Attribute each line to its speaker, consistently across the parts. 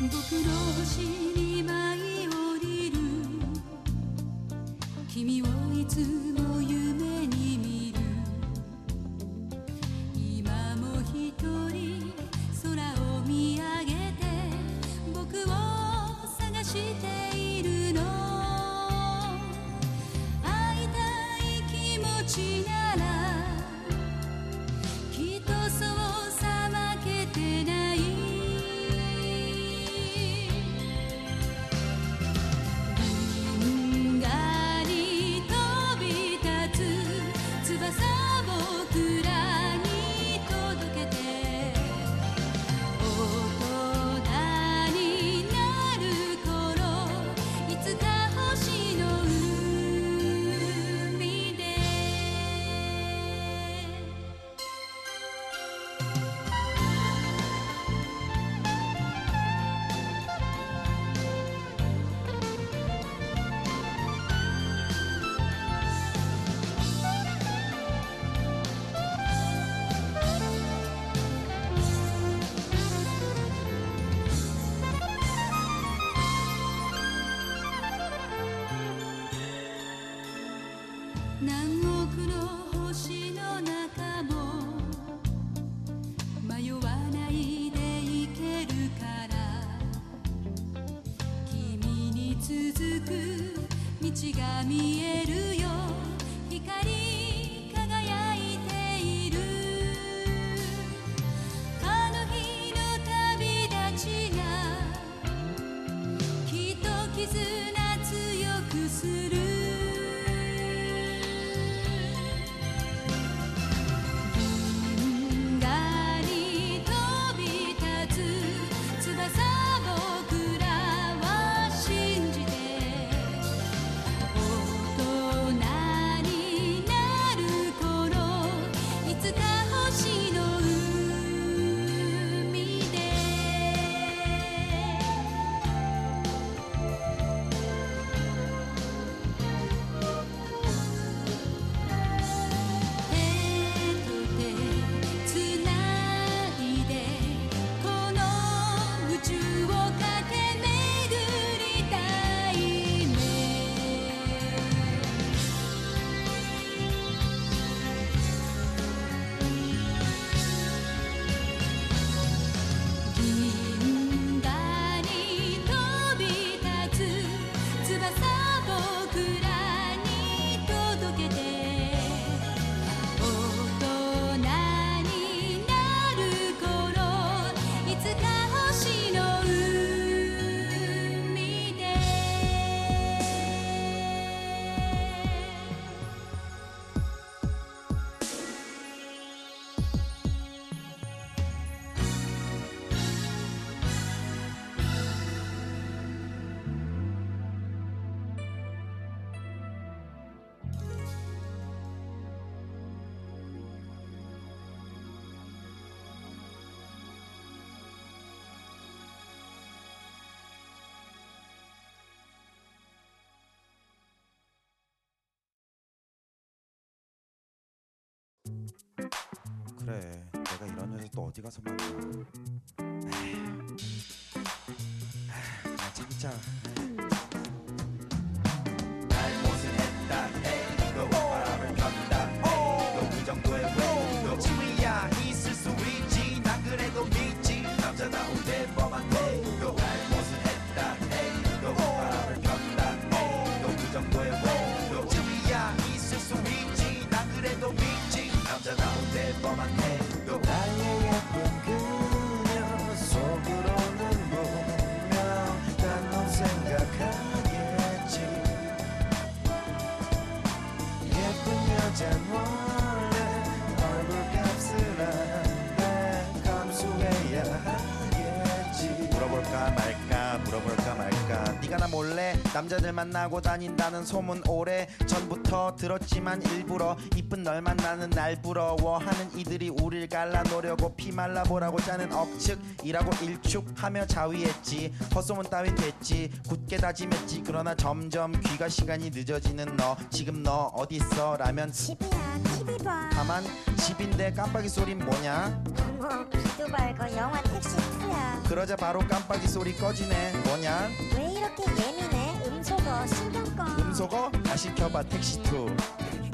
Speaker 1: 僕の星に舞い降りる君をいつも夢に見る今も一人空を見上げて僕を探しているの会いたい気持ちならきっとそうさまけてない銀河に飛び立つ翼を僕らに届けて大人になる頃いつか星の海で何億の星の中も迷わないでいけるから君に続く道が見えるよ光り輝いているあの日の旅立ちがきっと絆強くする銀河に飛び立つ翼僕らは信じて大人になる頃いつか星の海で手と手つないでこの宇宙を駆け巡りたいね銀河に飛び立つ翼僕らに届けて大人になる頃いつか星の海で
Speaker 2: 그래 내가 이런 여자 또 어디 가서 만나 에휴, 에휴, 나 참자 나의 예쁜 그녀 속으로는 분명 난넌 생각하겠지 예쁜 여잔 원래 얼굴값을 안돼 감수해야 하겠지 물어볼까 말까 물어볼까 말까 네가 나 몰래 남자들 만나고 다닌다는 소문 오래 전부터 들었지만 일부러 이쁜 널 만나는 날 부러워하는 이들이 우릴 갈라놓으려고 피 말라보라고 짜는 억측이라고 일축하며 자위했지 헛소문 따윈 됐지 굳게 다짐했지 그러나 점점 귀가 시간이 늦어지는 너 지금 너 어딨어 라면
Speaker 3: 집이야 TV 봐
Speaker 2: 다만 집인데 깜빡이 소린 뭐냐
Speaker 3: 안 영어 비도 밝아 영화 택시 투야
Speaker 2: 그러자 바로 깜빡이 소리 꺼지네 뭐냐
Speaker 3: 왜 이렇게 예민해 음소거 신경 꺼
Speaker 2: 음소거 다시 켜봐 택시 투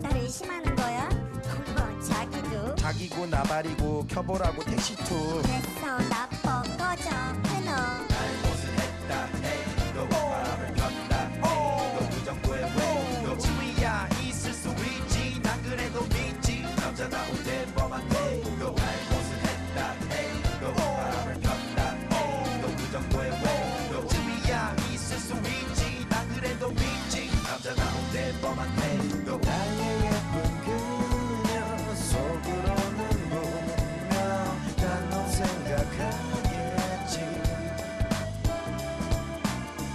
Speaker 3: 날 의심하는 거야 어머 자기도
Speaker 2: 자기고 나발이고 켜보라고 택시 투
Speaker 3: 됐어 나빠 꺼져 끊어
Speaker 2: 너 바람을 폈다 너 그 정도의 왜너 지위야 있을 수 있지 난 그래도 믿지 남자다운 대범한 태너 잘못을 했다 너 바람을 폈다 너 그 정도의 왜너 지위야 있을 수 있지 난 그래도 믿지 남자다운 대범한 태너 나의 예쁜 그녀 속으로는 분명 너 생각하겠지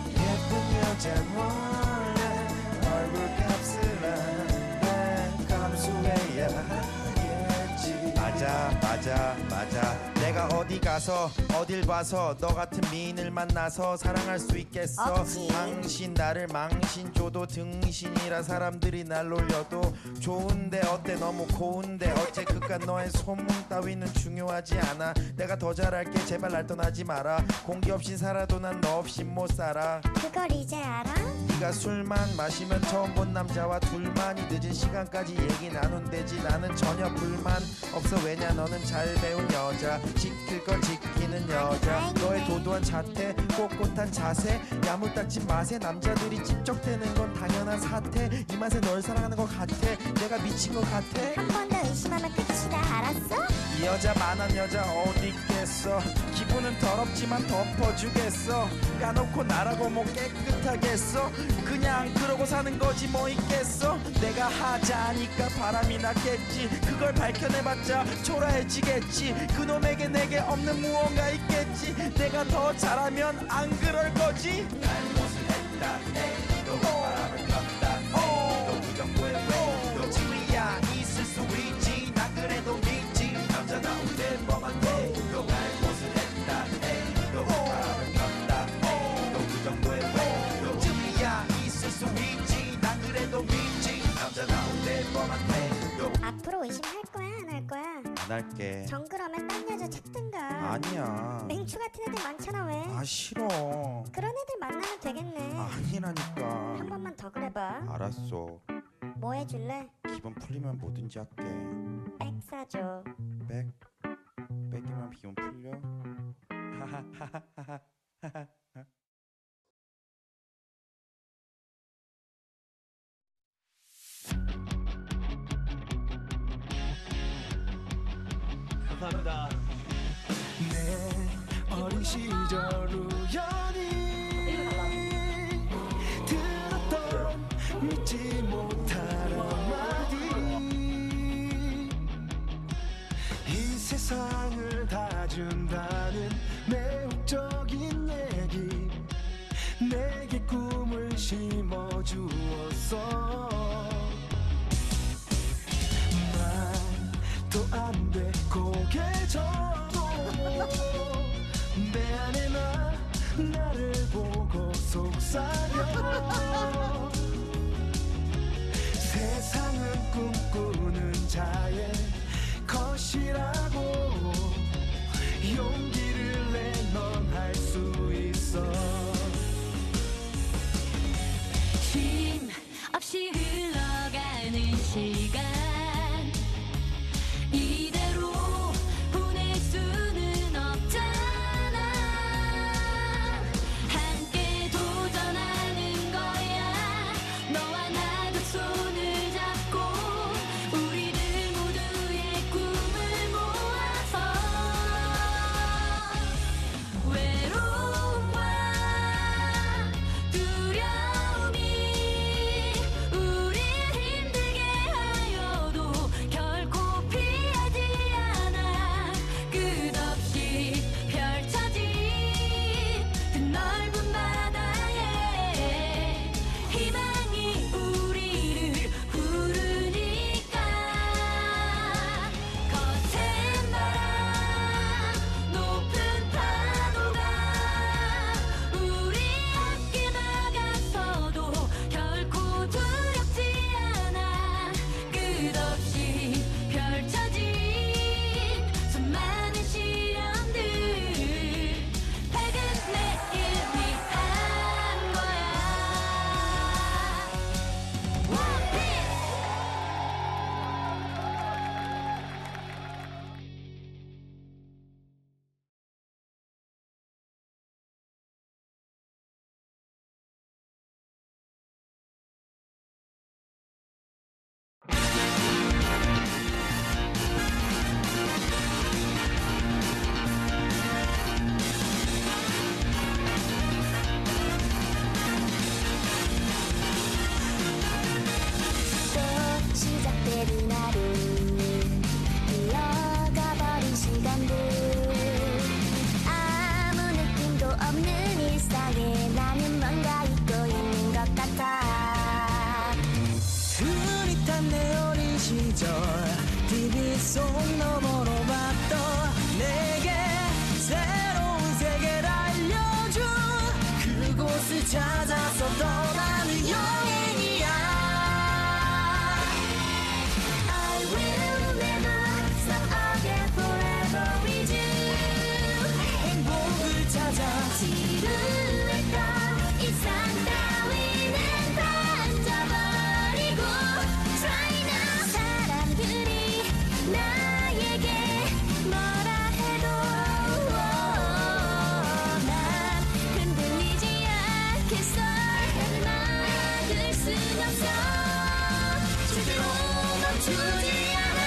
Speaker 2: 예쁜 여잔 원래 얼굴 값을 안돼 감수해야 하겠지 맞아 맞아 맞아 내가 어디 가서 어딜 봐서 너 같은 미인을 만나서 사랑할 수 있겠어
Speaker 3: 없지.
Speaker 2: 당신 나를 망신 줘도 등신이라 사람들이 날 놀려도 좋은데 어때 너무 고운데 어째 그깟 너의 소문 따위는 중요하지 않아 내가 더 잘할게 제발 날 떠나지 마라 공기 없이 살아도 난 너 없이 못 살아
Speaker 3: 그걸 이제 알아?
Speaker 2: 네가 술만 마시면 처음 본 남자와 둘만이 늦은 시간까지 얘기 나눈대지 나는 전혀 불만 없어 왜냐 너는 잘 배운 여자 지킬 걸 지키는 여자
Speaker 3: 다행이네.
Speaker 2: 너의 도도한 자태 꼿꼿한 자세 야물딱지 맛에 남자들이 찝적대는 건 당연한 사태 이 맛에 널 사랑하는 것 같아 내가 미친 것 같아
Speaker 3: 한 번 더 의심하면 끝이다 알았어?
Speaker 2: 이 여자 만한 여자 어디 있겠어 기분은 더럽지만 덮어주겠어 까놓고 나라고 뭐 깨끗하겠어 그냥 그러고 사는 거지 뭐 있겠어 내가 하자니까 바람이 났겠지 그걸 밝혀내봤자 초라해지겠지 그놈에게 내게 없는 무언가 있겠지 내가 더 잘하면 안 그럴 거지 잘못을 했다 너 바람을 폈다 너 부정부에 너 지위야 있을 수 있지 난 그래도 믿지 남자다운 대범한 너 잘못을 했다 너 바람을 폈다 너 부정부에 너 지위야 있을 수 있지 난 그래도 믿지 남자다운 대범한 너
Speaker 3: 앞으로 의심할 거야 안 할 거야?
Speaker 2: 날게
Speaker 3: 정그러면 딴 여자 찾든가
Speaker 2: 아니야
Speaker 3: 맹추 같은 애들 많잖아 왜
Speaker 2: 아 싫어
Speaker 3: 그런 애들 만나면 되겠네
Speaker 2: 아니라니까
Speaker 3: 한 번만 더 그래봐
Speaker 2: 알았어
Speaker 3: 뭐 해줄래?
Speaker 2: 기분 풀리면 뭐든지 할게
Speaker 3: 백 사줘
Speaker 2: 백 백이면 기분 풀려 하하하하하
Speaker 4: 감사합니다.
Speaker 2: 내 어린 시절 우연히 들었던 믿지 못할 한마디 이 세상을 다 준다는 매혹적인 얘기 내게 꿈을 심어주었어 말도 안 돼 고개 저도 내 안에 나 나를 보고 속삭여 세상은 꿈꾸는 자의 것이라고 용기를 내넌할수 있어
Speaker 1: 쉼 없이 흘러가는 시간 이대로 보낼 수는 없잖아 함께 도전하는 거야 너와 나도 손을 잡고 우리를 모두 그
Speaker 2: 빗속 너머로 왔던 내게 새로운 세계를 알려줘 그곳을 찾아서 떠나는 여행이야 I will never stop again forever with you 행복을 찾아
Speaker 1: 지루했던 일상 따위는 던져버리고 Try now 사람들이 나에게 뭐라 해도 난 흔들리지 않겠어 막을 순 없어 절대로 멈추지 않아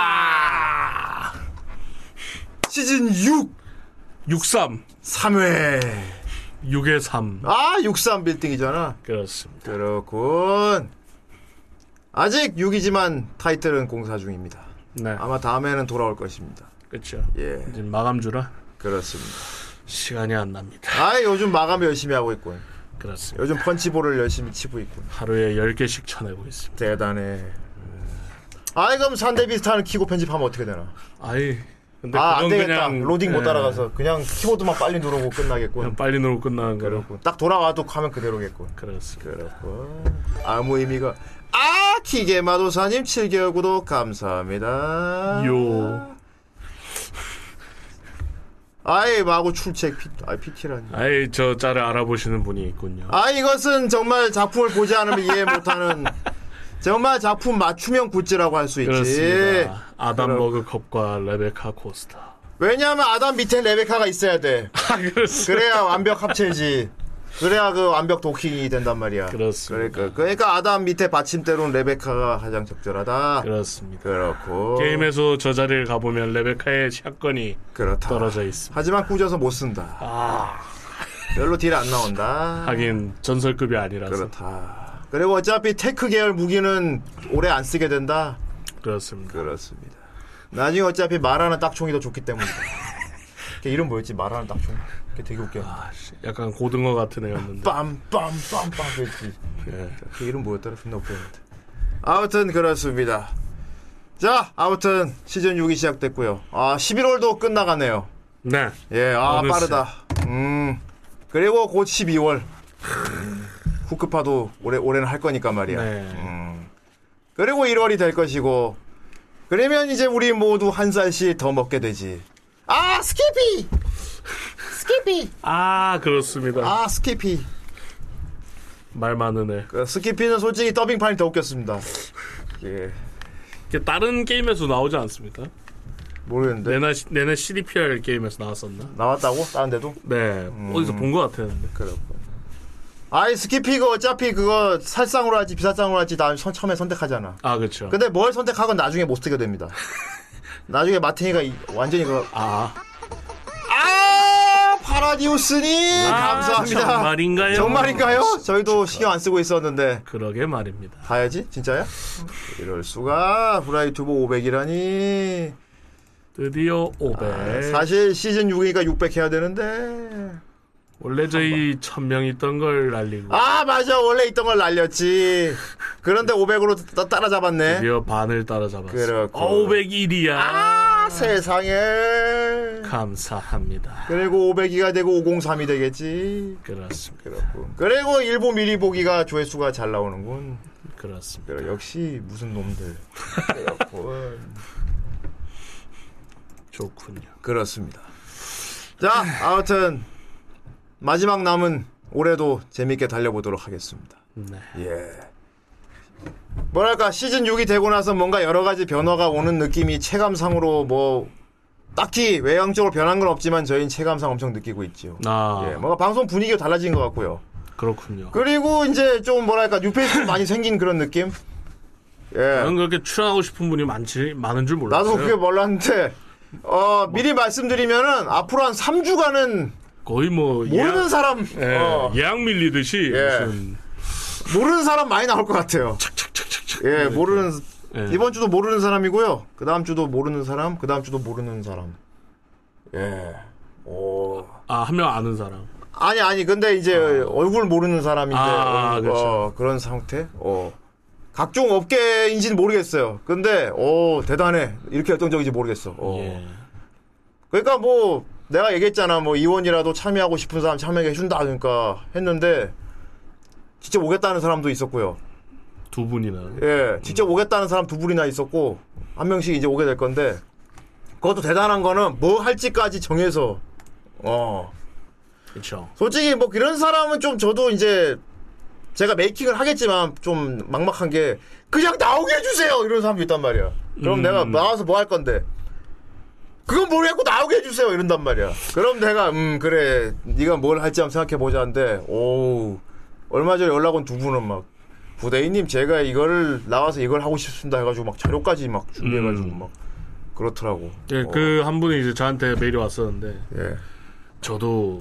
Speaker 5: 아! 시즌 6
Speaker 6: 63
Speaker 5: 3회
Speaker 6: 6의 3
Speaker 5: 아 63 빌딩이잖아
Speaker 6: 그렇습니다.
Speaker 5: 그렇군 아직 6이지만 타이틀은 공사 중입니다
Speaker 6: 네,
Speaker 5: 아마 다음에는 돌아올 것입니다
Speaker 6: 그렇죠.
Speaker 5: 예
Speaker 6: 이제 마감주라
Speaker 5: 그렇습니다
Speaker 6: 시간이 안 납니다.
Speaker 5: 아 요즘 마감 열심히 하고 있군
Speaker 6: 그렇습니다.
Speaker 5: 요즘 펀치볼을 열심히 치고 있군
Speaker 6: 하루에 10개씩 쳐내고 있습니다.
Speaker 5: 대단해 아이 그럼 산대비스타는 키고 편집하면 어떻게 되나
Speaker 6: 아이 근데
Speaker 5: 아
Speaker 6: 그건
Speaker 5: 안되겠다
Speaker 6: 그냥
Speaker 5: 로딩 못
Speaker 6: 예,
Speaker 5: 따라가서 그냥 키보드만 빨리 누르고
Speaker 6: 그냥
Speaker 5: 끝나겠군
Speaker 6: 빨리 놀고 끝나는 거로
Speaker 5: 그렇군 딱 돌아와도 화면 그대로겠군
Speaker 6: 그렇습니다.
Speaker 5: 그렇고 아무 의미가 아 기계마도사님 7개월 구독 감사합니다
Speaker 6: 요
Speaker 5: 아이 마고 출첵 피, 아 PT라니
Speaker 6: 아이 저 짤을 알아보시는 분이 있군요.
Speaker 5: 아 이것은 정말 작품을 보지 않으면 이해 못하는 정말 작품 맞춤형 굿즈라고 할 수 있지
Speaker 6: 그렇습니다. 아담
Speaker 5: 그럼-
Speaker 6: 머그컵과 레베카 코스타.
Speaker 5: 왜냐하면 아담 밑에 레베카가 있어야 돼
Speaker 6: 아 그렇습니다.
Speaker 5: 그래야 완벽 합체지 그래야 그 완벽 도킹이 된단 말이야
Speaker 6: 그렇습니다.
Speaker 5: 그러니까, 그러니까 아담 밑에 받침대로는 레베카가 가장 적절하다
Speaker 6: 그렇습니다.
Speaker 5: 그렇고
Speaker 6: 게임에서 저 자리를 가보면 레베카의 샷건이
Speaker 5: 그렇다
Speaker 6: 떨어져 있습니다.
Speaker 5: 하지만 꾸져서 못 쓴다.
Speaker 6: 아.
Speaker 5: 별로 딜 안 나온다.
Speaker 6: 하긴 전설급이 아니라서
Speaker 5: 그렇다. 그리고 어차피 테크 계열 무기는 오래 안 쓰게 된다.
Speaker 6: 그렇습니다.
Speaker 5: 그렇습니다. 나중에 어차피 말하는 딱총이 더 좋기 때문이다. 걔 이름 뭐였지? 말하는 딱총. 걔 되게 웃겨.
Speaker 6: 아씨, 약간 고등어 같은 애였는데.
Speaker 5: 빰빰빰빰 그랬지.
Speaker 6: 예.
Speaker 5: 걔 이름 뭐였더라? 존나 웃겼는데. 아무튼 그렇습니다. 자, 아무튼 시즌 6이 시작됐고요. 아, 11월도 끝나가네요.
Speaker 6: 네.
Speaker 5: 예, 아
Speaker 6: 어느새.
Speaker 5: 빠르다. 음. 그리고 곧 12월. 후크파도 올해 올해는 할 거니까 말이야.
Speaker 6: 네.
Speaker 5: 그리고 1월이 될 것이고. 그러면 이제 우리 모두 한 살씩 더 먹게 되지. 아, 스키피. 스키피.
Speaker 6: 아 그렇습니다.
Speaker 5: 아, 스키피.
Speaker 6: 말 많은 애.
Speaker 5: 그 스키피는 솔직히 더빙판이 더 웃겼습니다. 예.
Speaker 6: 이게 다른 게임에서 나오지 않습니까?
Speaker 5: 네. 모르겠는데.
Speaker 6: 내내 내내 CDPR 게임에서 나왔었나?
Speaker 5: 나왔다고? 다른 데도?
Speaker 6: 네. 어디서 본 것 같았는데.
Speaker 5: 음. 그렇고. 아이, 스키피가 어차피 그거 살상으로 할지 비살상으로 할지 나 선- 처음에 선택하잖아.
Speaker 6: 아 그렇죠.
Speaker 5: 근데 뭘 선택하건 나중에 못 쓰게 됩니다. 나중에 마틴이가 이- 완전히 그
Speaker 6: 아
Speaker 5: 아! 파라디우스님 네, 감사합니다.
Speaker 6: 아, 정말인가요?
Speaker 5: 정말인가요? 저희도 신경 안 쓰고 있었는데
Speaker 6: 그러게 말입니다.
Speaker 5: 봐야지 진짜야? 이럴 수가 후라이 유튜브 500이라니
Speaker 6: 드디어 500.
Speaker 5: 아, 사실 시즌 6이니까 600 해야 되는데
Speaker 6: 원래 저희 1000명 있던 걸 알리고
Speaker 5: 아 맞아 원래 있던 걸 날렸지 그런데 500으로 따, 따라잡았네
Speaker 6: 드디어 반을 따라잡았어요.
Speaker 5: 그렇군.
Speaker 6: 501이야.
Speaker 5: 아 세상에
Speaker 6: 감사합니다.
Speaker 5: 그리고 500이가 되고 503이 되겠지
Speaker 6: 그렇습니다.
Speaker 5: 그렇군. 그리고 일부 미리 보기가 조회수가 잘 나오는군.
Speaker 6: 그렇습니다.
Speaker 5: 그래, 역시 무슨 놈들. 그렇군.
Speaker 6: 좋군요.
Speaker 5: 그렇습니다. 자, 아무튼 마지막 남은 올해도 재밌게 달려보도록 하겠습니다.
Speaker 6: 네.
Speaker 5: 예. 뭐랄까 시즌 6이 되고 나서 뭔가 여러 가지 변화가 오는 느낌이 체감상으로 뭐 딱히 외형적으로 변한 건 없지만 저희는 체감상 엄청 느끼고 있지요.
Speaker 6: 아
Speaker 5: 예, 뭔가 방송 분위기가 달라진 것 같고요.
Speaker 6: 그렇군요.
Speaker 5: 그리고 이제 좀 뭐랄까 뉴페이스 많이 생긴 그런 느낌? 예.
Speaker 6: 저는 그렇게 출연하고 싶은 분이 많지 많은 줄
Speaker 5: 그
Speaker 6: 몰랐어요.
Speaker 5: 나도 그게 몰랐는데 어, 미리 말씀드리면은 앞으로 한 3주간은
Speaker 6: 거의 뭐
Speaker 5: 모르는
Speaker 6: 예약,
Speaker 5: 사람
Speaker 6: 예,
Speaker 5: 어,
Speaker 6: 예약 밀리듯이
Speaker 5: 예.
Speaker 6: 무슨
Speaker 5: 모르는 사람 많이 나올 것 같아요.
Speaker 6: 착착착착착
Speaker 5: 예, 모르는
Speaker 6: 예.
Speaker 5: 이번 주도 모르는 사람이고요. 그 다음 주도 모르는 사람, 그 다음 주도 모르는 사람. 예. 오.
Speaker 6: 아한 명 아는 사람
Speaker 5: 아니 아니 근데 이제 얼굴 모르는 사람인데
Speaker 6: 아,
Speaker 5: 어,
Speaker 6: 그렇죠.
Speaker 5: 어, 그런 상태. 어. 각종 업계인지는 모르겠어요. 근데 오 대단해 이렇게 열정적인지 모르겠어. 어.
Speaker 6: 예.
Speaker 5: 그러니까 뭐 내가 얘기했잖아 뭐 이원이라도 참여하고 싶은 사람 참여해 준다 그러니까 했는데 직접 오겠다는 사람도 있었고요.
Speaker 6: 두 분이나
Speaker 5: 예, 직접 오겠다는 사람 두 분이나 있었고 한 명씩 이제 오게 될 건데 그것도 대단한 거는 뭐 할지까지 정해서 어
Speaker 6: 그렇죠
Speaker 5: 솔직히 뭐 그런 사람은 좀 저도 이제 제가 메이킹을 하겠지만 좀 막막한 게 그냥 나오게 해주세요 이런 사람도 있단 말이야. 그럼
Speaker 6: 음.
Speaker 5: 내가 나와서 뭐 할 건데 그건 모르겠고 나오게 해주세요 이런단 말이야. 그럼 내가 음 그래 네가 뭘 할지 한번 생각해 보자는데 오 얼마 전에 연락 온 두 분은 막 부대인님 제가 이걸 나와서 이걸 하고 싶습니다 해가지고 막 자료까지 막 준비해가지고
Speaker 6: 음.
Speaker 5: 막 그렇더라고.
Speaker 6: 예,
Speaker 5: 어,
Speaker 6: 그 한 분이 이제 저한테 메일이 왔었는데
Speaker 5: 예.
Speaker 6: 저도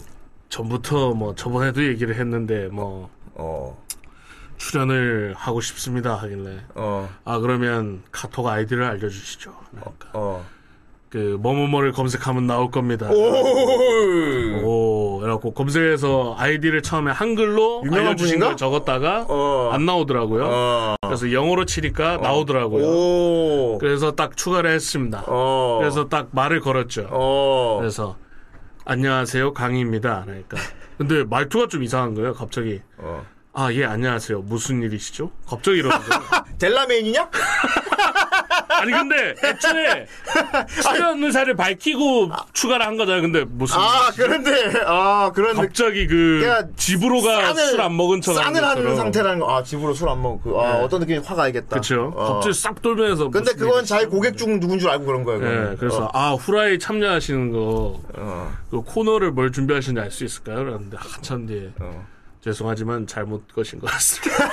Speaker 6: 전부터 뭐 저번에도 얘기를 했는데 뭐
Speaker 5: 어.
Speaker 6: 출연을 하고 싶습니다 하길래
Speaker 5: 어.
Speaker 6: 아 그러면 카톡 아이디를 알려주시죠. 그러니까
Speaker 5: 어.
Speaker 6: 그 뭐뭐뭐를 검색하면 나올 겁니다.
Speaker 5: 오.
Speaker 6: 오, 그래갖고 검색해서 아이디를 처음에 한글로
Speaker 5: 유명한
Speaker 6: 알려주신
Speaker 5: 분인가?
Speaker 6: 걸 적었다가
Speaker 5: 어.
Speaker 6: 안 나오더라고요.
Speaker 5: 어.
Speaker 6: 그래서 영어로 치니까 나오더라고요.
Speaker 5: 오.
Speaker 6: 그래서 딱 추가를 했습니다.
Speaker 5: 어.
Speaker 6: 그래서 딱 말을 걸었죠.
Speaker 5: 어.
Speaker 6: 그래서 안녕하세요 강희입니다. 그러니까 근데 말투가 좀 이상한 거예요. 갑자기
Speaker 5: 어.
Speaker 6: 아 예 안녕하세요 무슨 일이시죠? 갑자기 이러는 거예요.
Speaker 5: 델라메인이냐?
Speaker 6: 아니 근데 애초에 출연 의사를 밝히고 추가를 한 거잖아요. 근데 무슨
Speaker 5: 아, 그런데 아, 그런 데
Speaker 6: 갑자기 그
Speaker 5: 그러니까
Speaker 6: 집으로가
Speaker 5: 싼을-
Speaker 6: 술 안 먹은 척
Speaker 5: 싼을 하는 상태라는 거. 아, 집으로 술 안 먹고. 그- 아, 어떤 느낌이 확 알겠다.
Speaker 6: 그렇죠.
Speaker 5: 어.
Speaker 6: 갑자기 싹 돌면서
Speaker 5: 근데
Speaker 6: 무슨
Speaker 5: 그건 어.
Speaker 6: 일이-
Speaker 5: 자기 고객 중 누군 줄 알고 그런 거예요.
Speaker 6: 예,
Speaker 5: 그거는.
Speaker 6: 그래서 아 후라이 참여하시는 거
Speaker 5: 어, 어,
Speaker 6: 그 코너를 뭘 준비하시는지 알 수 있을까요? 그런데 한참 뒤에
Speaker 5: 어.
Speaker 6: 죄송하지만 잘못 것인 것 같습니다.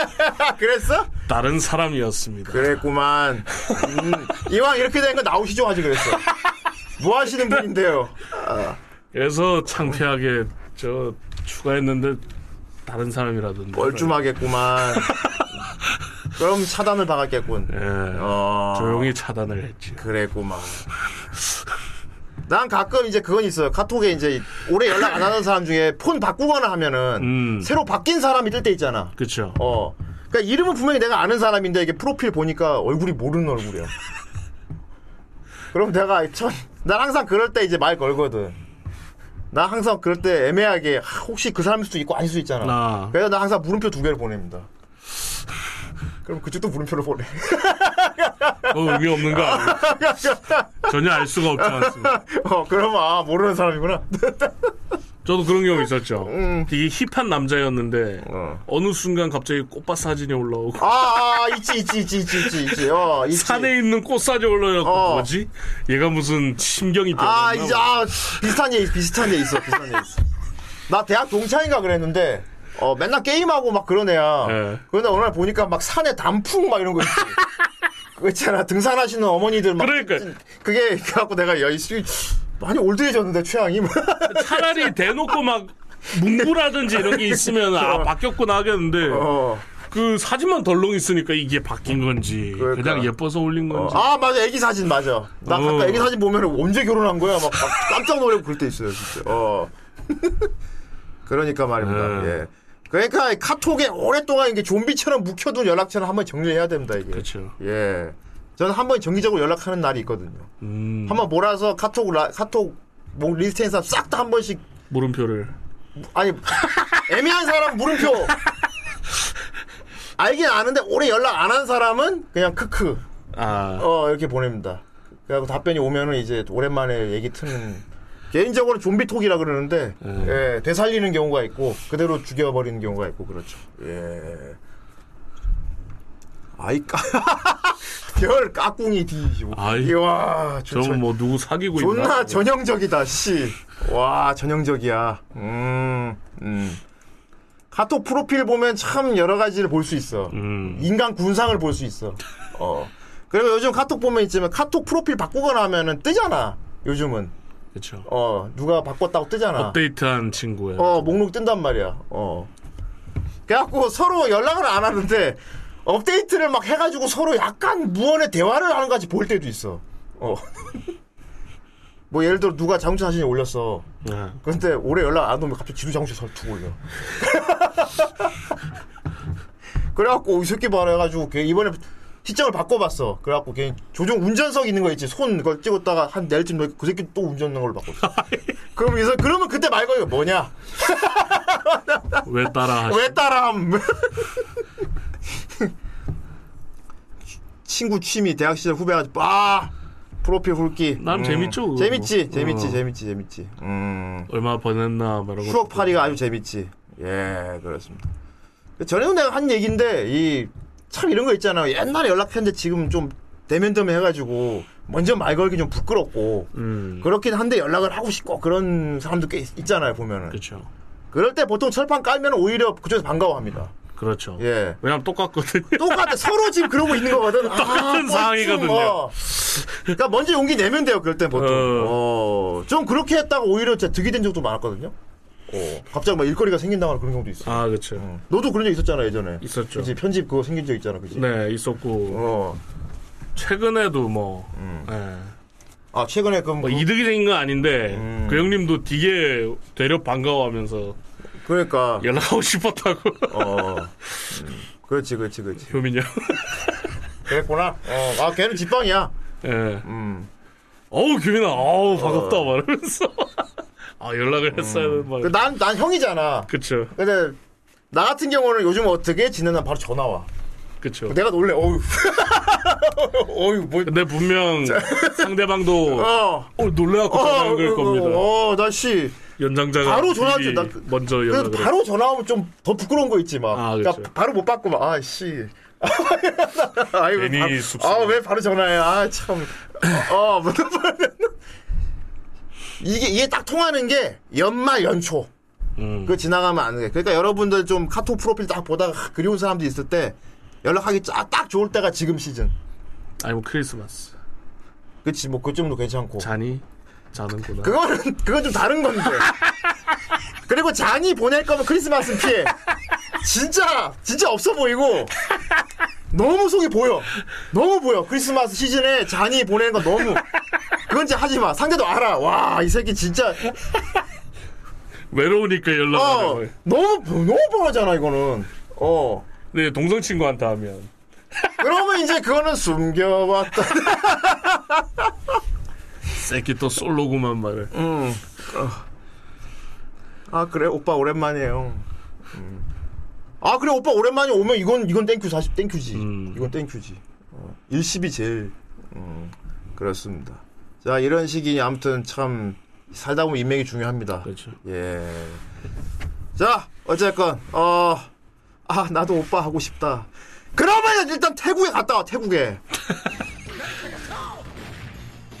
Speaker 5: 아, 그랬어?
Speaker 6: 다른 사람이었습니다.
Speaker 5: 그랬구만. 음, 이왕 이렇게 된 거 나오시죠 하지 그랬어. 뭐 하시는 분인데요?
Speaker 6: 그래서 창피하게 저 추가했는데 다른 사람이라던데.
Speaker 5: 멀쭘하겠구만. 그럼 차단을
Speaker 6: 예,
Speaker 5: 박았겠군. 어.
Speaker 6: 조용히 차단을 했지.
Speaker 5: 그랬구만. 난 가끔 이제 그건 있어요. 카톡에 이제 오래 연락 안 하는 사람 중에 폰 바꾸거나 하면은
Speaker 6: 음.
Speaker 5: 새로 바뀐 사람이 뜰 때 있잖아.
Speaker 6: 그렇죠.
Speaker 5: 어. 그러니까 이름은 분명히 내가 아는 사람인데 이게 프로필 보니까 얼굴이 모르는 얼굴이야. 그럼 내가 전, 난 항상 그럴 때 이제 말 걸거든. 나 항상 그럴 때 애매하게 하, 혹시 그 사람일 수도 있고 아닐 수도 있잖아.
Speaker 6: 아.
Speaker 5: 그래서 나 항상 물음표 두 개를 보냅니다. 그럼 그쪽도 물음표를 보내.
Speaker 6: 어, 의미 없는 거 아니에요? 전혀 알 수가 없지 않습니까?
Speaker 5: 어, 그러면 아 모르는 사람이구나.
Speaker 6: 저도 그런 경우 있었죠. 되게 힙한 남자였는데
Speaker 5: 음, 어.
Speaker 6: 어. 느 순간 갑자기 꽃밭 사진이 올라오고
Speaker 5: 아, 아 있지 있지 있지 있지 있지 있지. 어, 있지.
Speaker 6: 산에 있는 꽃 사진이 올라오고
Speaker 5: 어.
Speaker 6: 뭐지? 얘가 무슨 심경이 변했나?
Speaker 5: 아 이제 아 비슷한 얘 비슷한 얘 있어 비슷한 얘 있어. 나 대학 동창인가 그랬는데 어 맨날 게임하고 막 그런 애야.
Speaker 6: 예.
Speaker 5: 그런데 어느 날 보니까 막 산에 단풍 막 이런 거 있지. 그거 있잖아 등산하시는 어머니들 막
Speaker 6: 그러니까.
Speaker 5: 그게 그래갖고 내가 야이 씨, 많이 올드해졌는데 취향이
Speaker 6: 뭐 차라리 대놓고 막 문구라든지 이런 게 있으면 아 바뀌었구나 하겠는데
Speaker 5: 어.
Speaker 6: 그 사진만 덜렁 있으니까 이게 바뀐 건지 그
Speaker 5: 그러니까.
Speaker 6: 냥 예뻐서 올린 건지
Speaker 5: 아 맞아 애기 사진 맞아 나
Speaker 6: 어.
Speaker 5: 가끔 애기 사진 보면 언제 결혼한 거야 막, 막 깜짝 놀래고 그럴 때 있어요 진짜 어 그러니까 말입니다
Speaker 6: 네.
Speaker 5: 예 그러니까 카톡에 오랫동안 이게 좀비처럼 묵혀둔 연락처는 한번 정리해야 됩니다 이게
Speaker 6: 그렇죠.
Speaker 5: 예 저는 한 번 정기적으로 연락하는 날이 있거든요
Speaker 6: 음,
Speaker 5: 한 번 몰아서 카톡 라, 카톡 뭐 리스트에 있는 사람 싹 다 한 번씩
Speaker 6: 물음표를
Speaker 5: 아니 애매한 사람 물음표 알긴 아는데 오래 연락 안 한 사람은 그냥 크크
Speaker 6: 아
Speaker 5: 어 이렇게 보냅니다. 그래갖고 답변이 오면은 이제 오랜만에 얘기 트는 개인적으로 좀비톡이라 그러는데
Speaker 6: 음.
Speaker 5: 예, 되살리는 경우가 있고 그대로 죽여버리는 경우가 있고 그렇죠. 예. 아이 까 별 까꿍이 뒤지고
Speaker 6: 아이.
Speaker 5: 와
Speaker 6: 저건
Speaker 5: 존나
Speaker 6: 뭐 누구 사귀고
Speaker 5: 존나
Speaker 6: 있나?
Speaker 5: 전형적이다 씨와 전형적이야 음 음. 카톡 프로필 보면 참 여러 가지를 볼 수 있어.
Speaker 6: 음.
Speaker 5: 인간 군상을 볼 수 있어. 어. 그리고 요즘 카톡 보면 있지만 카톡 프로필 바꾸거나 하면은 뜨잖아. 요즘은.
Speaker 6: 그렇죠.
Speaker 5: 어 누가 바꿨다고 뜨잖아.
Speaker 6: 업데이트한 친구예요.
Speaker 5: 어 목록 뜬단 말이야. 어. 그래갖고 서로 연락을 안 하는데 업데이트를 막 해가지고 서로 약간 무언의 대화를 하는 것 같이 보일 때도 있어. 어. 뭐 예를 들어 누가 장훈 씨 사진이 올렸어.
Speaker 6: 네.
Speaker 5: 근데 올해 연락 안 오면 갑자기 지루 장훈 씨 사진 두고 올려. 그래갖고 이 새끼 봐라 해가지고 걔 이번에 시점을 바꿔봤어. 그래갖고 걔 조종 운전석 있는 거 있지. 손 그걸 찍었다가 한 내일쯤 넣고 그 새끼 또 운전하는 걸로 바꿨어. 그럼 이서 그러면 그때 말고 이거 뭐냐?
Speaker 6: 왜 따라 하시?
Speaker 5: 왜 따라함? 친구 취미 대학 시절 후배가지고 아 프로필 훑기. 음.
Speaker 6: 나름 재밌죠, 그거.
Speaker 5: 재밌지,
Speaker 6: 어.
Speaker 5: 재밌지, 재밌지, 재밌지. 음.
Speaker 6: 얼마 버냈나 뭐 말하고
Speaker 5: 추억팔이가 아주 재밌지. 예, 그렇습니다. 전에도 내가 한 얘기인데 이 참 이런 거 있잖아. 옛날에 연락했는데 지금 좀 대면대면 해가지고 먼저 말 걸기 좀 부끄럽고
Speaker 6: 음.
Speaker 5: 그렇긴 한데 연락을 하고 싶고 그런 사람도 꽤 있, 잖아요 보면은.
Speaker 6: 그렇죠.
Speaker 5: 그럴 때 보통 철판 깔면 오히려 그쪽에서 반가워합니다.
Speaker 6: 그렇죠.
Speaker 5: 예.
Speaker 6: 왜냐면 똑같거든요.
Speaker 5: 똑같아. 서로 지금 그러고 있는 거거든.
Speaker 6: 똑같은
Speaker 5: 뻘쭘,
Speaker 6: 상황이거든요.
Speaker 5: 어. 그러니까 먼저 용기 내면 돼요. 그럴 땐 보통. 어. 좀 그렇게 했다가 오히려 진짜 득이 된 적도 많았거든요. 어. 갑자기 막 일거리가 생긴다거나 그런 경우도 있어. 음.
Speaker 6: 아, 그렇죠.
Speaker 5: 너도 그런 적 있었잖아 예전에.
Speaker 6: 있었죠.
Speaker 5: 그치? 편집 그거 생긴 적 있잖아. 그지?
Speaker 6: 네, 있었고
Speaker 5: 어. 음.
Speaker 6: 최근에도 뭐, 예.
Speaker 5: 아 최근에 그럼
Speaker 6: 뭐
Speaker 5: 그,
Speaker 6: 이득이 생긴 건 아닌데
Speaker 5: 음.
Speaker 6: 그 형님도 되게 되려 반가워하면서
Speaker 5: 그러니까.
Speaker 6: 연락하고 싶었다고
Speaker 5: 어. 음. 그렇지, 그렇지, 그렇지.
Speaker 6: 효민이 형.
Speaker 5: 그랬구나. 어. 아 걔는 집방이야.
Speaker 6: 예.
Speaker 5: 음.
Speaker 6: 어우 규민아, 어우 반갑다 말하면서 아 연락을 했어요. 막.
Speaker 5: 그 난, 난 형이잖아.
Speaker 6: 그쵸,
Speaker 5: 근데 나 같은 경우는 요즘 어떻게 지내나 바로 전화 와.
Speaker 6: 그쵸.
Speaker 5: 내가 놀래. 어휴. 어휴 뭐.
Speaker 6: 근데 분명 상대방도
Speaker 5: 어.
Speaker 6: 어, 놀래갖고 전화한 걸 겁니다.
Speaker 5: 어, 나씨.
Speaker 6: 연장자가
Speaker 5: 바로 전화할
Speaker 6: 미리
Speaker 5: 줄 나- 그-
Speaker 6: 먼저
Speaker 5: 그래서
Speaker 6: 연락을
Speaker 5: 바로 전화 오면 좀 더 부끄러운 거 있지 막.
Speaker 6: 아,
Speaker 5: 그러니까
Speaker 6: 그렇죠.
Speaker 5: 바로 못 받고 막 아씨. 아이고,
Speaker 6: 괜히 씁쓸해.
Speaker 5: 아왜 바로 전화해? 아 참. 어, 어, 뭐, 뭐, 이게 이게 딱 통하는 게 연말 연초.
Speaker 6: 음.
Speaker 5: 그거 지나가면 안 돼. 그러니까 여러분들 좀 카톡 프로필 딱 보다가 하, 그리운 사람들 있을 때 연락하기 쫙- 딱 좋을 때가 지금 시즌.
Speaker 6: 아니 뭐 크리스마스
Speaker 5: 그치 뭐 그쯤도 괜찮고.
Speaker 6: 자니 자는구나.
Speaker 5: 그거는 그건 좀 다른 건데. 그리고 잔이 보낼 거면 크리스마스 피해. 진짜 진짜 없어 보이고 너무 속이 보여. 너무 보여. 크리스마스 시즌에 잔이 보내는 건 너무. 그건 이제 하지 마. 상대도 알아. 와 이 새끼 진짜
Speaker 6: 외로우니까
Speaker 5: 어
Speaker 6: 연락을. 해.
Speaker 5: 너무 너무 뻔하잖아 이거는. 어
Speaker 6: 근데 네, 동성 친구한테 하면
Speaker 5: 그러면 이제 그거는 숨겨왔다.
Speaker 6: 새끼 또 솔로구만 말을.
Speaker 5: 음. 아 그래 오빠 오랜만이에요. 음. 아 그래 오빠 오랜만에 오면 이건 이건 땡큐 40 땡큐지.
Speaker 6: 음.
Speaker 5: 이건 땡큐지. 어, 일십이 제일 음, 그렇습니다. 자 이런 시기 아무튼 참 살다 보면 인맥이 중요합니다.
Speaker 6: 그렇죠.
Speaker 5: 예. 자 어쨌건 어. 아 나도 오빠 하고 싶다. 그러면 일단 태국에 갔다 와 태국에.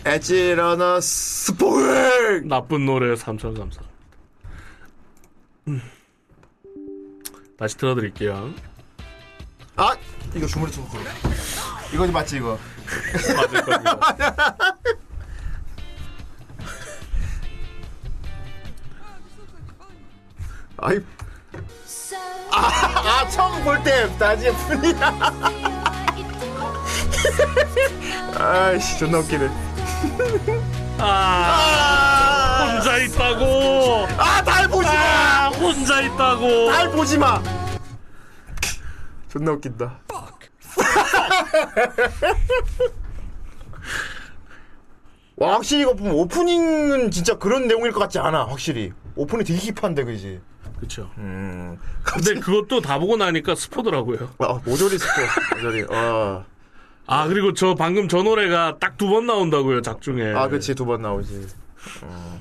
Speaker 5: 에지러너 스포잉.
Speaker 6: 나쁜 노래 삼천 감사. 음. 다시 틀어드릴게요.
Speaker 5: 아 이거 주머니 좀 걸어 이거 맞지 이거
Speaker 6: 맞을 겁니다.
Speaker 5: 아이 아, 아 처음 볼 때 나지의 뿐이야 아이씨 존나 웃기네
Speaker 6: 아, 혼자 있다고.
Speaker 5: 아날 보지마
Speaker 6: 아, 혼자 있다고.
Speaker 5: 날 보지마 존나 웃긴다 와 확실히 이거 보면 오프닝은 진짜 그런 내용일 것 같지 않아 확실히 오프닝 되게 힙한데 그지
Speaker 6: 그렇죠.
Speaker 5: 음
Speaker 6: 근데 그것도 다 보고 나니까 스포더라고요.
Speaker 5: 아, 모조리 스포 모조리 어.
Speaker 6: 아 그리고 저 방금 저 노래가 딱 두 번 나온다고요 작중에.
Speaker 5: 아, 그치, 두 번 나오지. 어.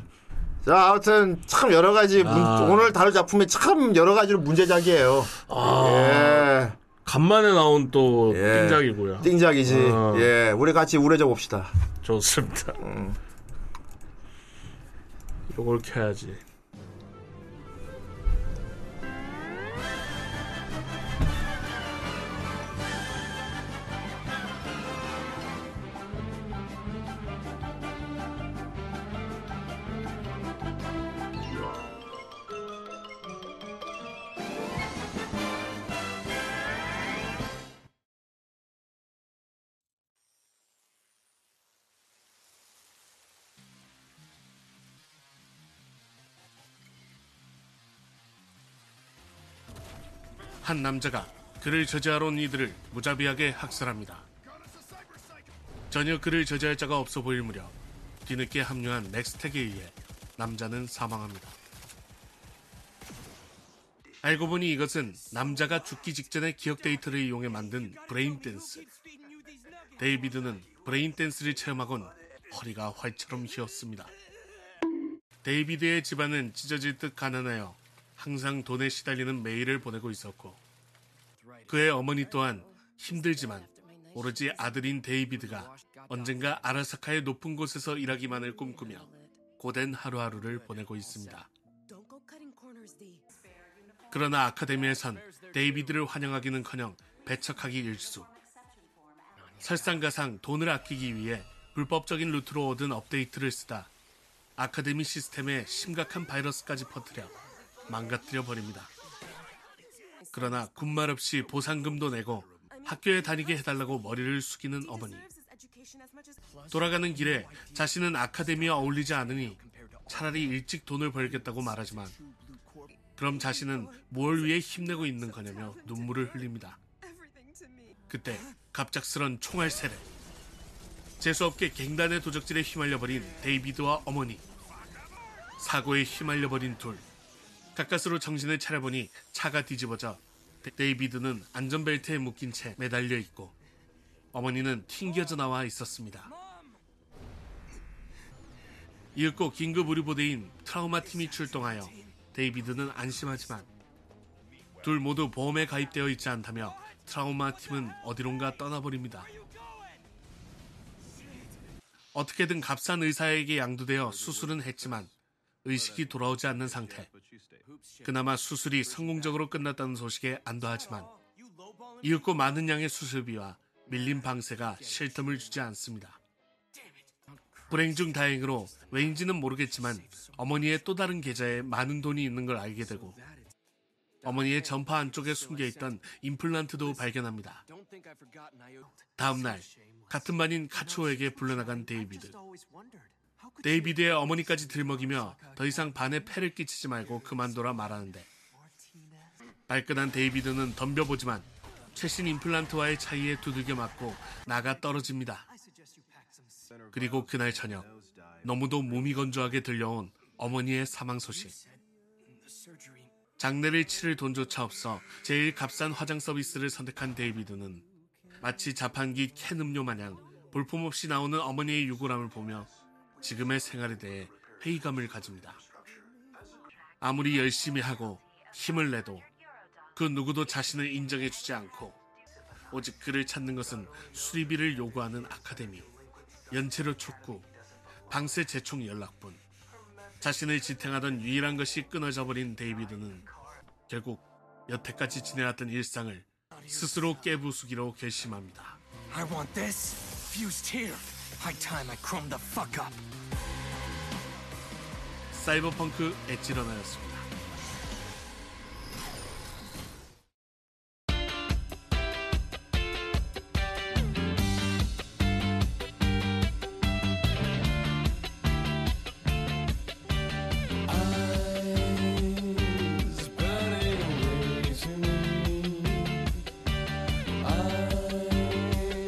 Speaker 5: 자, 아무튼, 참 여러 가지, 문-
Speaker 6: 아.
Speaker 5: 오늘 다룰 작품이 참 여러 가지로 문제작이에요.
Speaker 6: 아.
Speaker 5: 예.
Speaker 6: 간만에 나온 또
Speaker 5: 예.
Speaker 6: 띵작이고요.
Speaker 5: 띵작이지.
Speaker 6: 어.
Speaker 5: 예. 우리 같이 우려져 봅시다.
Speaker 6: 좋습니다.
Speaker 5: 음.
Speaker 6: 요걸 켜야지.
Speaker 7: 한 남자가 그를 저지하러 온 이들을 무자비하게 학살합니다. 전혀 그를 저지할 자가 없어 보일 무렵 뒤늦게 합류한 넥스텍에 의해 남자는 사망합니다. 알고 보니 이것은 남자가 죽기 직전의 기억 데이터를 이용해 만든 브레인 댄스. 데이비드는 브레인 댄스를 체험하곤 허리가 활처럼 휘었습니다. 데이비드의 집안은 찢어질 듯 가난하여 항상 돈에 시달리는 매일을 보내고 있었고 그의 어머니 또한 힘들지만 오로지 아들인 데이비드가 언젠가 아라사카의 높은 곳에서 일하기만을 꿈꾸며 고된 하루하루를 보내고 있습니다. 그러나 아카데미에선 데이비드를 환영하기는커녕 배척하기 일수. 설상가상 돈을 아끼기 위해 불법적인 루트로 얻은 업데이트를 쓰다 아카데미 시스템에 심각한 바이러스까지 퍼뜨려 망가뜨려 버립니다. 그러나 군말 없이 보상금도 내고 학교에 다니게 해달라고 머리를 숙이는 어머니. 돌아가는 길에 자신은 아카데미와 어울리지 않으니 차라리 일찍 돈을 벌겠다고 말하지만 그럼 자신은 뭘 위해 힘내고 있는 거냐며 눈물을 흘립니다. 그때 갑작스런 총알 세례. 재수없게 갱단의 도적질에 휘말려버린 데이비드와 어머니. 사고에 휘말려버린 둘. 가까스로 정신을 차려보니 차가 뒤집어져 데- 데이비드는 안전벨트에 묶인 채 매달려 있고 어머니는 튕겨져 나와 있었습니다. 이윽고 긴급 의료부대인 트라우마 팀이 출동하여 데이비드는 안심하지만 둘 모두 보험에 가입되어 있지 않다며 트라우마 팀은 어디론가 떠나버립니다. 어떻게든 값싼 의사에게 양도되어 수술은 했지만 의식이 돌아오지 않는 상태. 그나마 수술이 성공적으로 끝났다는 소식에 안도하지만 이윽고 많은 양의 수술비와 밀린 방세가 쉴틈을 주지 않습니다. 불행 중 다행으로 왜인지는 모르겠지만 어머니의 또 다른 계좌에 많은 돈이 있는 걸 알게 되고 어머니의 전파 안쪽에 숨겨 있던 임플란트도 발견합니다. 다음 날 같은 반인 카츠오에게 불러나간 데이비드. 데이비드의 어머니까지 들먹이며 더 이상 반에 패를 끼치지 말고 그만둬라 말하는데 발끈한 데이비드는 덤벼보지만 최신 임플란트와의 차이에 두들겨 맞고 나가 떨어집니다. 그리고 그날 저녁 너무도 몸이 건조하게 들려온 어머니의 사망 소식. 장례를 치를 돈조차 없어 제일 값싼 화장 서비스를 선택한 데이비드는 마치 자판기 캔 음료 마냥 볼품없이 나오는 어머니의 유골함을 보며 지금의 생활에 대해 회의감을 가집니다. 아무리 열심히 하고 힘을 내도 그 누구도 자신을 인정해주지 않고 오직 그를 찾는 것은 수리비를 요구하는 아카데미, 연체료 촉구, 방세 재촉 연락뿐. 자신을 지탱하던 유일한 것이 끊어져 버린 데이비드는 결국 여태까지 지내왔던 일상을 스스로 깨부수기로 결심합니다.
Speaker 8: I want this fused here. High time I chrome the fuck up.
Speaker 7: 사이버펑크 엣지러너였습니다.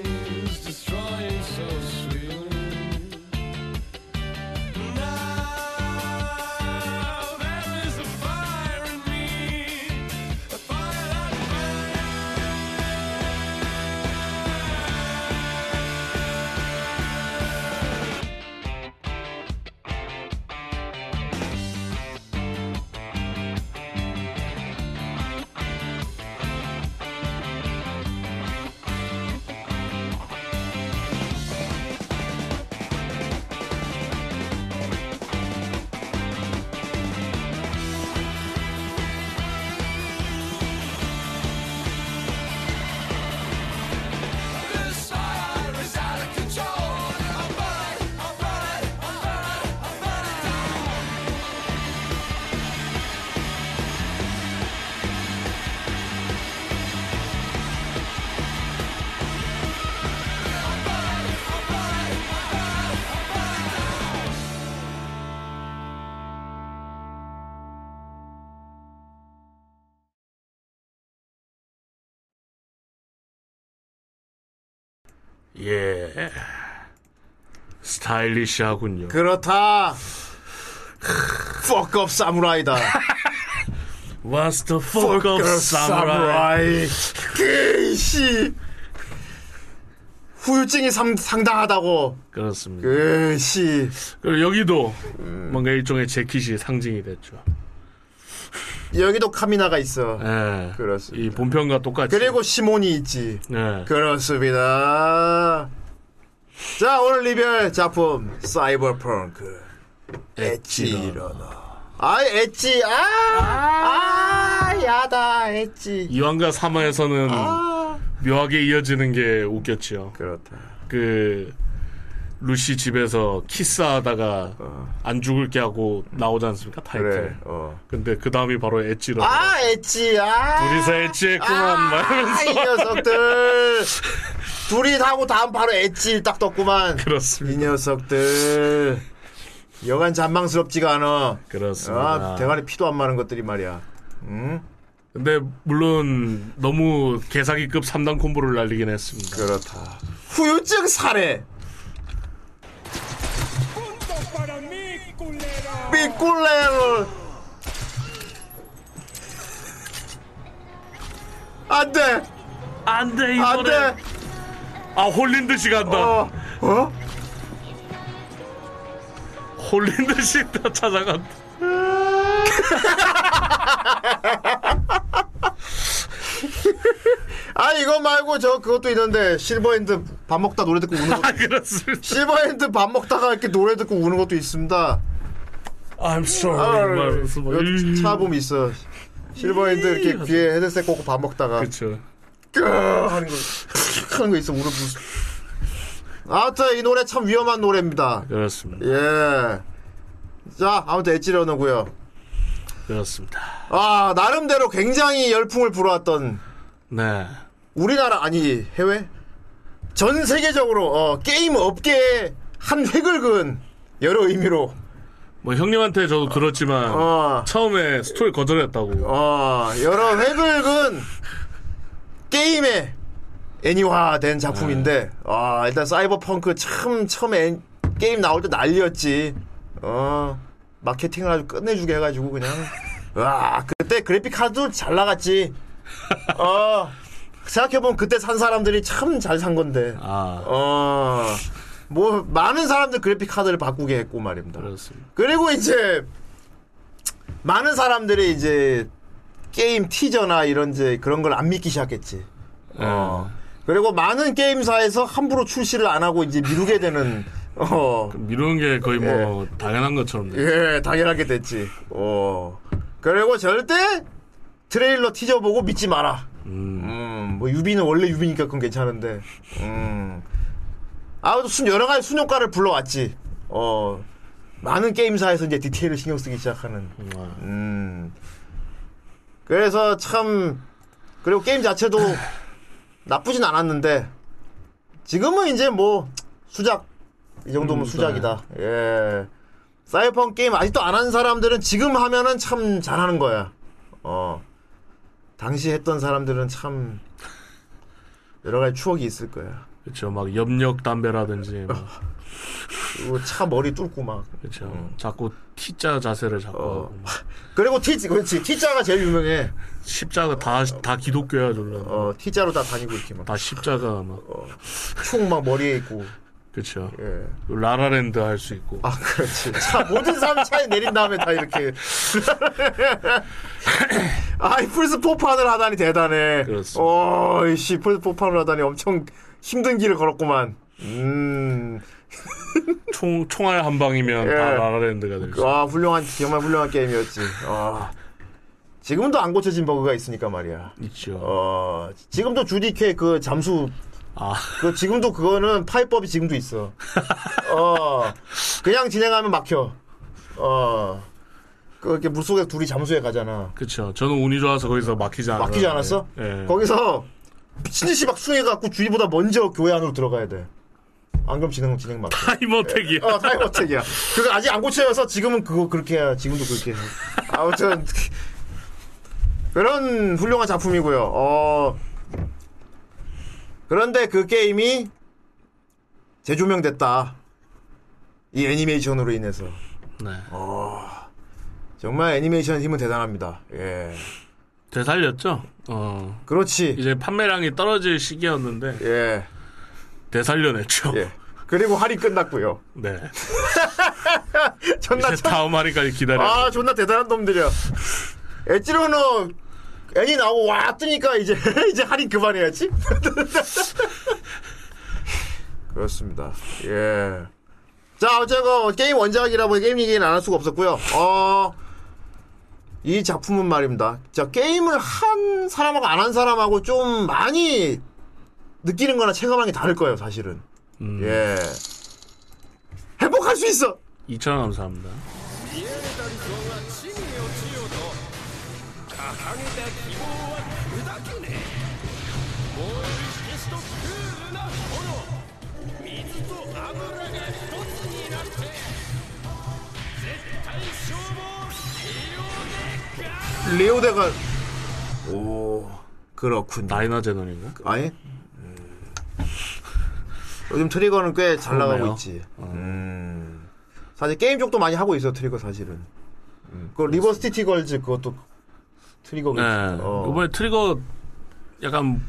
Speaker 4: Now there is
Speaker 6: 예. 스타일리시하군요.
Speaker 5: 그렇다. 퍽업 사무라이다.
Speaker 6: What's the fuck of samurai?
Speaker 5: 그씨 후유증이 상, 상당하다고.
Speaker 6: 그렇습니다.
Speaker 5: 그씨
Speaker 6: 그리고 여기도
Speaker 5: 음.
Speaker 6: 뭔가 일종의 재킷이 상징이 됐죠.
Speaker 5: 여기도 카미나가 있어.
Speaker 6: 예.
Speaker 5: 그렇습니다.
Speaker 6: 이 본편과 똑같이.
Speaker 5: 그리고 시몬이 있지.
Speaker 6: 예.
Speaker 5: 그렇습니다. 자 오늘 리뷰할 작품 사이버펑크 엣지 일어나. 아 엣지 아아 야다 엣지.
Speaker 6: 이왕과 사마에서는
Speaker 5: 아
Speaker 6: 묘하게 이어지는 게 웃겼지요.
Speaker 5: 그렇다.
Speaker 6: 그 루시 집에서 키스하다가 안 죽을 게 하고 나오지 않습니까 타이틀.
Speaker 5: 어. 그래 어.
Speaker 6: 근데 그 다음이 바로 엣지로.
Speaker 5: 아 엣지 아.
Speaker 6: 둘이서 엣지했구만
Speaker 5: 아,
Speaker 6: 말면서
Speaker 5: 이 녀석들 둘이 하고 다음 바로 엣지 딱 떴구만 이
Speaker 6: 그렇습니다.
Speaker 5: 녀석들 여간 잔망스럽지가 않아
Speaker 6: 그렇습니다.
Speaker 5: 아 대가리 피도 안 마는 것들이 말이야 음
Speaker 6: 근데 물론 너무 개사기급 3단 콤보를 날리긴 했습니다.
Speaker 5: 그렇다 후유증 살해 삐꿀레를 안돼
Speaker 6: 안돼
Speaker 5: 안돼
Speaker 6: 아 홀린 듯이 간다.
Speaker 5: 어 어?
Speaker 6: 홀린 듯이 다 찾아간다.
Speaker 5: 아 이거 말고 저 그것도 있는데 실버핸드 밥 먹다 노래 듣고 우는 거
Speaker 6: 아 그렇습니다.
Speaker 5: 실버핸드 밥 먹다가 이렇게 노래 듣고 우는 것도 있습니다
Speaker 6: I'm
Speaker 5: 아,
Speaker 6: sorry. 말면서 막
Speaker 5: 이거
Speaker 6: 이-
Speaker 5: 찾아보면 있어 실버핸드 이렇게
Speaker 6: 이-
Speaker 5: 귀에 헤드셋 꽂고 밥 먹다가
Speaker 6: 그쵸.
Speaker 5: 끄 하는 거 하는 거 있어 우는 무슨 아무튼 이 노래 참 위험한 노래입니다
Speaker 6: 그렇습니다.
Speaker 5: 예자 아무튼 엣지러너고요
Speaker 6: 그렇습니다.
Speaker 5: 아 나름대로 굉장히 열풍을 불어왔던
Speaker 6: 네.
Speaker 5: 우리나라 아니 해외 전 세계적으로 어, 게임 업계에 한 획을 그은 여러 의미로
Speaker 6: 뭐 형님한테 저도 들었지만
Speaker 5: 어.
Speaker 6: 처음에 스토리 거절했다고.
Speaker 5: 어, 여러 획을 그은 게임에 애니화된 작품인데 아 일단 사이버펑크 참 처음에 애- 게임 나올 때 난리였지 어 마케팅을 아주 끝내주게 해가지고 그냥 와 그때 그래픽 카드 잘 나갔지 어 생각해보면 그때 산 사람들이 참 잘 산 건데
Speaker 6: 아
Speaker 5: 어, 뭐 많은 사람들 그래픽 카드를 바꾸게 했고 말입니다.
Speaker 6: 그렇습니다.
Speaker 5: 그리고 이제 많은 사람들이 이제 게임 티저나 이런 이제 그런 걸 안 믿기 시작했지.
Speaker 6: 네.
Speaker 5: 어. 그리고 많은 게임사에서 함부로 출시를 안 하고 이제 미루게 되는 어.
Speaker 6: 미루는 게 거의 뭐 당연한 것처럼. 돼요.
Speaker 5: 예, 당연하게 됐지. 어. 그리고 절대 트레일러 티저 보고 믿지 마라. 음, 뭐 유비는 원래 유비니까 그건 괜찮은데. 음. 아무튼 순- 여러 가지 순효과를 불러왔지. 어. 많은 게임사에서 이제 디테일을 신경 쓰기 시작하는.
Speaker 6: 아,
Speaker 5: 음. 그래서 참 그리고 게임 자체도 나쁘진 않았는데 지금은 이제 뭐 수작 이 정도면
Speaker 6: 음,
Speaker 5: 수작이다. 예. 사이펑 게임 아직도 안 한 사람들은 지금 하면은 참 잘하는 거야. 어. 당시 했던 사람들은 참 여러 가지 추억이 있을 거야.
Speaker 6: 그렇죠. 막 염력 담배라든지 막
Speaker 5: 그리고 차 머리 뚫고 막.
Speaker 6: 그렇죠. 자꾸 T자 자세를 자꾸
Speaker 5: 어.
Speaker 6: 하고.
Speaker 5: 그리고 T 그렇지 T자가 제일 유명해.
Speaker 6: 십자가 다 다 기독교야 졸라.
Speaker 5: 어 T자로 다 다니고 이렇게 막.
Speaker 6: 다 십자가 막
Speaker 5: 총 막 머리에 있고.
Speaker 6: 그렇죠.
Speaker 5: 예.
Speaker 6: 라라랜드 할 수 있고.
Speaker 5: 아 그렇지. 차 모든 사람 차에 내린 다음에 다 이렇게. 아이 플스 포판을 하다니 대단해.
Speaker 6: 그렇습니다.
Speaker 5: 어이씨 플스 포판을 하다니 엄청 힘든 길을 걸었구만. 음.
Speaker 6: 총 총알 한 방이면
Speaker 5: 예.
Speaker 6: 다 라라랜드가 될 수.
Speaker 5: 아 훌륭한 정말 훌륭한 게임이었지. 아 지금도 안 고쳐진 버그가 있으니까 말이야.
Speaker 6: 있죠.
Speaker 5: 어 지금도 주디케 그 잠수
Speaker 6: 아
Speaker 5: 그 지금도 그거는 파이법이 지금도 있어. 어 그냥 진행하면 막혀. 어 그렇게 물속에 둘이 잠수해 가잖아.
Speaker 6: 그렇죠. 저는 운이 좋아서 거기서 막히지 않았어요.
Speaker 5: 막히지 않았어?
Speaker 6: 예.
Speaker 5: 거기서 미친 듯이 막 수행해갖고 주디보다 먼저 교회 안으로 들어가야 돼. 안 그럼 진행 진행 막혀.
Speaker 6: 타이머택이야.
Speaker 5: 어, 타이머택이야. 그거 아직 안 고쳐져서 지금은 그거 그렇게 해야 지금도 그렇게 해. 아무튼 그런 훌륭한 작품이고요. 어 그런데 그 게임이 재조명됐다. 이 애니메이션으로 인해서. 어,
Speaker 6: 네.
Speaker 5: 정말 애니메이션 힘은 대단합니다. 예.
Speaker 6: 되살렸죠. 어.
Speaker 5: 그렇지.
Speaker 6: 이제 판매량이 떨어질 시기였는데
Speaker 5: 예.
Speaker 6: 되살려냈죠.
Speaker 5: 예. 그리고 할인 끝났고요.
Speaker 6: 네.
Speaker 5: 존나
Speaker 6: 이제
Speaker 5: 참,
Speaker 6: 다음 할인까지 기다려.
Speaker 5: 아, 존나 대단한 놈들이야. 엣지로너 애니 나오고 와 뜨니까 이제 이제 할인 그만해야지. 그렇습니다. 예. 자, 어쨌건 게임 원작이라 보니 게임 얘기는 안 할 수가 없었고요. 어. 이 작품은 말입니다. 자, 게임을 한 사람하고 안 한 사람하고 좀 많이 느끼는 거나 체감하는 게 다를 거예요, 사실은.
Speaker 6: 음.
Speaker 5: 예. 회복할 수 있어!
Speaker 6: 2천 원 감사합니다.
Speaker 5: 레오데가 오 그렇군 요
Speaker 6: 나이나 제논인가?
Speaker 5: 아예 음. 요즘 트리거는 꽤 잘 나가고
Speaker 6: 그러네요.
Speaker 5: 있지 음. 사실 게임 쪽도 많이 하고 있어 트리거 사실은 음. 그 리버스티티 걸즈 그것도 트리거겠지
Speaker 6: 네.
Speaker 5: 어.
Speaker 6: 이번에 트리거 약간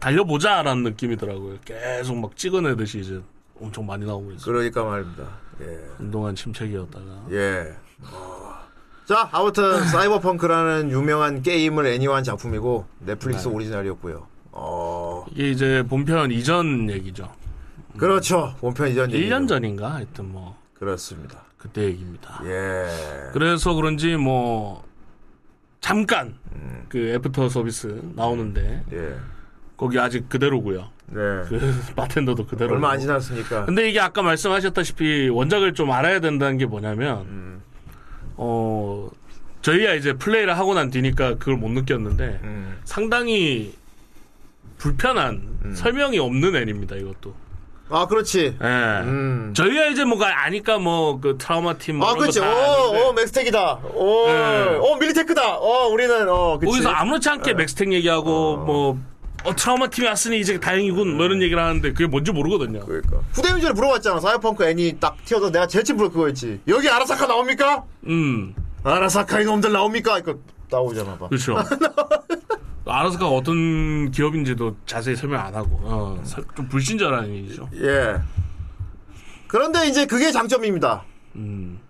Speaker 6: 달려보자라는 느낌이더라고요. 계속 막 찍어내듯이 이제 엄청 많이 나오고 있어요.
Speaker 5: 그러니까 말입니다 예.
Speaker 6: 한동안 침체기였다가
Speaker 5: 예. 자, 아무튼 사이버펑크라는 유명한 게임을 애니화한 작품이고 넷플릭스 오리지널이었고요. 어,
Speaker 6: 이게 이제 본편 이전 얘기죠.
Speaker 5: 그렇죠. 본편 이전 얘기죠.
Speaker 6: 1년 전인가 하여튼 뭐
Speaker 5: 그렇습니다.
Speaker 6: 그때 얘기입니다.
Speaker 5: 예.
Speaker 6: 그래서 그런지 뭐 잠깐
Speaker 5: 음.
Speaker 6: 그 애프터 서비스 나오는데
Speaker 5: 예.
Speaker 6: 거기 아직 그대로고요.
Speaker 5: 네.
Speaker 6: 그 바텐더도 그대로.
Speaker 5: 얼마 안 지났으니까.
Speaker 6: 근데 이게 아까 말씀하셨다시피 원작을 좀 알아야 된다는 게 뭐냐면 어 저희가 이제 플레이를 하고 난 뒤니까 그걸 못 느꼈는데
Speaker 5: 음.
Speaker 6: 상당히 불편한 설명이 없는 애니입니다 이것도.
Speaker 5: 아, 그렇지.
Speaker 6: 예.
Speaker 5: 음.
Speaker 6: 저희가 이제 뭐가 아니까 뭐 그 트라우마 팀
Speaker 5: 아,
Speaker 6: 뭐 이런
Speaker 5: 그렇지.
Speaker 6: 거다
Speaker 5: 어,
Speaker 6: 아는데
Speaker 5: 어, 맥스텍이다. 어,
Speaker 6: 네.
Speaker 5: 어, 밀리테크다. 어, 우리는 어, 그치.
Speaker 6: 거기서 아무렇지 않게 맥스텍 얘기하고 뭐 어, 트라우마 팀이 왔으니 이제 다행이군 뭐 이런 얘기를 하는데 그게 뭔지 모르거든요.
Speaker 5: 그러니까. 후대인 전에 물어봤잖아. 사이버펑크 애니 딱 튀어서 내가 제일 친구 그거였지. 여기 아라사카 나옵니까?
Speaker 6: 음.
Speaker 5: 아라사카 이놈들 나옵니까? 이거 나오잖아 봐.
Speaker 6: 그렇죠. 아라스카가 어떤 기업인지도 자세히 설명 안 하고 어, 설- 좀 불신자라는 얘기죠.
Speaker 5: 예. 그런데 이제 그게 장점입니다.
Speaker 6: 음.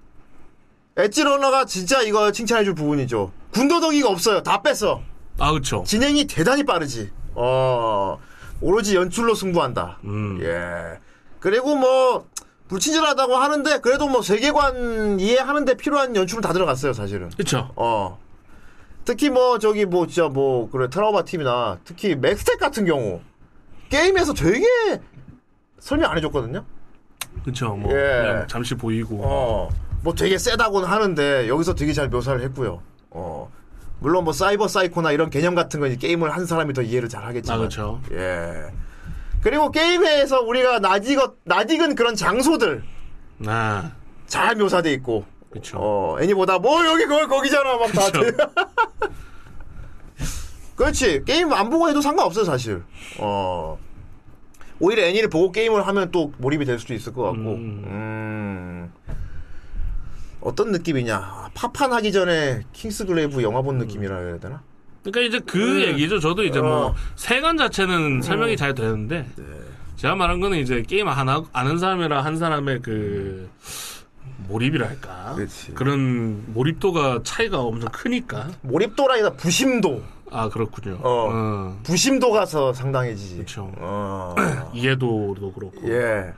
Speaker 5: 엣지러너가 진짜 이거 칭찬해줄 부분이죠. 군더더기가 없어요. 다 뺐어.
Speaker 6: 아 그렇죠.
Speaker 5: 진행이 대단히 빠르지. 어, 오로지 연출로 승부한다.
Speaker 6: 음.
Speaker 5: 예. 그리고 뭐, 불친절하다고 하는데, 그래도 뭐, 세계관 이해하는데 필요한 연출은 다 들어갔어요, 사실은.
Speaker 6: 그렇죠.
Speaker 5: 어. 특히 뭐, 저기 뭐, 진짜 뭐, 그래, 트라우마 팀이나, 특히 맥스텍 같은 경우, 게임에서 되게 설명 안 해줬거든요?
Speaker 6: 그렇죠. 뭐
Speaker 5: 예.
Speaker 6: 그냥 잠시 보이고
Speaker 5: 어, 뭐 되게 세다고는 하는데 여기서 되게 잘 묘사를 했고요. 어, 물론 뭐 사이버 사이코나 이런 개념 같은 건 이제 게임을 한 사람이 더 이해를 잘
Speaker 6: 아
Speaker 5: 하겠지만.
Speaker 6: 그렇죠.
Speaker 5: 예. 그리고 게임에서 우리가 낯익어, 낯익은 그런 장소들
Speaker 6: 아
Speaker 5: 잘 묘사돼 있고.
Speaker 6: 그렇죠.
Speaker 5: 어, 애니보다 뭐 여기 거기 거기잖아 막 다.
Speaker 6: 그렇죠.
Speaker 5: 그렇지 게임 안 보고 해도 상관없어요 사실. 어. 오히려 애니를 보고 게임을 하면 또 몰입이 될 수도 있을 것 같고.
Speaker 6: 음.
Speaker 5: 음. 어떤 느낌이냐? 아, 파판하기 전에 킹스글레이브 영화 본 느낌이라 해야 되나?
Speaker 6: 그러니까 이제
Speaker 5: 음.
Speaker 6: 그 얘기죠. 저도 이제
Speaker 5: 어.
Speaker 6: 뭐 세관 자체는 설명이 잘 되는데
Speaker 5: 네.
Speaker 6: 제가 말한 거는 이제 게임 안 하, 아는 사람이라 한 사람의 그 몰입이랄까
Speaker 5: 그렇지.
Speaker 6: 런 몰입도가 차이가 엄청 크니까
Speaker 5: 몰입도라 아니라 부심도.
Speaker 6: 아 그렇군요.
Speaker 5: 어.
Speaker 6: 어.
Speaker 5: 부심도가 서 상당해지지.
Speaker 6: 그렇죠.
Speaker 5: 어.
Speaker 6: 이해도도 그렇고.
Speaker 5: 예.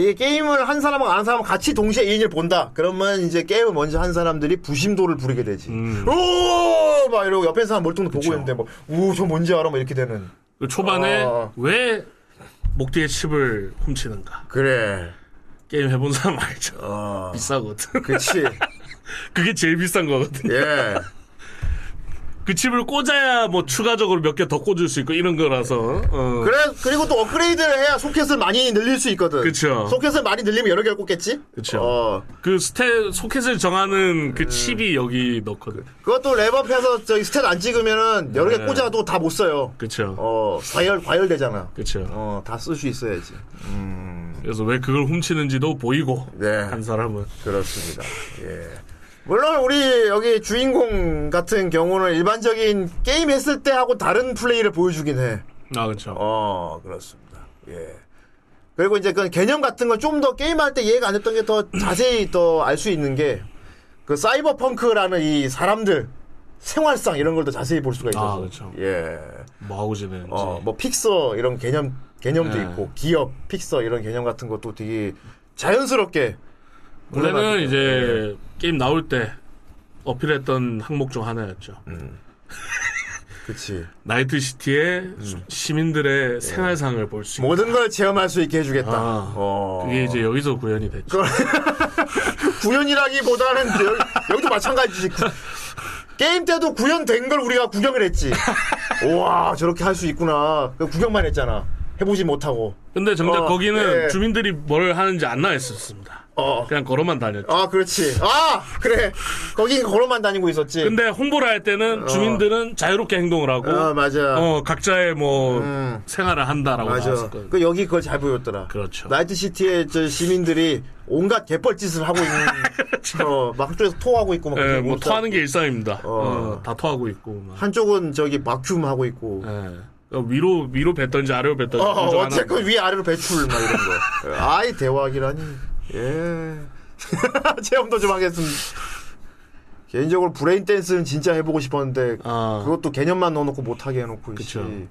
Speaker 5: 이게 게임을 한 사람하고 안 한 사람 같이 동시에 이 인을 본다. 그러면 이제 게임을 먼저 한 사람들이 부심도를 부리게 되지.
Speaker 6: 음.
Speaker 5: 오! 막 이러고 옆에 있는 사람 멀뚱히 보고
Speaker 6: 그쵸.
Speaker 5: 있는데 뭐, 우, 저 뭔지 알아? 막 이렇게 되는.
Speaker 6: 그 초반에
Speaker 5: 어.
Speaker 6: 왜 목뒤에 칩을 훔치는가
Speaker 5: 그래.
Speaker 6: 게임 해본 사람 알죠
Speaker 5: 어.
Speaker 6: 비싸거든
Speaker 5: 그치.
Speaker 6: 그게 제일 비싼 거거든
Speaker 5: 예.
Speaker 6: 그 칩을 꽂아야 뭐 추가적으로 몇 개 더 꽂을 수 있고 이런 거라서. 어.
Speaker 5: 그래 그리고 또 업그레이드를 해야 소켓을 많이 늘릴 수 있거든.
Speaker 6: 그쵸.
Speaker 5: 소켓을 많이 늘리면 여러 개를 꽂겠지?
Speaker 6: 어. 그쵸.
Speaker 5: 어.
Speaker 6: 그 스탯 소켓을 정하는 그 칩이 여기 넣거든.
Speaker 5: 음. 그것도 랩업해서 저기 스탯 안 찍으면은 여러 개
Speaker 6: 네.
Speaker 5: 꽂아도 다 못 써요.
Speaker 6: 그쵸.
Speaker 5: 어 과열 과열되잖아.
Speaker 6: 그쵸.
Speaker 5: 어 다 쓸 수 있어야지.
Speaker 6: 그래서 왜 그걸 훔치는지도 보이고
Speaker 5: 네.
Speaker 6: 한 사람은
Speaker 5: 그렇습니다. 예. 물론 우리 여기 주인공 같은 경우는 일반적인 게임 했을 때 하고 다른 플레이를 보여주긴 해.
Speaker 6: 아 그렇죠.
Speaker 5: 어 그렇습니다. 예. 그리고 이제 그 개념 같은 걸 좀 더 게임할 때 이해가 안 됐던 게 더 자세히 더 알 수 있는 게 그 사이버펑크라는 이 사람들 생활상 이런 걸 더 자세히 볼 수가 있어서.
Speaker 6: 아, 그렇죠.
Speaker 5: 예.
Speaker 6: 뭐 하고 지내는지.
Speaker 5: 어, 뭐 픽서 이런 개념 개념도
Speaker 6: 네.
Speaker 5: 있고 기업 픽서 이런 개념 같은 것도 되게 자연스럽게
Speaker 6: 원래는
Speaker 5: 물러나게 예.
Speaker 6: 이제 게임 나올 때 어필했던 항목 중 하나였죠.
Speaker 5: 그치.
Speaker 6: 나이트 시티의
Speaker 5: 음.
Speaker 6: 수-
Speaker 5: 예.
Speaker 6: 시민들의 생활상을 볼 수 있는.
Speaker 5: 모든 걸 체험할 수 있게 해주겠다.
Speaker 6: 아,
Speaker 5: 어.
Speaker 6: 그게 이제 여기서 구현이 됐죠.
Speaker 5: 구현이라기보다는 여, 기도 마찬가지지. 구- 게임 때도 구현된 걸 우리가 구경을 했지. 우와 저렇게 할 수 있구나. 그 구경만 했잖아. 해보지 못하고.
Speaker 6: 근데 정작
Speaker 5: 어,
Speaker 6: 거기는
Speaker 5: 예.
Speaker 6: 주민들이 뭘 하는지 안 나와 있었습니다.
Speaker 5: 어.
Speaker 6: 그냥 걸어만 다녔죠.
Speaker 5: 아 그렇지. 아 그래. 거기 걸어만 다니고 있었지.
Speaker 6: 근데 홍보를 할 때는 주민들은 자유롭게 행동을 하고
Speaker 5: 아 어. 맞아.
Speaker 6: 어, 각자의 뭐
Speaker 5: 음.
Speaker 6: 생활을 한다라고
Speaker 5: 맞아.
Speaker 6: 나왔었거든요.
Speaker 5: 그 여기 그걸 잘 보였더라.
Speaker 6: 그렇죠.
Speaker 5: 나이트 시티의 저 시민들이 온갖 개뻘짓을 하고 있는 어, 막 한쪽에서 토하고 있고 막
Speaker 6: 예,
Speaker 5: 그렇게
Speaker 6: 뭐
Speaker 5: 울다-
Speaker 6: 토하는 게 일상입니다.
Speaker 5: 어.
Speaker 6: 어, 다 토하고 있고 막.
Speaker 5: 한쪽은 저기 바큐움 하고 있고
Speaker 6: 예. 어, 위로 위로 뱉던지 아래로 뱉던지
Speaker 5: 어,
Speaker 6: 먼저 안
Speaker 5: 어쨌건
Speaker 6: 하는
Speaker 5: 위 아래로 배출 막 이런 거. 아이 대화기라니. 예. 체험도 좀 하겠습니다. 개인적으로 브레인 댄스는 진짜 해보고 싶었는데
Speaker 6: 아.
Speaker 5: 그것도 개념만 넣어놓고 못하게 해놓고.
Speaker 6: 그쵸.
Speaker 5: 씨.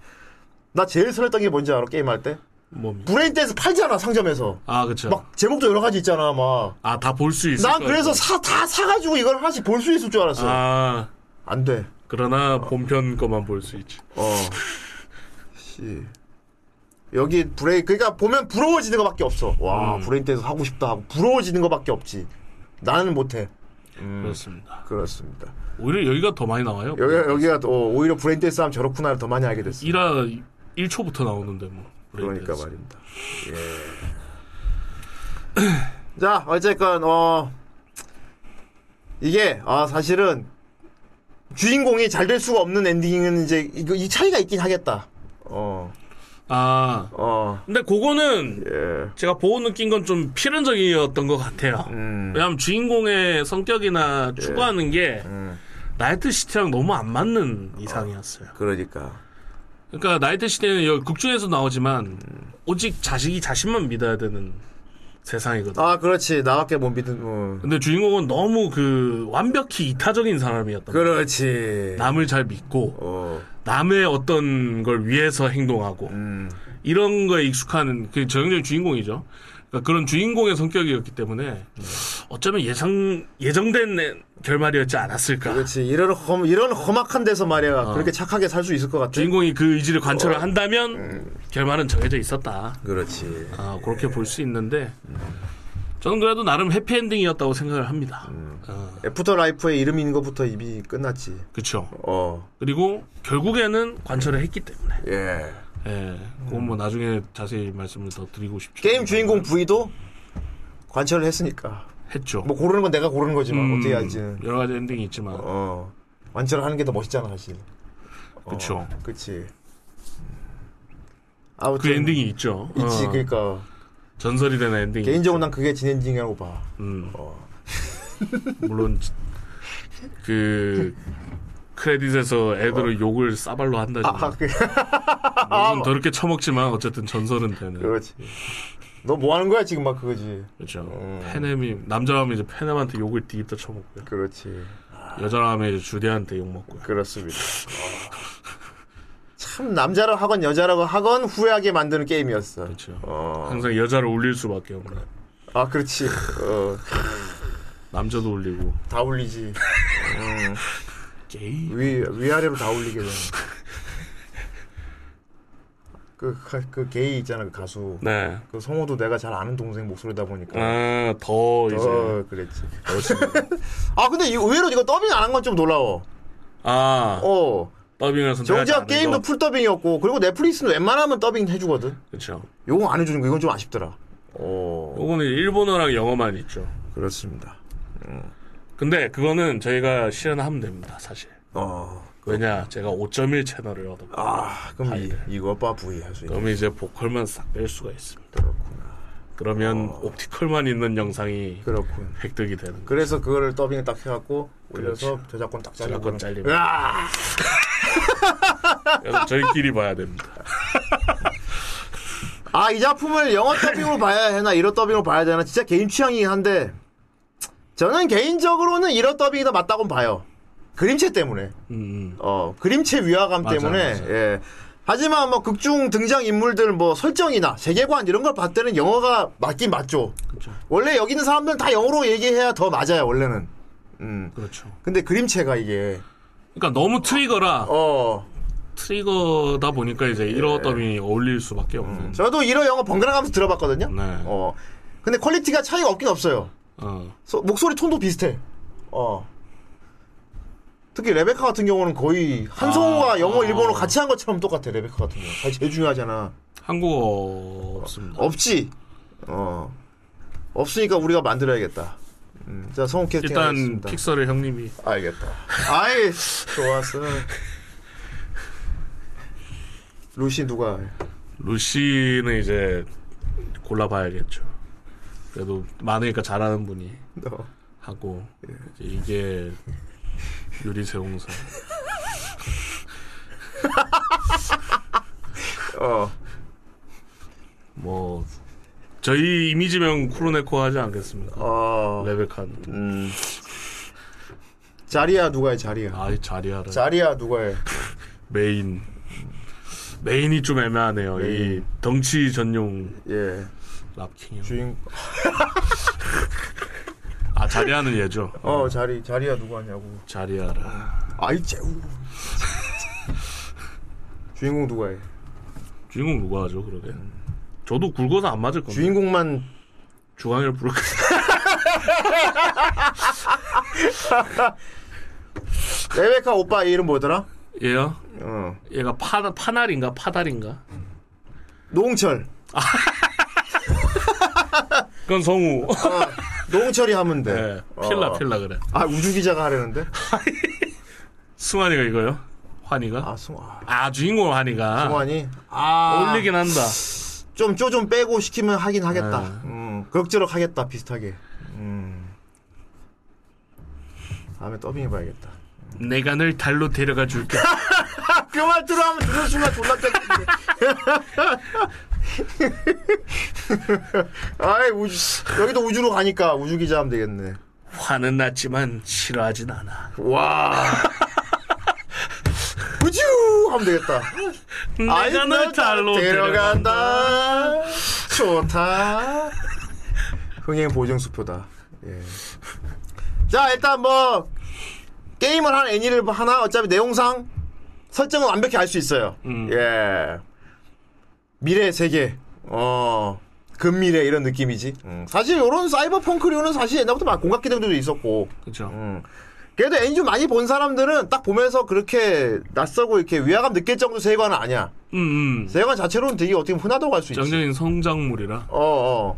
Speaker 5: 나 제일 설렜던 게 뭔지 알아? 게임할 때?
Speaker 6: 뭡니까?
Speaker 5: 브레인 댄스 팔잖아 상점에서.
Speaker 6: 뭐, 아 그쵸.
Speaker 5: 막 제목도 여러 가지 있잖아 막.
Speaker 6: 아 다 볼 수 있어.
Speaker 5: 난 그래서 사, 다 사가지고 이걸 하나씩 볼 수 있을 줄 알았어.
Speaker 6: 아
Speaker 5: 안 돼.
Speaker 6: 그러나 본편 거만 볼 수 있지.
Speaker 5: 어. 씨. 여기 브레인 그러니까 보면 부러워지는 거밖에 없어. 와 브레인 댄스 하고 싶다 하고 부러워지는 거밖에 없지. 나는 못해.
Speaker 6: 그렇습니다.
Speaker 5: 그렇습니다.
Speaker 6: 오히려 여기가 더 많이 나와요.
Speaker 5: 음. 여기 여기가 또, 어, 오히려 브레인 댄스 하면 저렇구나를 더 많이 알게 됐어.
Speaker 6: 1화 1초부터 나오는데 뭐.
Speaker 5: 그러니까 말입니다. 예. 자 어쨌건 어 이게 아 사실은 주인공이 잘 될 수가 없는 엔딩은 이제 이거 이 차이가 있긴 하겠다. 어
Speaker 6: 아
Speaker 5: 어,
Speaker 6: 근데 그거는
Speaker 5: 예.
Speaker 6: 제가 보고 느낀 건 좀 필연적이었던 것 같아요.
Speaker 5: 음. 예.
Speaker 6: 왜냐하면 주인공의 성격이나 추구하는 게
Speaker 5: 음.
Speaker 6: 나이트 시티랑 너무 안 맞는 이상이었어요.
Speaker 5: 그러니까.
Speaker 6: 그러니까 나이트 시대는 여기 극중에서 나오지만 오직 자식이 자신만 믿어야 되는 세상이거든. 요
Speaker 5: 아, 그렇지. 나밖에 못 믿은, 어.
Speaker 6: 근데 주인공은 너무 그 완벽히 이타적인 사람이었다.
Speaker 5: 그렇지.
Speaker 6: 남을 잘 믿고
Speaker 5: 어,
Speaker 6: 남의 어떤 걸 위해서 행동하고
Speaker 5: 음. 이런
Speaker 6: 이런 거에 익숙한 그 전형적인 주인공이죠. 그러니까 그런 주인공의 성격이었기 때문에 어쩌면 예상 예정된 결말이었지 않았을까.
Speaker 5: 그렇지. 이런 험, 이런 험악한 데서 말이야. 그렇게 착하게 살 수 있을 것 같아.
Speaker 6: 주인공이 그 의지를 관철을
Speaker 5: 어.
Speaker 6: 한다면
Speaker 5: 음.
Speaker 6: 결말은 정해져 있었다.
Speaker 5: 그렇지.
Speaker 6: 아, 그렇게 볼 수 있는데 저는 그래도 나름 해피엔딩이었다고 생각을 합니다.
Speaker 5: 음.
Speaker 6: 어,
Speaker 5: 애프터 라이프의 이름인 것부터 이미 끝났지.
Speaker 6: 그렇죠.
Speaker 5: 어,
Speaker 6: 그리고 결국에는 관철을 했기 때문에
Speaker 5: 예.
Speaker 6: 예, 그건 뭐 나중에 자세히 말씀을 더 드리고 싶죠.
Speaker 5: 음. 게임 주인공 부위도 관찰을 했으니까.
Speaker 6: 했죠.
Speaker 5: 뭐 고르는 건 내가 고르는 거지만,
Speaker 6: 음,
Speaker 5: 어떻게 할지는.
Speaker 6: 여러 가지 엔딩이 있지만
Speaker 5: 어. 관찰을 하는 게 더 멋있잖아, 사실. 어.
Speaker 6: 그렇죠.
Speaker 5: 그치. 아무튼.
Speaker 6: 그 엔딩이 있죠.
Speaker 5: 있지,
Speaker 6: 어,
Speaker 5: 그니까.
Speaker 6: 전설이 되는 엔딩.
Speaker 5: 개인적으로 난 그게 진엔딩이라고 봐.
Speaker 6: 음,
Speaker 5: 어.
Speaker 6: 물론 지- 그 크레딧에서 애들을
Speaker 5: 어.
Speaker 6: 욕을 싸발로 한다지만
Speaker 5: 아, 그,
Speaker 6: 물론 더럽게 처먹지만 어쨌든 전설은 되는.
Speaker 5: 아. 그렇지. 너 뭐 하는 거야, 지금 막 그거지.
Speaker 6: 그렇죠.
Speaker 5: 음.
Speaker 6: 페넴이 남자라면 이제 페넴한테 욕을 뒤집다 쳐먹고요.
Speaker 5: 그렇지.
Speaker 6: 여자라면 이제 주대한테 욕 먹고요.
Speaker 5: 아. 그렇습니다. 어. 참, 남자로 하건 여자라고 하건 후회하게 만드는 게임이었어.
Speaker 6: 그렇죠.
Speaker 5: 어.
Speaker 6: 항상 여자를 울릴 수밖에 없는.
Speaker 5: 아, 그렇지. 어,
Speaker 6: 남자도 울리고.
Speaker 5: 다 올리지.
Speaker 6: 게이.
Speaker 5: 위, 위아래로 다 올리게 되는. 그, 가- 그 게이 있잖아, 그 가수.
Speaker 6: 네.
Speaker 5: 그 성우도 내가 잘 아는 동생 목소리다 보니까.
Speaker 6: 아, 더 이제.
Speaker 5: 어, 그랬지. 아, 근데 이- 의외로 이거 더빙 안 한 건 좀 놀라워.
Speaker 9: 아.
Speaker 5: 어.
Speaker 9: 더빙을 선택하지
Speaker 5: 정작
Speaker 9: 않은
Speaker 5: 게임도
Speaker 9: 거.
Speaker 5: 풀 더빙이었고 그리고 넷플릭스는 웬만하면 더빙 해주거든.
Speaker 9: 그렇죠.
Speaker 5: 요거 안 해주는 거 이건 좀 아쉽더라. 오.
Speaker 9: 요거는 일본어랑 영어만 있죠.
Speaker 5: 그렇습니다. 음.
Speaker 9: 근데 그거는 저희가 실현하면 됩니다, 사실.
Speaker 5: 어.
Speaker 9: 왜냐, 제가 5.1 채널을 얻었고.
Speaker 5: 아, 그럼 이, 이거 빠 부위 할 수 있는.
Speaker 9: 그럼 이제 보컬만 싹 뺄 수가 있습니다. 그러면 옵티컬만 있는 영상이
Speaker 5: 어. 그렇군.
Speaker 9: 획득이 되는 거죠.
Speaker 5: 그래서 그거를 더빙을 딱 해갖고 올려서
Speaker 9: 그렇죠.
Speaker 5: 저작권 딱 잘라.
Speaker 9: 저작권
Speaker 5: 그러면-
Speaker 9: 잘리면.
Speaker 5: 으아!
Speaker 9: 그래서 저희끼리 봐야 됩니다.
Speaker 5: 아, 이 작품을 영어 더빙으로 봐야 해나 일어 더빙으로 봐야 되나 진짜 개인 취향이긴 한데 저는 개인적으로는 일어 더빙이 더 맞다고 봐요. 그림체 때문에.
Speaker 9: 음.
Speaker 5: 어, 그림체 위화감
Speaker 9: 맞아,
Speaker 5: 때문에
Speaker 9: 맞아.
Speaker 5: 예. 하지만 뭐 극중 등장 인물들 뭐 설정이나 세계관 이런 걸 봤을 때는 영어가 맞긴 맞죠.
Speaker 9: 그렇죠.
Speaker 5: 원래 여기 있는 사람들은 다 영어로 얘기해야 더 맞아요, 원래는. 음.
Speaker 9: 그렇죠.
Speaker 5: 근데 그림체가 이게
Speaker 6: 그러니까 너무 트리거라
Speaker 5: 어, 예.
Speaker 6: 트리거다 보니까 이제 이러 더빙이 어울릴 수밖에 없는.
Speaker 5: 음. 저도 이런 영어 번갈아 가면서 들어봤거든요.
Speaker 6: 네.
Speaker 5: 어. 근데 퀄리티가 차이가 없긴 없어요.
Speaker 6: 어.
Speaker 5: 소- 목소리 톤도 비슷해. 어. 특히 레베카 같은 경우는 거의 한성우가
Speaker 6: 아,
Speaker 5: 영어, 일본어 같이 한 것처럼 똑같아, 레베카 같은 경우. 는 제일 중요하잖아.
Speaker 6: 한국어 없습니다.
Speaker 5: 없지. 어. 없으니까 우리가 만들어야겠다. 음, 자, 성우 캐스팅
Speaker 6: 일단
Speaker 5: 하겠습니다.
Speaker 6: 픽서를 형님이
Speaker 5: 알겠다. 아이, 좋았어. 루시 누가
Speaker 6: 루시는 이제 골라봐야겠죠. 그래도 많으니까 잘하는 분이
Speaker 5: 너.
Speaker 6: 하고 이제 이게 유리세홍사
Speaker 5: 어.
Speaker 6: 뭐 저희 이미지명 쿠르네코 하지 않겠습니까?
Speaker 5: 어.
Speaker 6: 레베카는
Speaker 5: 음. 자리야 누가 해 자리야.
Speaker 6: 아이 자리아를
Speaker 5: 자리야 누가 해.
Speaker 6: 메인 메인이 좀 애매하네요. 이 덩치 전용
Speaker 5: 예.
Speaker 6: 랍킹이요.
Speaker 5: 주인
Speaker 6: 아 자리아는 얘죠.
Speaker 5: 어 자리 자리야 누가 하냐고.
Speaker 6: 자리아를
Speaker 5: 아이 재우. 주인공 누가 해.
Speaker 6: 주인공 누가 하죠? 그러게. 저도 굵어서 안 맞을 겁니다.
Speaker 5: 주인공만
Speaker 6: 주광이를 부를까?
Speaker 5: 레베카 오빠 이름 뭐더라?
Speaker 6: 얘요?
Speaker 5: 어.
Speaker 6: 얘가 파 파날인가 파달인가?
Speaker 5: 노홍철.
Speaker 6: 그건 성우.
Speaker 5: 노홍철이 하면 돼.
Speaker 6: 네. 필라
Speaker 5: 어.
Speaker 6: 필라 그래.
Speaker 5: 아 우주 기자가 하려는데?
Speaker 6: 승환이가 이거요? 환이가?
Speaker 5: 아 승화.
Speaker 6: 아 주인공 환이가
Speaker 5: 승환이 아
Speaker 6: 어울리긴 한다.
Speaker 5: 좀쪼 좀 빼고 시키면 하긴 하겠다.
Speaker 6: 아.
Speaker 5: 음, 그럭저럭 하겠다 비슷하게. 음. 다음에 더빙해봐야겠다.
Speaker 6: 내가 널 달로 데려가 줄게.
Speaker 5: 그 말 들어하면 듣는 순간 존나 깼는데. 아이 우주 여기도 우주로 가니까 우주 기자 하면 되겠네.
Speaker 6: 화는 났지만 싫어하진 않아.
Speaker 5: 와. 우주 하면 되겠다.
Speaker 6: 내가 널 달로 데려간다.
Speaker 5: 데려간다. 좋다. 흥행 보증 수표다. 예. 자 일단 뭐 게임을 한 애니를 뭐 하나 어차피 내용상 설정은 완벽히 알 수 있어요. 예. 미래 세계. 어. 금미래 이런 느낌이지. 음, 사실 이런 사이버펑크류는 사실 옛날부터 막 공각기동도 있었고.
Speaker 6: 그렇죠.
Speaker 5: 음. 그래도 애니 좀 많이 본 사람들은 딱 보면서 그렇게 낯설고 이렇게 위화감 느낄 정도 세계관은 아니야.
Speaker 6: 음, 음.
Speaker 5: 세계관 자체로는 되게 어떻게 보면 흔하다고 할 수 있지.
Speaker 6: 정적인 성장물이라.
Speaker 5: 어, 어.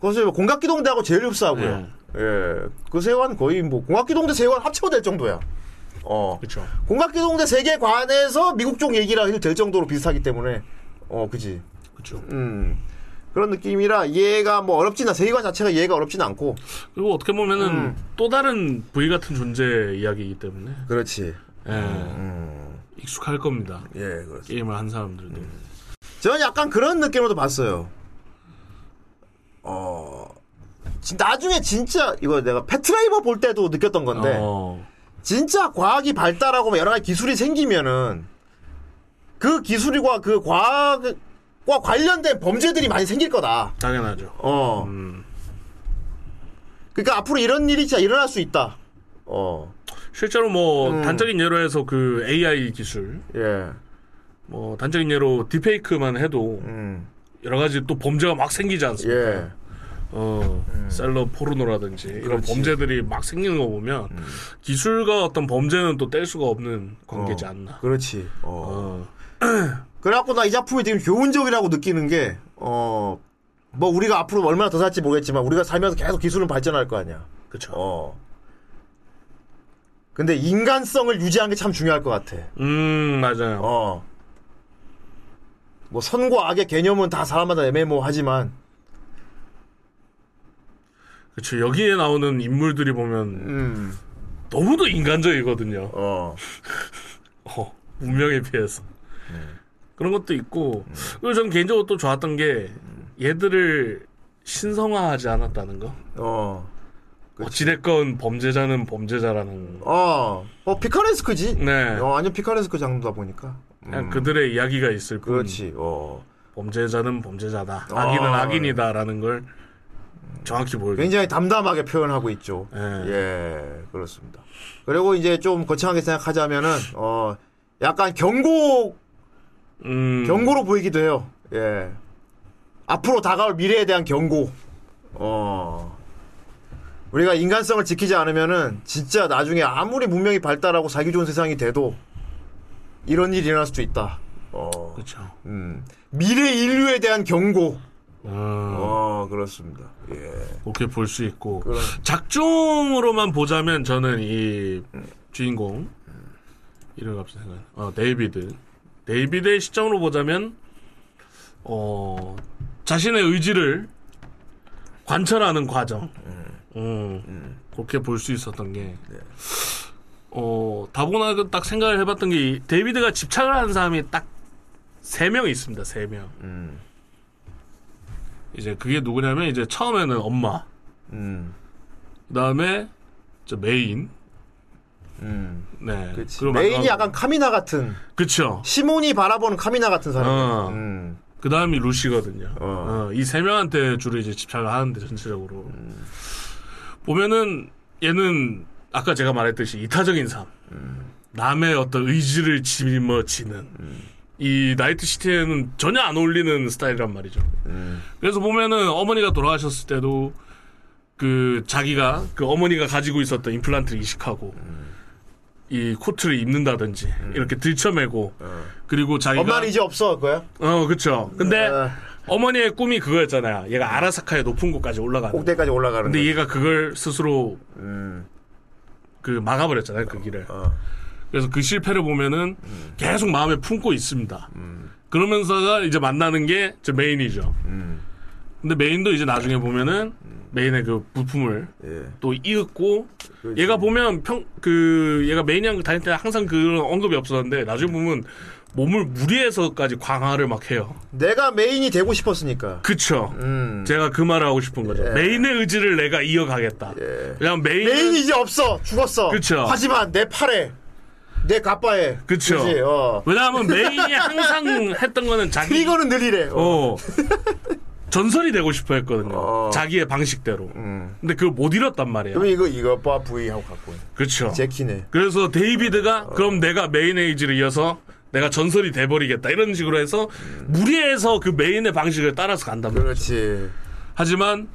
Speaker 5: 그래서 공각기동대하고 제일 흡사하고요.
Speaker 6: 네.
Speaker 5: 예. 그 세계관 거의 뭐 공각기동대 세계관 합쳐도 될 정도야. 어.
Speaker 6: 그렇죠.
Speaker 5: 공각기동대 세계관에서 미국 쪽 얘기라 해도 될 정도로 비슷하기 때문에 어, 그지.
Speaker 6: 그렇죠.
Speaker 5: 음. 그런 느낌이라 얘가 뭐 어렵진 않아. 세계관 자체가 얘가 어렵진 않고.
Speaker 6: 그리고 어떻게 보면은 또 다른 부위 같은 존재 이야기이기 때문에
Speaker 5: 그렇지.
Speaker 6: 예. 익숙할 겁니다.
Speaker 5: 예, 그렇습니다.
Speaker 6: 게임을 한 사람들도.
Speaker 5: 저는 약간 그런 느낌으로도 봤어요. 어, 지- 나중에 진짜 이거 내가 패트라이버 볼 때도 느꼈던 건데
Speaker 6: 어.
Speaker 5: 진짜 과학이 발달하고 막 여러 가지 기술이 생기면은 그 기술과 그 과학과 관련된 범죄들이 많이 생길 거다.
Speaker 6: 당연하죠.
Speaker 5: 어.
Speaker 6: 음.
Speaker 5: 그러니까 앞으로 이런 일이 진짜 일어날 수 있다. 어.
Speaker 6: 실제로 뭐
Speaker 5: 음.
Speaker 6: 단적인 예로 해서 그 AI 기술
Speaker 5: 예.
Speaker 6: 뭐 단적인 예로 딥페이크만 해도
Speaker 5: 음.
Speaker 6: 여러 가지 또 범죄가 막 생기지 않습니까?
Speaker 5: 예.
Speaker 6: 어, 셀럽 포르노라든지 이런
Speaker 5: 그렇지. 음.
Speaker 6: 범죄들이 막 생기는 거 보면 기술과 어떤 범죄는 또 뗄 수가 없는 관계지 않나.
Speaker 5: 그렇지. 어. 그래갖고 나 이 작품이 되게 교훈적이라고 느끼는 게, 어, 뭐 우리가 앞으로 얼마나 더 살지 모르겠지만 우리가 살면서 계속 기술은 발전할 거 아니야.
Speaker 6: 그쵸.
Speaker 5: 어. 근데 인간성을 유지하는 게 참 중요할 것 같아.
Speaker 6: 음, 맞아요.
Speaker 5: 어. 뭐 선과 악의 개념은 다 사람마다 애매모하지만
Speaker 6: 그렇죠. 여기에 나오는 인물들이 보면
Speaker 5: 음.
Speaker 6: 너무도 인간적이거든요.
Speaker 5: 어.
Speaker 6: 어, 운명에 비해서.
Speaker 5: 네.
Speaker 6: 그런 것도 있고,
Speaker 5: 음.
Speaker 6: 그리고 전 개인적으로 또 좋았던 게, 얘들을 신성화하지 않았다는 거.
Speaker 5: 어.
Speaker 6: 어찌됐건 범죄자는 범죄자라는 거.
Speaker 5: 어. 어 피카레스크지.
Speaker 6: 네.
Speaker 5: 어, 아니요 피카레스크 장르다 보니까.
Speaker 6: 그냥 그들의 이야기가 있을 뿐.
Speaker 5: 그렇지. 어.
Speaker 6: 범죄자는 범죄자다.
Speaker 5: 어.
Speaker 6: 악인은 악인이다라는 걸 정확히 보여줘.
Speaker 5: 굉장히 담담하게 표현하고 있죠.
Speaker 6: 예.
Speaker 5: 예, 그렇습니다. 그리고 이제 좀 거창하게 생각하자면은 어 약간 경고
Speaker 6: 음,
Speaker 5: 경고로 보이기도 해요. 예. 앞으로 다가올 미래에 대한 경고. 어. 우리가 인간성을 지키지 않으면은 진짜 나중에 아무리 문명이 발달하고 살기 좋은 세상이 돼도 이런 일이 일어날 수도 있다. 어.
Speaker 6: 그렇죠.
Speaker 5: 음. 미래 인류에 대한 경고. 어, 그렇습니다. 예.
Speaker 6: 그렇게 볼 수 있고 작중으로만 보자면 저는 이 주인공 이름 갑자기 생각 어 데이비드 데이비드의 시점으로 보자면 어 자신의 의지를 관철하는 과정 음, 그렇게 볼 수 있었던 게 어, 다보나 딱 생각을 해봤던 게이 데이비드가 집착을 하는 사람이 딱 세 명 있습니다. 세 명.
Speaker 5: 음.
Speaker 6: 이제 그게 누구냐면 이제 처음에는 엄마,
Speaker 5: 음.
Speaker 6: 그다음에 저 메인.
Speaker 5: 음.
Speaker 6: 네.
Speaker 5: 그치.
Speaker 6: 그리고
Speaker 5: 메인이
Speaker 6: 마지막으로-
Speaker 5: 약간 카미나 같은
Speaker 6: 그쵸.
Speaker 5: 시몬이 바라보는 카미나 같은 사람.
Speaker 6: 어.
Speaker 5: 음.
Speaker 6: 그 다음이 루시거든요.
Speaker 5: 어. 음.
Speaker 6: 이 세 명한테 주로 이제 집착을 하는데 전체적으로 보면은 얘는 아까 제가 말했듯이 이타적인 삶,
Speaker 5: 음.
Speaker 6: 남의 어떤 의지를 짊어지는 이 나이트 시티에는 전혀 안 어울리는 스타일이란 말이죠.
Speaker 5: 음.
Speaker 6: 그래서 보면은 어머니가 돌아가셨을 때도 그 자기가 그 어머니가 가지고 있었던 임플란트를 이식하고
Speaker 5: 음.
Speaker 6: 이 코트를 입는다든지 이렇게 들쳐매고 그리고 자기가
Speaker 5: 어. 엄마는 이제 없어 할 거야?
Speaker 6: 어, 그쵸. 근데
Speaker 5: 아.
Speaker 6: 어머니의 꿈이 그거였잖아요. 얘가 아라사카의 높은 곳까지 올라가는. 거.
Speaker 5: 꼭대까지 올라가는
Speaker 6: 근데
Speaker 5: 거.
Speaker 6: 얘가 그걸 스스로
Speaker 5: 음.
Speaker 6: 그 막아버렸잖아요. 그 길을.
Speaker 5: 어.
Speaker 6: 그래서 그 실패를 보면은 계속 마음에 품고 있습니다.
Speaker 5: 음.
Speaker 6: 그러면서가 이제 만나는 게 저 메인이죠.
Speaker 5: 음.
Speaker 6: 근데 메인도 이제 나중에 보면은 메인의 그 부품을
Speaker 5: 예.
Speaker 6: 또 이윽고
Speaker 5: 음. 그렇지.
Speaker 6: 얘가 보면 평 그 얘가 메인이랑 다닐 때 항상 그런 언급이 없었는데 나중에 보면 몸을 무리해서까지 광화를 막 해요.
Speaker 5: 내가 메인이 되고 싶었으니까.
Speaker 6: 그쵸.
Speaker 5: 음. 예.
Speaker 6: 제가 그 말을 하고 싶은 거죠. 메인의 의지를 내가 이어가겠다. 왜냐면 메인
Speaker 5: 메인이 이제 없어. 죽었어.
Speaker 6: 그쵸.
Speaker 5: 하지만 내 팔에 내 가빠에.
Speaker 6: 그쵸.
Speaker 5: 그치? 어.
Speaker 6: 왜냐하면 메인이 항상 했던 거는 자기
Speaker 5: 이거는 늘이래. 어.
Speaker 6: 어 전설이 되고 싶어 했거든요.
Speaker 5: 어.
Speaker 6: 자기의 방식대로.
Speaker 5: 음.
Speaker 6: 근데 그걸 못 잃었단 말이에요.
Speaker 5: 그럼 이거 이거 봐 V 하고 갖고 있네.
Speaker 6: 그렇죠.
Speaker 5: 제키네. 어.
Speaker 6: 그래서 데이비드가 그럼 내가 메인의 의지를 이어서 내가 전설이 돼버리겠다 이런 식으로 해서 무리해서 그 메인의 방식을 따라서 간단 말이에요.
Speaker 5: 음. 그렇지.
Speaker 6: 하지만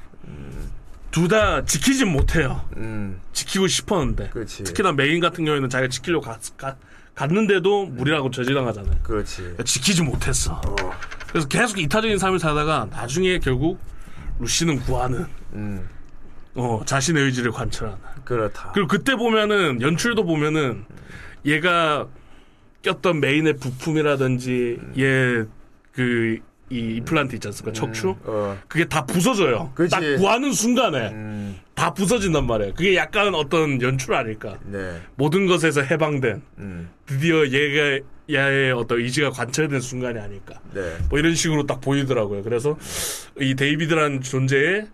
Speaker 6: 둘 다 지키진 못해요.
Speaker 5: 음.
Speaker 6: 지키고 싶었는데
Speaker 5: 그렇지.
Speaker 6: 특히나 메인 같은 경우에는 자기가 지키려고 가- 가- 갔는데도 무리라고 저지당하잖아요
Speaker 5: 그러니까 그렇지.
Speaker 6: 지키지 못했어 그래서 계속 이타적인 삶을 살다가 나중에 결국 루시는 구하는
Speaker 5: 음.
Speaker 6: 어, 자신의 의지를 관철하는
Speaker 5: 그렇다.
Speaker 6: 그리고 그때 보면은 연출도 보면은 얘가 꼈던 메인의 부품이라든지 얘 그 이 임플란트 있지 않습니까 척추
Speaker 5: 어.
Speaker 6: 그게 다 부서져요
Speaker 5: 그치.
Speaker 6: 딱 구하는 순간에
Speaker 5: 음.
Speaker 6: 다 부서진단 말이에요 그게 약간 어떤 연출 아닐까
Speaker 5: 네.
Speaker 6: 모든 것에서 해방된
Speaker 5: 음.
Speaker 6: 드디어 얘가 야의 어떤 의지가 관철된 순간이 아닐까
Speaker 5: 네.
Speaker 6: 뭐 이런 식으로 딱 보이더라고요 그래서 이 데이비드라는 존재의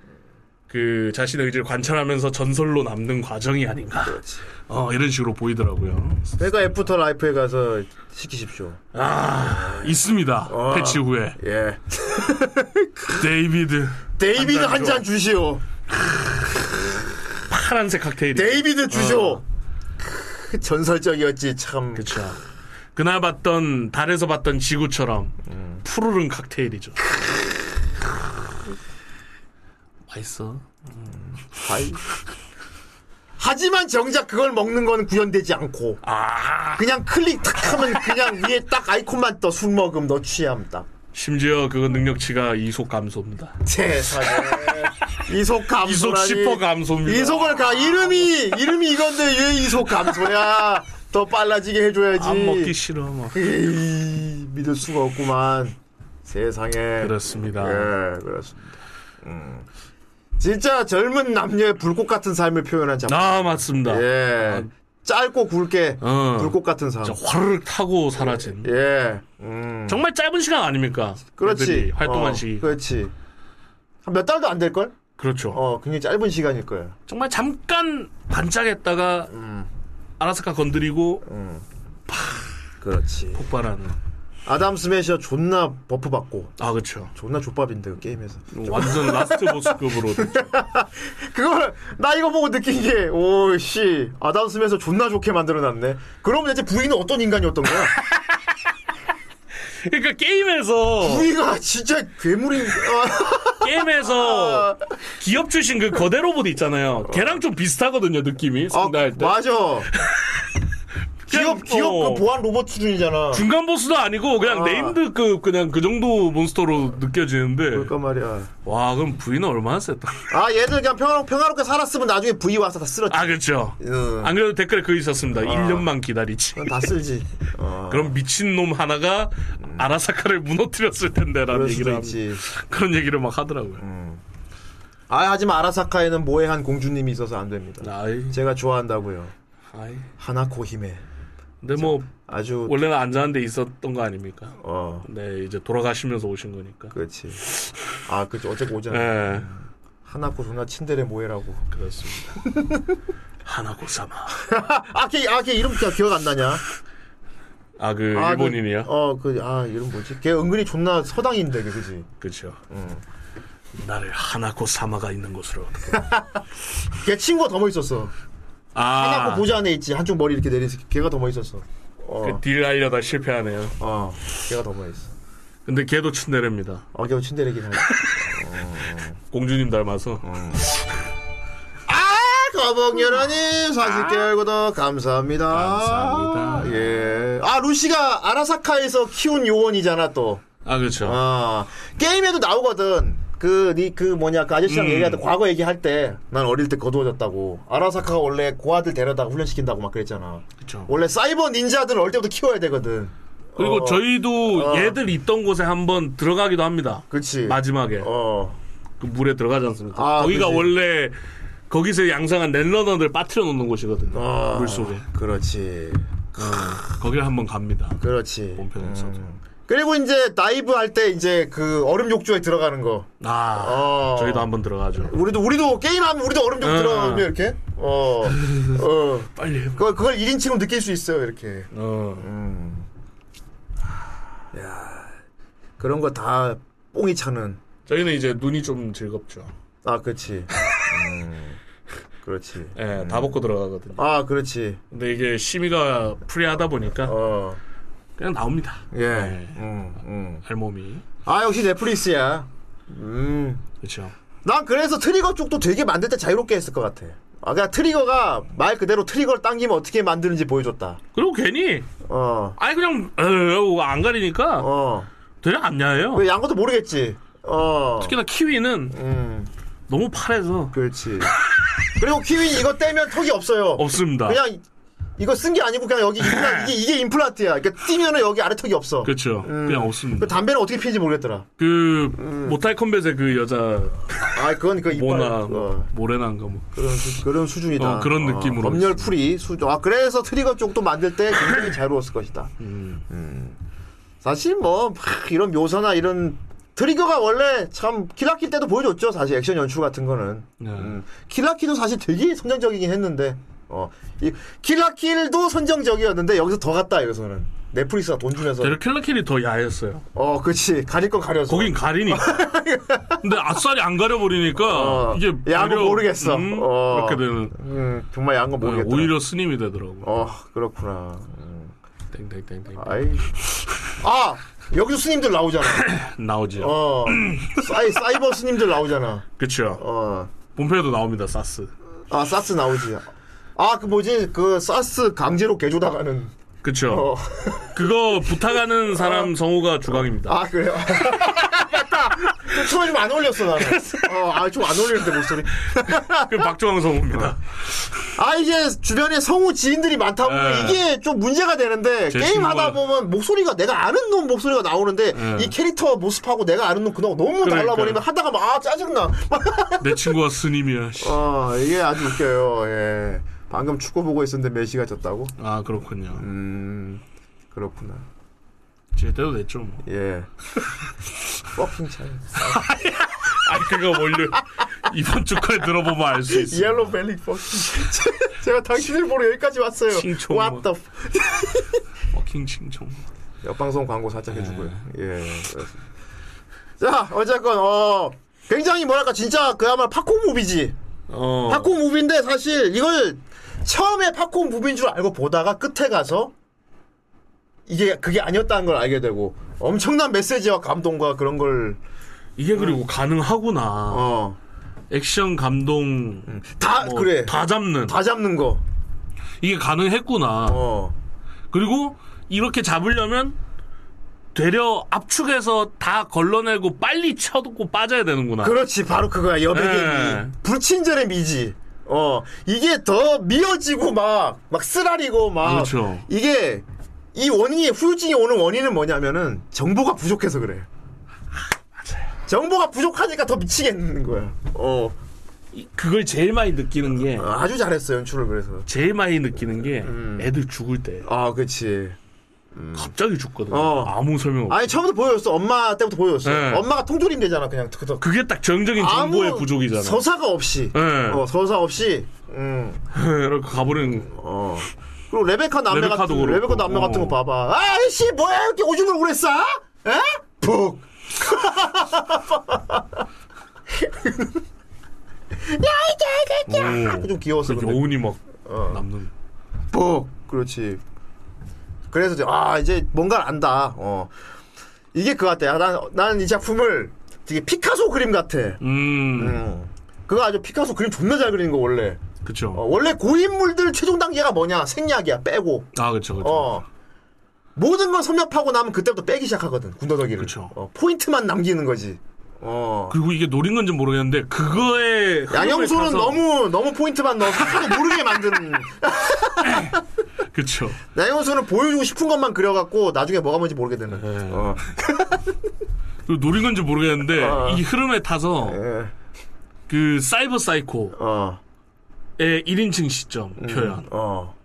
Speaker 6: 그 자신의 의지를 관찰하면서 전설로 남는 과정이 아닌가
Speaker 5: 그렇지.
Speaker 6: 어 이런 식으로 보이더라고요
Speaker 5: 그러니까 애프터 라이프에 가서 시키십시오.
Speaker 6: 아 있습니다
Speaker 5: 어.
Speaker 6: 패치 후에
Speaker 5: 예.
Speaker 6: 데이비드
Speaker 5: 데이비드
Speaker 6: 한잔
Speaker 5: 한 잔 주시오.
Speaker 6: 파란색 칵테일
Speaker 5: 데이비드 주쇼. 크, 전설적이었지 참.
Speaker 6: 그쵸 그날 봤던 달에서 봤던 지구처럼 푸르른 칵테일이죠 맛있어.
Speaker 5: 과일. 하지만 정작 그걸 먹는 건 구현되지 않고
Speaker 6: 아.
Speaker 5: 그냥 클릭 탁 하면 그냥 위에 딱 아이콘만 떠 술 먹음 너 취함 딱
Speaker 6: 심지어 그거 능력치가 이속 감소입니다.
Speaker 5: 세상에 이속 감소라니
Speaker 6: 이속 10% 감소입니다.
Speaker 5: 이속을 가 이름이 이름이 이건데 왜 이속 감소야 더 빨라지게 해줘야지
Speaker 6: 안 먹기 싫어. 뭐.
Speaker 5: 에이, 믿을 수가 없구만 세상에
Speaker 6: 그렇습니다.
Speaker 5: 예 그렇습니다 음. 진짜 젊은 남녀의 불꽃 같은 삶을 표현한 작품
Speaker 6: 아 맞습니다.
Speaker 5: 예. 짧고 굵게
Speaker 6: 아. 어.
Speaker 5: 불꽃 같은 삶.
Speaker 6: 진짜 화르륵 타고 사라진.
Speaker 5: 예. 음.
Speaker 6: 정말 짧은 시간 아닙니까?
Speaker 5: 그렇지.
Speaker 6: 애들이 활동한
Speaker 5: 어,
Speaker 6: 시기.
Speaker 5: 그렇지. 한 몇 달도 안 될 걸?
Speaker 6: 그렇죠.
Speaker 5: 어, 굉장히 짧은 시간일 거예요.
Speaker 6: 정말 잠깐 반짝했다가
Speaker 5: 음.
Speaker 6: 아라스카 건드리고
Speaker 5: 그렇지.
Speaker 6: 폭발하는.
Speaker 5: 아담 스매셔 존나 버프 받고
Speaker 6: 아 그렇죠.
Speaker 5: 존나 족밥인데 그 게임에서.
Speaker 6: 완전 라스트 보스급으로 됐죠.
Speaker 5: 그걸 나 이거 보고 느낀 게 오씨 아담 스매셔 존나 좋게 만들어놨네. 그러면 대체 부인은 어떤 인간이었던 거야?
Speaker 6: 그러니까 게임에서
Speaker 5: 부인가 진짜 괴물인. 아,
Speaker 6: 게임에서 기업 출신 그 거대 로봇 있잖아요. 걔랑 좀 비슷하거든요 느낌이
Speaker 5: 아,
Speaker 6: 상대할 때.
Speaker 5: 맞아. 기업 기업
Speaker 6: 어.
Speaker 5: 그 보안 로봇 수준이잖아.
Speaker 6: 중간 보스도 아니고 그냥
Speaker 5: 아.
Speaker 6: 네임드급 그냥 그 정도 몬스터로 느껴지는데
Speaker 5: 그러니까 말이야.
Speaker 6: 와 그럼 부인은 얼마나 셌다
Speaker 5: 아 얘들 그냥 평화롭, 평화롭게 살았으면 나중에 V 와서 다 쓸었지.
Speaker 6: 아 그렇죠
Speaker 5: 응.
Speaker 6: 안 그래도 댓글에 그거
Speaker 5: 아.
Speaker 6: 있었습니다 1년만 기다리지
Speaker 5: 그건 다 쓸지. 어.
Speaker 6: 그럼 미친놈 하나가 아라사카를 무너뜨렸을 텐데라는
Speaker 5: 그럴 수도
Speaker 6: 얘기를 합니다.
Speaker 5: 있지. 음.
Speaker 6: 그런 얘기를 막 하더라고요
Speaker 5: 아 하지만 아라사카에는 모해한 공주님이 있어서 안 됩니다.
Speaker 6: 아이
Speaker 5: 제가 좋아한다고요.
Speaker 6: 아이
Speaker 5: 하나코 히메.
Speaker 6: 근데 뭐
Speaker 5: 아주
Speaker 6: 원래는 앉아는 데 있었던 거 아닙니까
Speaker 5: 어
Speaker 6: 네 이제 돌아가시면서 오신 거니까
Speaker 5: 그렇지. 아 그렇지 어제 오잖아.
Speaker 6: 네
Speaker 5: 하나코 존나 친데레 모해라고.
Speaker 6: 그렇습니다 하나고사마
Speaker 5: 아걔 아걔 이름 기- 기억 안 나냐?
Speaker 6: 아 그
Speaker 5: 아,
Speaker 6: 일본인이요
Speaker 5: 어그 아 이름 뭐지? 걔 은근히 존나 서당인데 걔 그지?
Speaker 6: 그렇죠
Speaker 5: 어.
Speaker 6: 나를 하나고사마가 있는 곳으로
Speaker 5: 걔 친구가 더 멋있었어.
Speaker 6: 아,
Speaker 5: 하나코 보좌 안에 있지. 한쪽 머리 이렇게 내린 새끼. 걔가 더 멋있었어. 어,
Speaker 6: 그 딜하려다 실패하네요.
Speaker 5: 어, 걔가 더 멋있어.
Speaker 6: 근데 걔도 츤데레입니다.
Speaker 5: 어, 걔 친데레긴 하지.
Speaker 6: 공주님 닮아서.
Speaker 5: 어. 아,
Speaker 6: 음.
Speaker 5: 거봉연아님 40개월 구독 감사합니다.
Speaker 6: 감사합니다.
Speaker 5: 예. 아 루시가 아라사카에서 키운 요원이잖아 또.
Speaker 6: 아 그렇죠.
Speaker 5: 아 게임에도 나오거든. 그, 니, 그, 뭐냐, 그 아저씨랑
Speaker 6: 음.
Speaker 5: 얘기하다, 과거 얘기할 때, 난 어릴 때 거두어졌다고. 아라사카가 원래 고아들 데려다가 훈련시킨다고 막 그랬잖아.
Speaker 6: 그렇죠.
Speaker 5: 원래 사이버 닌자들은 어릴 때부터 키워야 되거든.
Speaker 6: 그리고
Speaker 5: 어,
Speaker 6: 저희도
Speaker 5: 어.
Speaker 6: 얘들 있던 곳에 한번 들어가기도 합니다.
Speaker 5: 그치.
Speaker 6: 마지막에
Speaker 5: 어.
Speaker 6: 그 물에 들어가지 않습니까?
Speaker 5: 아,
Speaker 6: 거기가
Speaker 5: 그치.
Speaker 6: 원래 거기서 양상한 랜러너들 빠뜨려 놓는 곳이거든요.
Speaker 5: 어.
Speaker 6: 물 속에.
Speaker 5: 그렇지.
Speaker 6: 거기를 한번 갑니다.
Speaker 5: 그렇지.
Speaker 6: 본편에서도.
Speaker 5: 음. 그리고 이제 다이브 할 때 이제 그 얼음 욕조에 들어가는 거.
Speaker 6: 아
Speaker 5: 어.
Speaker 6: 저희도 한번 들어가죠.
Speaker 5: 우리도 우리도 게임하면 우리도 얼음 좀
Speaker 6: 어.
Speaker 5: 들어가면 이렇게 어. 어.
Speaker 6: 빨리 해봐.
Speaker 5: 그걸 그걸 1인칭으로 느낄 수 있어요, 이렇게. 음.
Speaker 6: 어.
Speaker 5: 그런 거 다 뽕이 차는
Speaker 6: 저희는 이제 눈이 좀 즐겁죠.
Speaker 5: 아, 그렇지. 음, 그렇지.
Speaker 6: 예, 다 벗고 들어가거든요.
Speaker 5: 음. 아, 그렇지.
Speaker 6: 근데 이게 심의가 프리하다 보니까
Speaker 5: 어.
Speaker 6: 그냥 나옵니다.
Speaker 5: 예.
Speaker 6: 네.
Speaker 5: 음, 음.
Speaker 6: 알몸이.
Speaker 5: 아, 역시 넷플릭스야. 음.
Speaker 6: 그렇죠.
Speaker 5: 난 그래서 트리거 쪽도 되게 만들 때 자유롭게 했을 것 같아. 아, 그냥 트리거가 말 그대로 트리거를 당기면 어떻게 만드는지 보여줬다.
Speaker 6: 그리고 괜히
Speaker 5: 어.
Speaker 6: 아니 그냥 에이, 안 가리니까
Speaker 5: 어.
Speaker 6: 되려 안 야해요.
Speaker 5: 그 양것도 모르겠지. 어.
Speaker 6: 특히나 키위는
Speaker 5: 음.
Speaker 6: 너무 파래서
Speaker 5: 그렇지. 그리고 키위 이거 떼면 턱이 없어요.
Speaker 6: 없습니다.
Speaker 5: 그냥 이- 이거 쓴 게 아니고 그냥 여기 그냥 이게 이게 임플란트야. 그러니까 뛰면은 여기 아래 턱이 없어. 그
Speaker 6: 그렇죠. 그냥 없습니다.
Speaker 5: 담배는 어떻게 피는지 모르겠더라.
Speaker 6: 그 모탈 컴뱃의 그 여자
Speaker 5: 아, 그건 그 이빨.
Speaker 6: 모나
Speaker 5: 어,
Speaker 6: 뭐, 모레나인가 뭐
Speaker 5: 그런 수- 그런 수준이다.
Speaker 6: 어, 그런 느낌으로
Speaker 5: 법률 풀이 수. 아 그래서 트리거 쪽도 만들 때 굉장히 자유로웠을 것이다. 음. 사실 뭐 하, 이런 묘사나 이런 트리거가 원래 참 키라키 때도 보여줬죠. 사실 액션 연출 같은 거는.
Speaker 6: 네.
Speaker 5: 음. 킬라킬도 사실 되게 선정적이긴 했는데 어. 이 킬라킬도 선정적이었는데 여기서 더 갔다 여기서는 넷플릭스가 돈 주면서
Speaker 6: 데려 킬러킬이 더 야했어요.
Speaker 5: 어 그치 가릴 건 가려서
Speaker 6: 네. 거긴 가리니까. 근데 아싸리 안 가려버리니까
Speaker 5: 어,
Speaker 6: 이게
Speaker 5: 야구
Speaker 6: 오히려,
Speaker 5: 모르겠어. 어.
Speaker 6: 그렇게 되는 뭐
Speaker 5: 음, 정말 양거
Speaker 6: 네,
Speaker 5: 모르겠다
Speaker 6: 오히려 스님이 되더라고.
Speaker 5: 어 그렇구나 음,
Speaker 6: 땡땡땡땡.
Speaker 5: 아이 아 여기서 스님들 나오잖아.
Speaker 6: 나오죠.
Speaker 5: 어 사이 사이버 스님들 나오잖아.
Speaker 6: 그쵸.
Speaker 5: 어.
Speaker 6: 본편에도 나옵니다, 사스.
Speaker 5: 아 사스 나오지. 아 그 뭐지 그 사스 강제로 개조당하는.
Speaker 6: 그쵸.
Speaker 5: 어.
Speaker 6: 그거 부탁하는 사람 성우가 주강입니다.
Speaker 5: 아 그래요? 맞다. 처음에 좀안 어울렸어 나는. 어아좀 안 어울리는데 목소리.
Speaker 6: 그 박주광 성우입니다.
Speaker 5: 아 이제 주변에 성우 지인들이 많다 보면
Speaker 6: 예.
Speaker 5: 이게 좀 문제가 되는데
Speaker 6: 제
Speaker 5: 게임 하다
Speaker 6: 친구가-
Speaker 5: 보면 목소리가 내가 아는 놈 목소리가 나오는데
Speaker 6: 예.
Speaker 5: 이 캐릭터 모습하고 내가 아는 놈 그놈 너무
Speaker 6: 그러니까.
Speaker 5: 달라버리면 하다가 막 아 짜증나.
Speaker 6: 내 친구가 스님이야. 씨.
Speaker 5: 어 이게 아주 웃겨요. 예. 방금 축구 보고 있었는데 메시가 졌다고?
Speaker 6: 아 그렇군요.
Speaker 5: 음 그렇구나.
Speaker 6: 제 때도 됐죠. 뭐.
Speaker 5: 예. 버킹 차이.
Speaker 6: 아니 그거 원래 이번 주까지 들어보면 알 수 있어.
Speaker 5: 옐로 벨리 버킹. 제가 당신을 보러 여기까지 왔어요.
Speaker 6: 칭총.
Speaker 5: What the f-
Speaker 6: 버킹 칭청.
Speaker 5: 옆방송 광고 살짝 해주고요.
Speaker 6: 네.
Speaker 5: 예. 자, 어쨌건, 어, 굉장히 뭐랄까, 진짜 그야말로 팝콘 무비지.
Speaker 6: 어.
Speaker 5: 팝콘 무비인데 사실 이걸 처음에 팝콘 무비인 줄 알고 보다가 끝에 가서 이게 그게 아니었다는 걸 알게 되고 엄청난 메시지와 감동과 그런 걸,
Speaker 6: 이게 그리고 가능하구나.
Speaker 5: 음. 어,
Speaker 6: 액션 감동
Speaker 5: 다,
Speaker 6: 뭐
Speaker 5: 그래. 다,
Speaker 6: 다 잡는
Speaker 5: 잡는 거.
Speaker 6: 이게 가능했구나.
Speaker 5: 어.
Speaker 6: 그리고 이렇게 잡으려면 되려 압축해서 다 걸러내고 빨리 쳐놓고 빠져야 되는구나.
Speaker 5: 그렇지, 바로 그거야. 여백의
Speaker 6: 네.
Speaker 5: 미. 불친절의 미지. 어, 이게 더 미어지고 막, 막 쓰라리고 막.
Speaker 6: 그렇죠.
Speaker 5: 이게, 이 원인이, 후유증이 오는 원인은 뭐냐면은, 정보가 부족해서 그래. 정보가 부족하니까 더 미치겠는 거야. 어,
Speaker 6: 이- 그걸 제일 많이 느끼는 게
Speaker 5: 아주 잘했어, 음. 연출을 그래서.
Speaker 6: 제일 많이 느끼는 게 애들 죽을 때
Speaker 5: 아, 그치.
Speaker 6: 갑자기 죽거든.
Speaker 5: 어.
Speaker 6: 요 아무 설명 없이.
Speaker 5: 아니, 처음부터 보여줬어. 엄마 때부터 보여줬어.
Speaker 6: 네.
Speaker 5: 엄마가 통조림 되잖아, 그냥. 그, 그,
Speaker 6: 그게 딱 정적인 정보의 부족이잖아.
Speaker 5: 서사가 없이.
Speaker 6: 네.
Speaker 5: 어, 서사 없이. 음.
Speaker 6: 이렇게 가버리는 거.
Speaker 5: 어. 그리고 레베카 남매
Speaker 6: 레베카도
Speaker 5: 같은 거,
Speaker 6: 그렇고. 어.
Speaker 5: 레베카 남매 같은 거 봐봐. 아이씨 뭐야 이렇게 오줌을 오래 싸? 에? 푹.
Speaker 6: 오.
Speaker 5: 좀 귀여웠어. 어.
Speaker 6: 그
Speaker 5: 근데.
Speaker 6: 여운이 막 남는.
Speaker 5: 푹. 그렇지. 그래서 이제 아 이제 뭔가를 안다. 어. 이게 그거 같아. 난난이 작품을 되게 피카소 그림 같아.
Speaker 6: 음,
Speaker 5: 음. 그거 아주 피카소 그림 존나 잘 그리는 거 원래.
Speaker 6: 그쵸.
Speaker 5: 어, 원래 고인물들 최종 단계가 뭐냐? 생략이야. 빼고.
Speaker 6: 아, 그쵸, 그쵸.
Speaker 5: 어. 모든 걸 섭렵하고 나면 그때부터 빼기 시작하거든. 군더더기를.
Speaker 6: 그쵸.
Speaker 5: 어, 포인트만 남기는 거지. 어.
Speaker 6: 그리고 이게 노린 건지 모르겠는데, 그거에. 흐름을
Speaker 5: 양영소는
Speaker 6: 타서-
Speaker 5: 너무 너무 포인트만 넣어서 사람이 모르게 만드는.
Speaker 6: 그쵸.
Speaker 5: 양영소는 보여주고 싶은 것만 그려갖고 나중에 뭐가 뭔지 모르게 되는.
Speaker 6: 네.
Speaker 5: 어.
Speaker 6: 그리고 노린 건지 모르겠는데,
Speaker 5: 어.
Speaker 6: 이 흐름에 타서,
Speaker 5: 예.
Speaker 6: 그, 사이버 사이코의
Speaker 5: 어.
Speaker 6: 1인칭 시점 표현.
Speaker 5: 어.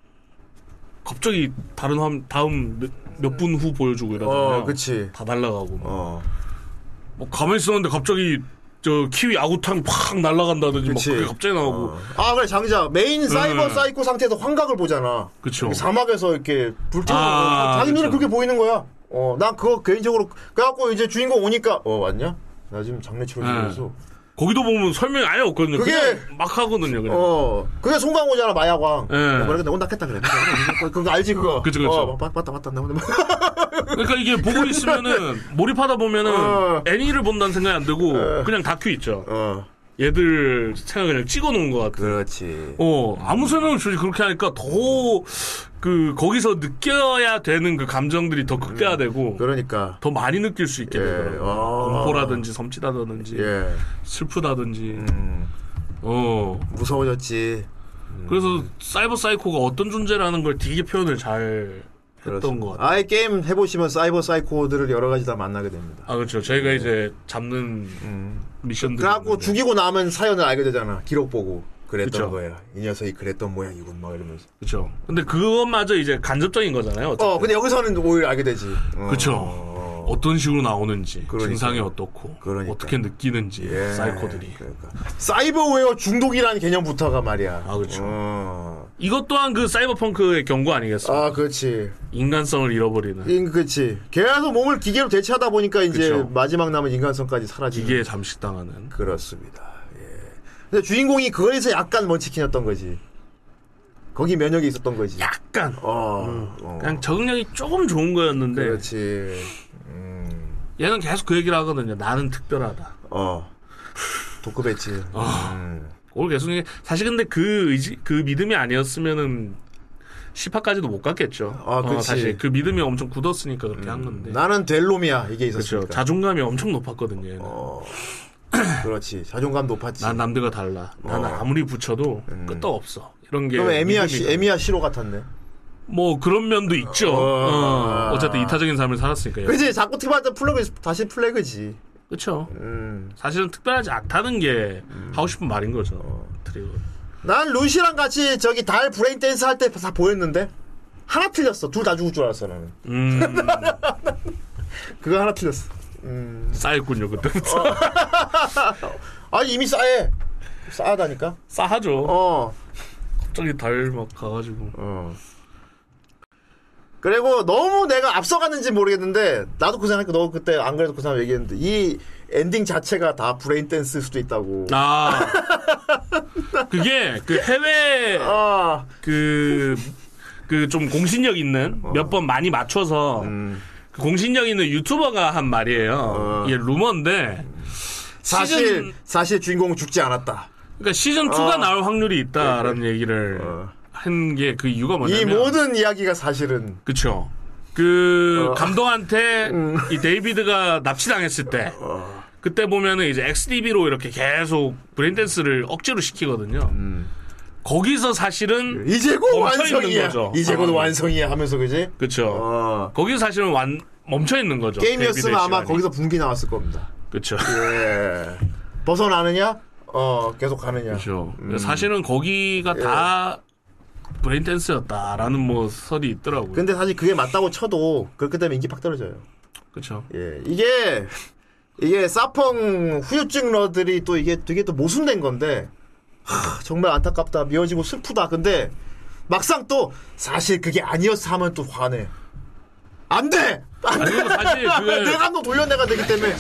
Speaker 6: 갑자기 다른 화면, 다음 몇 분 후 보여주고 이러잖아요.
Speaker 5: 어. 그치.
Speaker 6: 다 날라가고. 막.
Speaker 5: 어.
Speaker 6: 뭐 가만히 있었는데 갑자기, 저, 키위 아구탕 팍 날라간다든지, 막
Speaker 5: 그치.
Speaker 6: 그게 갑자기 나오고.
Speaker 5: 어. 아 그래 장자 메인 사이버
Speaker 6: 네.
Speaker 5: 사이코 상태에서 환각을 보잖아.
Speaker 6: 그쵸.
Speaker 5: 이렇게 사막에서 이렇게 불태우고
Speaker 6: 그렇죠. 아,
Speaker 5: 자기 눈에
Speaker 6: 그쵸.
Speaker 5: 그렇게 보이는 거야. 어, 난 그거 개인적으로 그래갖고 이제 주인공 오니까 어 왔냐? 나 지금 장례 치러
Speaker 6: 네.
Speaker 5: 있어.
Speaker 6: 거기도 보면 설명이 아예 없거든요.
Speaker 5: 그게-
Speaker 6: 그냥 막 하거든요, 그냥.
Speaker 5: 어, 그게 송강호잖아 마약왕.
Speaker 6: 예.
Speaker 5: 네. 그래, 내 혼자 깼다 그래. 그거 알지 그거.
Speaker 6: 그쵸, 그쵸.
Speaker 5: 어, 맞- 맞다 맞다 나 혼자.
Speaker 6: 그러니까 이게 보고 있으면은 몰입하다 보면은
Speaker 5: 어.
Speaker 6: 애니를 본다는 생각이 안 들고 그냥 다큐 있죠.
Speaker 5: 어,
Speaker 6: 얘들 생각 그냥 찍어놓은 것 같아.
Speaker 5: 그렇지.
Speaker 6: 어 아무 설명 없이 그렇게 하니까 더 그 거기서 느껴야 되는 그 감정들이 더 극대화되고
Speaker 5: 그러니까
Speaker 6: 더 많이 느낄 수 있게
Speaker 5: 예.
Speaker 6: 되더라고.
Speaker 5: 아.
Speaker 6: 요 공포라든지 섬찟하다든지
Speaker 5: 예,
Speaker 6: 슬프다든지.
Speaker 5: 음,
Speaker 6: 어
Speaker 5: 무서워졌지.
Speaker 6: 그래서 사이버 사이코가 어떤 존재라는 걸 되게 표현을 잘 했던 것 같아. 요
Speaker 5: 뭐, 아예 게임 해보시면 사이버 사이코들을 여러 가지 다 만나게 됩니다.
Speaker 6: 아 그렇죠. 저희가 이제 잡는 미션들.
Speaker 5: 음. 그래갖고 죽이고 나면 사연을 알게 되잖아. 기록 보고 그랬던
Speaker 6: 그쵸.
Speaker 5: 거야. 이 녀석이 그랬던 모양이군 막 이러면서.
Speaker 6: 그렇죠. 근데 그것마저 이제 간접적인 거잖아요. 어쨌든.
Speaker 5: 어, 근데 여기서는 오히려 알게 되지. 어.
Speaker 6: 그렇죠. 어. 떤 식으로 나오는지,
Speaker 5: 그러니까요.
Speaker 6: 증상이 어떻고,
Speaker 5: 그러니까요.
Speaker 6: 어떻게 느끼는지
Speaker 5: 예,
Speaker 6: 사이코들이.
Speaker 5: 그러니까. 사이버웨어 중독이라는 개념부터가 말이야.
Speaker 6: 아, 그쵸.
Speaker 5: 어.
Speaker 6: 이것 또한 그 사이버펑크의 경고 아니겠습니까?
Speaker 5: 아, 예. 그렇지.
Speaker 6: 인간성을 잃어버리는
Speaker 5: 인, 그렇지. 계속 몸을 기계로 대체하다 보니까 이제
Speaker 6: 그쵸.
Speaker 5: 마지막 남은 인간성까지 사라지는.
Speaker 6: 기계에 잠식당하는.
Speaker 5: 그렇습니다. 예. 근데 주인공이 그거에서 약간 먼치킨이었던 거지. 거기 면역이 있었던 거지.
Speaker 6: 약간
Speaker 5: 어,
Speaker 6: 그냥 적응력이 조금 좋은 거였는데
Speaker 5: 그렇지.
Speaker 6: 얘는 계속 그 얘기를 하거든요. 나는 특별하다.
Speaker 5: 어. 도크 배치.
Speaker 6: 아. 그걸 계속 얘기- 사실 근데 그 의지, 그 믿음이 아니었으면은 10화까지도 못 갔겠죠.
Speaker 5: 아,
Speaker 6: 어,
Speaker 5: 그치. 음,
Speaker 6: 사실 그 믿음이 엄청 굳었으니까 그렇게 한 건데.
Speaker 5: 네. 나는 될 놈이야 이게
Speaker 6: 그렇죠.
Speaker 5: 있었으니까.
Speaker 6: 자존감이 엄청 높았거든요. 얘는.
Speaker 5: 그렇지 자존감 높았지.
Speaker 6: 난 남들과 달라. 나는
Speaker 5: 어.
Speaker 6: 아무리 붙여도
Speaker 5: 음.
Speaker 6: 끄떡 없어. 이런 게
Speaker 5: 그럼 에미야 씨,
Speaker 6: 믿음이거든요.
Speaker 5: 에미야 씨로 같았네.
Speaker 6: 뭐 그런 면도 있죠.
Speaker 5: 어.
Speaker 6: 어. 쨌든 이타적인 삶을 살았으니까.
Speaker 5: 그치 자꾸 티바한테 플래그 다시 플래그지.
Speaker 6: 그렇죠.
Speaker 5: 음.
Speaker 6: 사실은 특별하지 않다는 게 하고 싶은 말인 거죠.
Speaker 5: 어.
Speaker 6: 그리고
Speaker 5: 난 루시랑 같이 저기 달 브레인 댄스 할 때 다 보였는데 하나 틀렸어. 둘 다 죽을 줄 알았어 나는.
Speaker 6: 음,
Speaker 5: 그거 하나 틀렸어. 음.
Speaker 6: 쌓였군요
Speaker 5: 어.
Speaker 6: 그때부터.
Speaker 5: 아니 이미 싸해. 싸하다니까.
Speaker 6: 싸하죠.
Speaker 5: 어.
Speaker 6: 갑자기 달 막 가가지고.
Speaker 5: 어. 그리고 너무 내가 앞서갔는지 모르겠는데 나도 그 생각했고 너 그때 안 그래도 그 사람 얘기했는데 이 엔딩 자체가 다 브레인 댄스일 수도 있다고.
Speaker 6: 아 그게 그 해외
Speaker 5: 아.
Speaker 6: 그, 그 좀 공신력 있는
Speaker 5: 어.
Speaker 6: 몇 번 많이 맞춰서
Speaker 5: 음.
Speaker 6: 그 공신력 있는 유튜버가 한 말이에요. 이게 루머인데
Speaker 5: 어. 사실
Speaker 6: 시즌-
Speaker 5: 사실 주인공은 죽지 않았다.
Speaker 6: 그러니까 시즌
Speaker 5: 어.
Speaker 6: 2가 나올 확률이 있다라는 얘기를 한 게 그 이유가
Speaker 5: 예, 이
Speaker 6: 뭐냐면
Speaker 5: 모든 어. 이야기가 사실은
Speaker 6: 그쵸. 그 감독한테
Speaker 5: 음.
Speaker 6: 이 데이비드가 납치당했을 때
Speaker 5: 어.
Speaker 6: 그때 보면은 이제 XDB로 이렇게 계속 브레인댄스를 억지로 시키거든요.
Speaker 5: 음.
Speaker 6: 거기서 사실은
Speaker 5: 이제 곧
Speaker 6: 멈춰 있는
Speaker 5: 완성이야.
Speaker 6: 거죠.
Speaker 5: 이제 곧
Speaker 6: 어.
Speaker 5: 완성이야 하면서 그지?
Speaker 6: 그쵸.
Speaker 5: 어.
Speaker 6: 거기 사실은 완 멈춰 있는 거죠.
Speaker 5: 게임이었으면 아마
Speaker 6: 데이비드의
Speaker 5: 거기서 분기 나왔을 겁니다.
Speaker 6: 시간이. 그쵸.
Speaker 5: 예. 벗어나느냐? 어, 계속 가느냐?
Speaker 6: 그쵸.
Speaker 5: 음.
Speaker 6: 사실은 거기가
Speaker 5: 예.
Speaker 6: 다 브레인 댄스였다라는 뭐 설이 있더라고요.
Speaker 5: 근데 사실 그게 맞다고 쳐도 그렇게 되면 인기 팍 떨어져요.
Speaker 6: 그쵸.
Speaker 5: 예, 이게 이게 사펑 후유증 러들이 또 이게 되게 또 모순된 건데 하, 정말 안타깝다 미워지고 슬프다 근데 막상 또 사실 그게 아니었어 하면 또 화내 안돼
Speaker 6: 아니 그리고 사실 그걸
Speaker 5: 내가 너 돌려내가 되기 때문에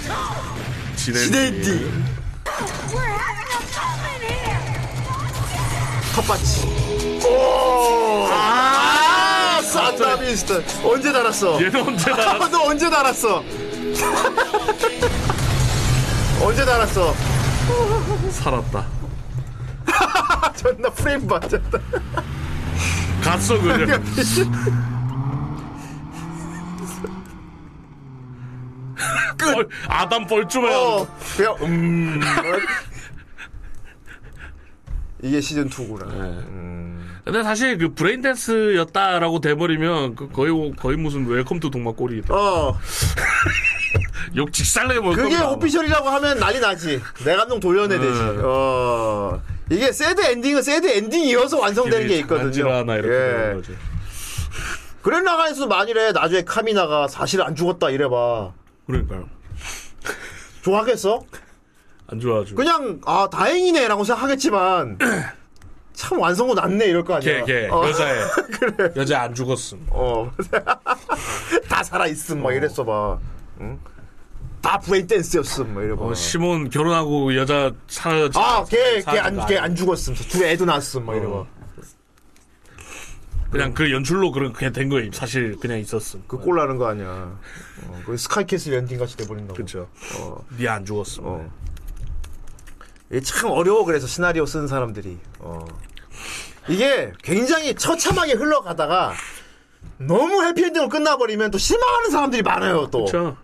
Speaker 5: 지네디 텃밭이 오! 아, 산타 비스타 언제 달았어?
Speaker 6: 얘는 언제 나
Speaker 5: 아, 너 언제 달았어? 언제 달았어?
Speaker 6: 살았다.
Speaker 5: 아, 존나 프레임 받쳤다.
Speaker 6: 갔어 그냥. 뻘- 아담 뻘쭘해.
Speaker 5: 어, 그냥 음. 이게 시즌 2구나.
Speaker 6: 네. 근데 사실 그 브레인 댄스였다라고 돼버리면 그 거의 거의 무슨 웰컴 투 동막골이
Speaker 5: 어,
Speaker 6: 욕 직살내 먹을
Speaker 5: 그게
Speaker 6: 겁니다.
Speaker 5: 오피셜이라고 하면 난리 나지. 내 감동 돌려내되지.
Speaker 6: 네.
Speaker 5: 어, 이게 새드 엔딩은 새드 엔딩이어서 완성되는 게 있거든요. 예.
Speaker 6: 하나 이렇게 되는 거죠.
Speaker 5: 그랜라가에서 만일에 나중에 카미나가 사실 안 죽었다 이래봐.
Speaker 6: 그러니까요.
Speaker 5: 좋아하겠어?
Speaker 6: 안 좋아하죠.
Speaker 5: 그냥 아 다행이네라고 생각하겠지만 참 완성도 낮네 이럴 거 아니야.
Speaker 6: 걔, 걔,
Speaker 5: 어,
Speaker 6: 여자애. 여자 안 죽었음.
Speaker 5: 어. 다 살아 있음 막 이랬어 봐. 응? 다 브레인 댄스였음 막 이러고.
Speaker 6: 어, 시몬 결혼하고 여자 사라졌지.
Speaker 5: 아, 아걔걔안걔 안 죽었음. 둘 애도 낳았음 막
Speaker 6: 어.
Speaker 5: 이러고.
Speaker 6: 그냥 그 연출로 그렇게 된 거예요. 사실 그냥 있었음.
Speaker 5: 그 꼴 나는 거 아니야. 어, 그 스카이캐슬 엔딩 같이 돼버린다고.
Speaker 6: 그쵸.
Speaker 5: 어.
Speaker 6: 네, 니안 죽었음.
Speaker 5: 어. 이게 참 어려워 그래서 시나리오 쓰는 사람들이 어. 이게 굉장히 처참하게 흘러가다가 너무 해피엔딩으로 끝나버리면 또 실망하는 사람들이 많아요 또
Speaker 6: 그쵸.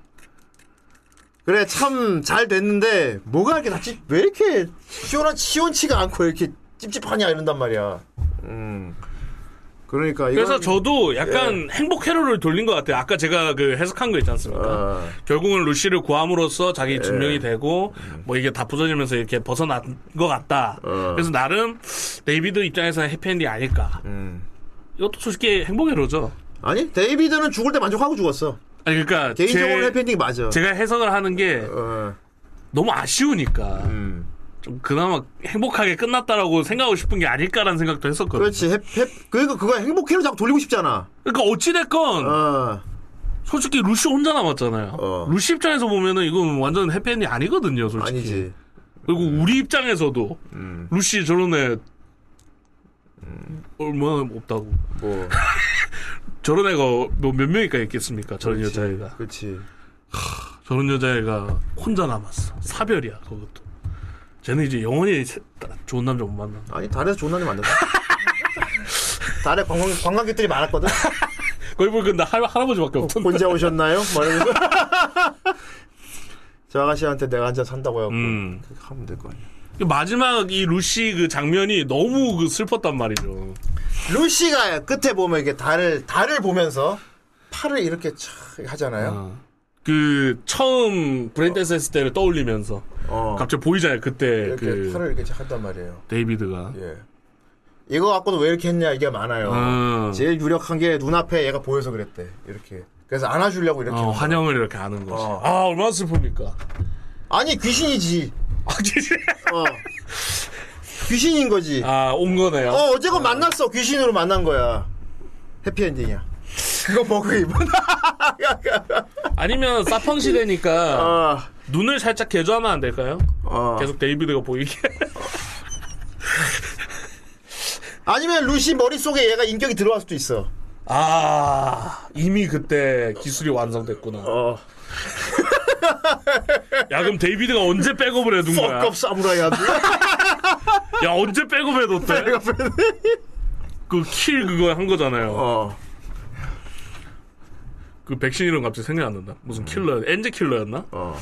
Speaker 5: 그래 참 잘 됐는데 뭐가 이렇게 낫지 왜 이렇게 시원한 시원치가 않고 이렇게 찝찝하냐 이런단 말이야 음 그러니까 이건-
Speaker 6: 그래서 저도
Speaker 5: 예.
Speaker 6: 약간 행복 회로를 돌린 것 같아요. 아까 제가 그 해석한 거 있지 않습니까?
Speaker 5: 어,
Speaker 6: 결국은 루시를 구함으로써 자기
Speaker 5: 예.
Speaker 6: 증명이 되고
Speaker 5: 음.
Speaker 6: 뭐 이게 다 부서지면서 이렇게 벗어난 것 같다. 그래서 나름 데이비드 입장에서는 해피엔딩 아닐까.
Speaker 5: 음.
Speaker 6: 이것도 솔직히 행복 회로죠.
Speaker 5: 아니 데이비드는 죽을 때 만족하고 죽었어
Speaker 6: 아니 그러니까
Speaker 5: 개인적으로
Speaker 6: 제,
Speaker 5: 해피엔딩 맞아
Speaker 6: 제가 해석을 하는 게
Speaker 5: 어,
Speaker 6: 너무 아쉬우니까
Speaker 5: 음.
Speaker 6: 좀 그나마 행복하게 끝났다라고 생각하고 싶은 게 아닐까라는 생각도 했었거든요.
Speaker 5: 그렇지. 햅, 햅, 그러니까 그거 행복해로 자꾸 돌리고 싶잖아.
Speaker 6: 그러니까 어찌됐건
Speaker 5: 어.
Speaker 6: 솔직히 루시 혼자 남았잖아요.
Speaker 5: 어.
Speaker 6: 루시 입장에서 보면은 이건 완전 해피엔딩 아니거든요, 솔직히.
Speaker 5: 아니지. 음.
Speaker 6: 그리고 우리 입장에서도 루시 저런 애
Speaker 5: 음.
Speaker 6: 얼마 없다고.
Speaker 5: 뭐
Speaker 6: 저런 애가 뭐 몇 명이가 있겠습니까? 저런 여자애가.
Speaker 5: 그렇지.
Speaker 6: 저런 여자애가 혼자 남았어. 사별이야 그것도. 쟤는 이제 영원히 세- 따- 좋은 남자 못 만나.
Speaker 5: 아니 달에서 좋은 남자 만났어. 달에 관광, 관광객들이 많았거든.
Speaker 6: 거기 보니까 나뭐 할, 할아버지밖에 없던.
Speaker 5: 혼자 오셨나요? 말하면서 저 아가씨한테 내가 한 잔 산다고 해갖고
Speaker 6: 음.
Speaker 5: 그렇게 하면 될 거 아니야.
Speaker 6: 그 마지막 이 루시 그 장면이 너무 그 슬펐단 말이죠.
Speaker 5: 루시가 끝에 보면 이게 달을 달을 보면서 팔을 이렇게 촥 하잖아요.
Speaker 6: 그 처음 브랜드에서 했을 때를 떠올리면서
Speaker 5: 어.
Speaker 6: 갑자기 보이잖아요 그때
Speaker 5: 이렇게
Speaker 6: 그
Speaker 5: 팔을 이렇게 촥 한단 말이에요.
Speaker 6: 데이비드가
Speaker 5: 예. 이거 갖고도 왜 이렇게 했냐 이게 많아요.
Speaker 6: 음.
Speaker 5: 제일 유력한 게 눈앞에 얘가 보여서 그랬대. 이렇게. 그래서 안아주려고 이렇게.
Speaker 6: 어,
Speaker 5: 한 거야.
Speaker 6: 환영을 이렇게 하는 거지.
Speaker 5: 어.
Speaker 6: 아 얼마나 슬픕니까.
Speaker 5: 아니 귀신이지.
Speaker 6: 아, 진짜.
Speaker 5: 어. 귀신인 거지.
Speaker 6: 아, 온 거네요.
Speaker 5: 어 어제건 만났어 귀신으로 만난 거야. 해피엔딩이야. 그거 버그 이분.
Speaker 6: 아니면 사펑 시대니까
Speaker 5: 아,
Speaker 6: 눈을 살짝 개조하면 안 될까요?
Speaker 5: 어.
Speaker 6: 계속 데이비드가 보이게.
Speaker 5: 아니면 루시 머릿속에 얘가 인격이 들어갈 수도 있어.
Speaker 6: 아 이미 그때 기술이 완성됐구나.
Speaker 5: 어.
Speaker 6: 야 그럼 데이비드가 언제 백업을 해둔 거야?
Speaker 5: 뻑겁 사무라이 아들.
Speaker 6: 야 언제 백업 해뒀대? 그 킬 그거 한 거잖아요.
Speaker 5: 어.
Speaker 6: 그 백신 이름 갑자기 생각 안 난다. 무슨 킬러, 엔지 킬러였나?
Speaker 5: 어.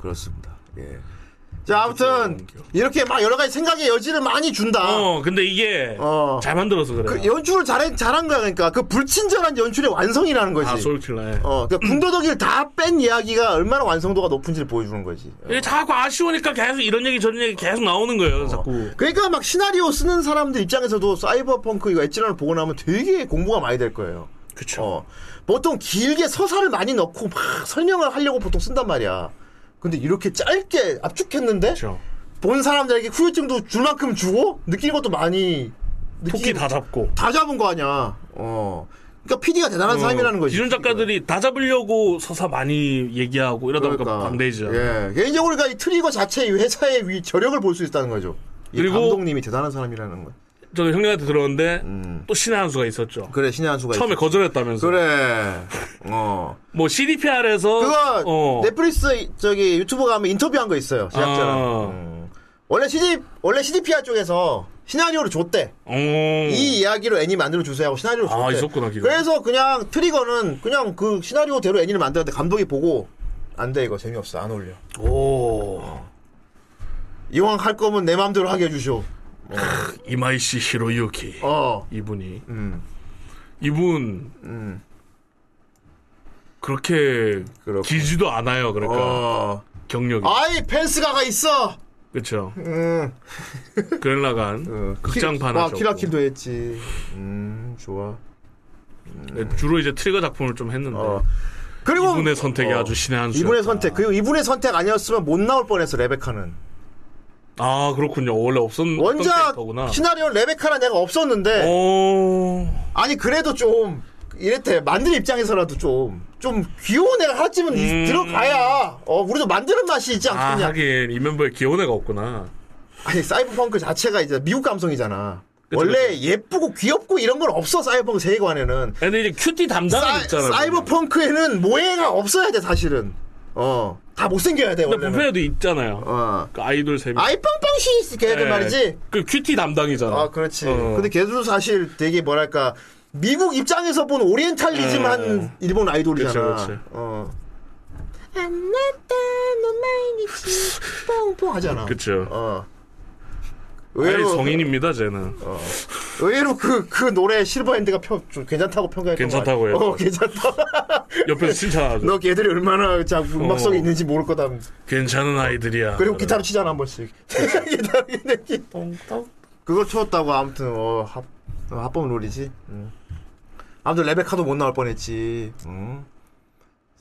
Speaker 5: 그렇습니다. 예. 자, 아무튼 이렇게 막 여러 가지 생각의 여지를 많이 준다.
Speaker 6: 어, 근데 이게
Speaker 5: 어.
Speaker 6: 잘 만들어서 그래.
Speaker 5: 그 연출을 잘한 잘한 거야 그러니까 그 불친절한 연출의 완성이라는 거지.
Speaker 6: 아, 소울킬러. 예.
Speaker 5: 어, 그러니까 군더더기를 다 뺀 이야기가 얼마나 완성도가 높은지를 보여주는 거지.
Speaker 6: 이게 자꾸 아쉬우니까 계속 이런 얘기 저런 얘기 계속 나오는 거예요, 자꾸.
Speaker 5: 그러니까 막 시나리오 쓰는 사람들 입장에서도 사이버펑크 이거 엣지런을 보고 나면 되게 공부가 많이 될 거예요.
Speaker 6: 그쵸.
Speaker 5: 어, 보통 길게 서사를 많이 넣고 막 설명을 하려고 보통 쓴단 말이야. 근데 이렇게 짧게 압축했는데
Speaker 6: 그쵸.
Speaker 5: 본 사람들에게 후유증도 줄 만큼 주고 느낀 것도 그 많이 느끼-
Speaker 6: 토끼 다 잡고.
Speaker 5: 다 잡은 거 아니야. 어. 그러니까 PD가 대단한 사람이라는 거지.
Speaker 6: 기존 어. 작가들이 다 잡으려고 서사 많이 얘기하고 이러다 보니까 방대이죠.
Speaker 5: 그러니까. 예. 개인적으로 그러니까 이 트리거 자체 이 회사의 위 저력을 볼 수 있다는 거죠. 이
Speaker 6: 그리고-
Speaker 5: 감독님이 대단한 사람이라는 거.
Speaker 6: 저도 형님한테 들었는데 또 신의 한 수가 있었죠.
Speaker 5: 음. 그래 신의 한 수가
Speaker 6: 처음에
Speaker 5: 있어.
Speaker 6: 거절했다면서.
Speaker 5: 그래. 어.
Speaker 6: 뭐 CDPR에서
Speaker 5: 그거
Speaker 6: 어.
Speaker 5: 넷플릭스 저기 유튜브 가면 인터뷰한 거 있어요 제작자랑.
Speaker 6: 아.
Speaker 5: 음. 원래 CD 원래 CDPR 쪽에서 시나리오를 줬대.
Speaker 6: 음.
Speaker 5: 이 이야기로 애니 만들어 주세요 하고 시나리오 줬대.
Speaker 6: 아, 있었구나, 기가.
Speaker 5: 그래서 그냥 트리거는 그냥 그 시나리오대로 애니를 만들었는데 감독이 보고 안 돼 이거 재미없어 안 어울려. 어.
Speaker 6: 오.
Speaker 5: 이왕 할 거면 내 마음대로 하게 해주시오.
Speaker 6: 이마이시 히로유키.
Speaker 5: 어.
Speaker 6: 이분이.
Speaker 5: 음.
Speaker 6: 이분
Speaker 5: 음.
Speaker 6: 그렇게
Speaker 5: 그렇고.
Speaker 6: 길지도 않아요. 그러니까
Speaker 5: 어.
Speaker 6: 경력이
Speaker 5: 아이 펜스가가 있어.
Speaker 6: 그렇죠.
Speaker 5: 음.
Speaker 6: 그랜라간
Speaker 5: 어.
Speaker 6: 극장판
Speaker 5: 키- 아,
Speaker 6: 하셨고.
Speaker 5: 키라킬도 했지. 음 좋아.
Speaker 6: 네, 주로 이제 트리거 작품을 좀 했는데
Speaker 5: 어. 그리고 어.
Speaker 6: 이분의 선택이 아주 신의 한 수.
Speaker 5: 이분의 선택 그리고 이분의 선택 아니었으면 못 나올 뻔했어 레베카는
Speaker 6: 아 그렇군요. 원래 없었던
Speaker 5: 원작
Speaker 6: 캐릭터구나.
Speaker 5: 시나리오 레베카라는 애가 없었는데
Speaker 6: 어.
Speaker 5: 아니 그래도 좀 이랬대 만드는 입장에서라도 좀 좀 귀여운 애가 하나쯤은 이- 들어가야 어 우리도 만드는 맛이 있지
Speaker 6: 음. 아
Speaker 5: 않겠냐
Speaker 6: 하긴 이 멤버에 귀여운 애가 없구나.
Speaker 5: 아니 사이버펑크 자체가 이제 미국 감성이잖아
Speaker 6: 그쵸,
Speaker 5: 원래 예쁘고 귀엽고 이런 건 없어 사이버펑크 세계관에는
Speaker 6: 근데 이제 큐티 담당은
Speaker 5: 사,
Speaker 6: 있잖아요.
Speaker 5: 사이버펑크에는 모해가 없어야 돼 사실은 어 다 못생겨야 돼
Speaker 6: 근데
Speaker 5: 원래는
Speaker 6: 부편에도 있잖아요.
Speaker 5: 어
Speaker 6: 그 아이돌 세 명.
Speaker 5: 아이 빵빵시 걔들
Speaker 6: 예.
Speaker 5: 말이지
Speaker 6: 그 큐티 담당이잖아.
Speaker 5: 아, 그렇지.
Speaker 6: 어.
Speaker 5: 근데 걔도 사실 되게 뭐랄까 미국 입장에서 본 오리엔탈리즘한
Speaker 6: 음.
Speaker 5: 일본 아이돌이잖아.
Speaker 6: 그렇지, 그렇지.
Speaker 5: 어. 안났다 너 마이니치 뽕뽕 하잖아.
Speaker 6: 그쵸.
Speaker 5: 어.
Speaker 6: 아이
Speaker 5: 의외로 어.
Speaker 6: 성인입니다, 쟤는.
Speaker 5: 의외로 그 그 노래 실버핸드가 평, 좀 괜찮다고 평가했던 거
Speaker 6: 괜찮다고요?
Speaker 5: 아니야? 어, 괜찮다.
Speaker 6: 옆에서 칭찬하죠.
Speaker 5: 너 걔들이 얼마나 자 음악성이
Speaker 6: 어.
Speaker 5: 있는지 모를 거다.
Speaker 6: 괜찮은 아이들이야.
Speaker 5: 그리고 기타를 치잖아 한 번씩. 기타
Speaker 6: 똥똥.
Speaker 5: 그걸 추웠다고 아무튼 어, 합, 어, 합법 롤이지. 음. 아무튼 레베카도 못 나올 뻔했지. 음.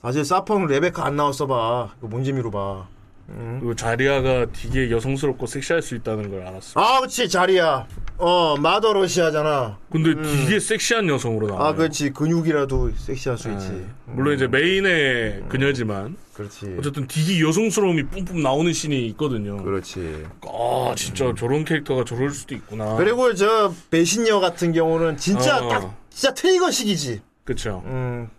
Speaker 5: 사실 사펑 레베카 안 나왔어 봐. 이거 뭔 재미로 봐.
Speaker 6: 그리고 자리아가 되게 여성스럽고 섹시할 수 있다는 걸 알았어.
Speaker 5: 아, 그렇지 자리야. 어 마더 러시아잖아.
Speaker 6: 근데 되게 섹시한 여성으로 나와요.
Speaker 5: 음. 아 그렇지 근육이라도 섹시할 수 있지.
Speaker 6: 물론 이제 메인의 그녀지만
Speaker 5: 네. 그렇지.
Speaker 6: 어쨌든 되게 여성스러움이 뿜뿜 나오는 씬이 있거든요.
Speaker 5: 그렇지.
Speaker 6: 아 진짜 저런 캐릭터가 저럴 수도 있구나.
Speaker 5: 그리고 저 배신녀 같은 경우는 진짜
Speaker 6: 어.
Speaker 5: 딱 진짜 트리거식이지.
Speaker 6: 그쵸.
Speaker 5: 음.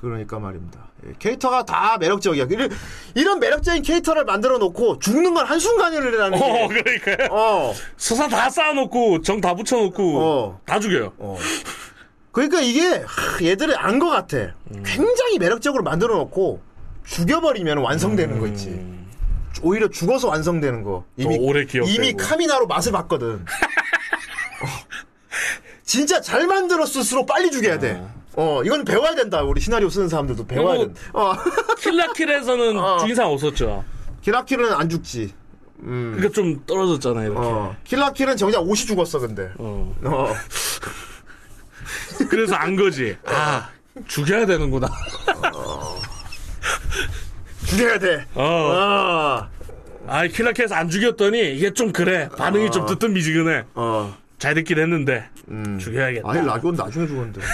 Speaker 5: 그러니까 말입니다. 예, 캐릭터가 다 매력적이야. 이런, 이런 매력적인 캐릭터를 만들어 놓고 죽는 건 한순간이라는
Speaker 6: 어
Speaker 5: 게.
Speaker 6: 그러니까
Speaker 5: 어.
Speaker 6: 서사 다 쌓아놓고 정 다 붙여놓고
Speaker 5: 어.
Speaker 6: 다 죽여요.
Speaker 5: 그러니까 이게 하, 얘들이 안 것 같아.
Speaker 6: 음.
Speaker 5: 굉장히 매력적으로 만들어 놓고 죽여버리면 완성되는 거 있지. 오히려 죽어서 완성되는 거. 이미
Speaker 6: 음. 오래 기억되고.
Speaker 5: 이미 카미나로 맛을 봤거든. 어. 진짜 잘 만들었을수록 빨리 죽여야 돼.
Speaker 6: 아.
Speaker 5: 어, 이건 배워야 된다. 우리 시나리오 쓰는 사람들도 배워야
Speaker 6: 그리고-
Speaker 5: 된다. 어.
Speaker 6: 킬라킬에서는
Speaker 5: 어.
Speaker 6: 주인상 없었죠.
Speaker 5: 키라키는 안 죽지. 음.
Speaker 6: 그러니까 좀 떨어졌잖아요. 이렇게.
Speaker 5: 어. 킬라키는 정작 옷이 죽었어, 근데.
Speaker 6: 어.
Speaker 5: 어.
Speaker 6: 그래서 안 거지. 아 죽여야 되는구나.
Speaker 5: 죽여야 돼.
Speaker 6: 어.
Speaker 5: 아.
Speaker 6: 아 킬라킬에서 안 죽였더니 이게 좀 그래. 반응이 좀 뜨뜻미지근해.
Speaker 5: 어.
Speaker 6: 잘 듣긴 했는데
Speaker 5: 음.
Speaker 6: 죽여야겠다.
Speaker 5: 아니 라디오는 나중에 죽었는데. 어.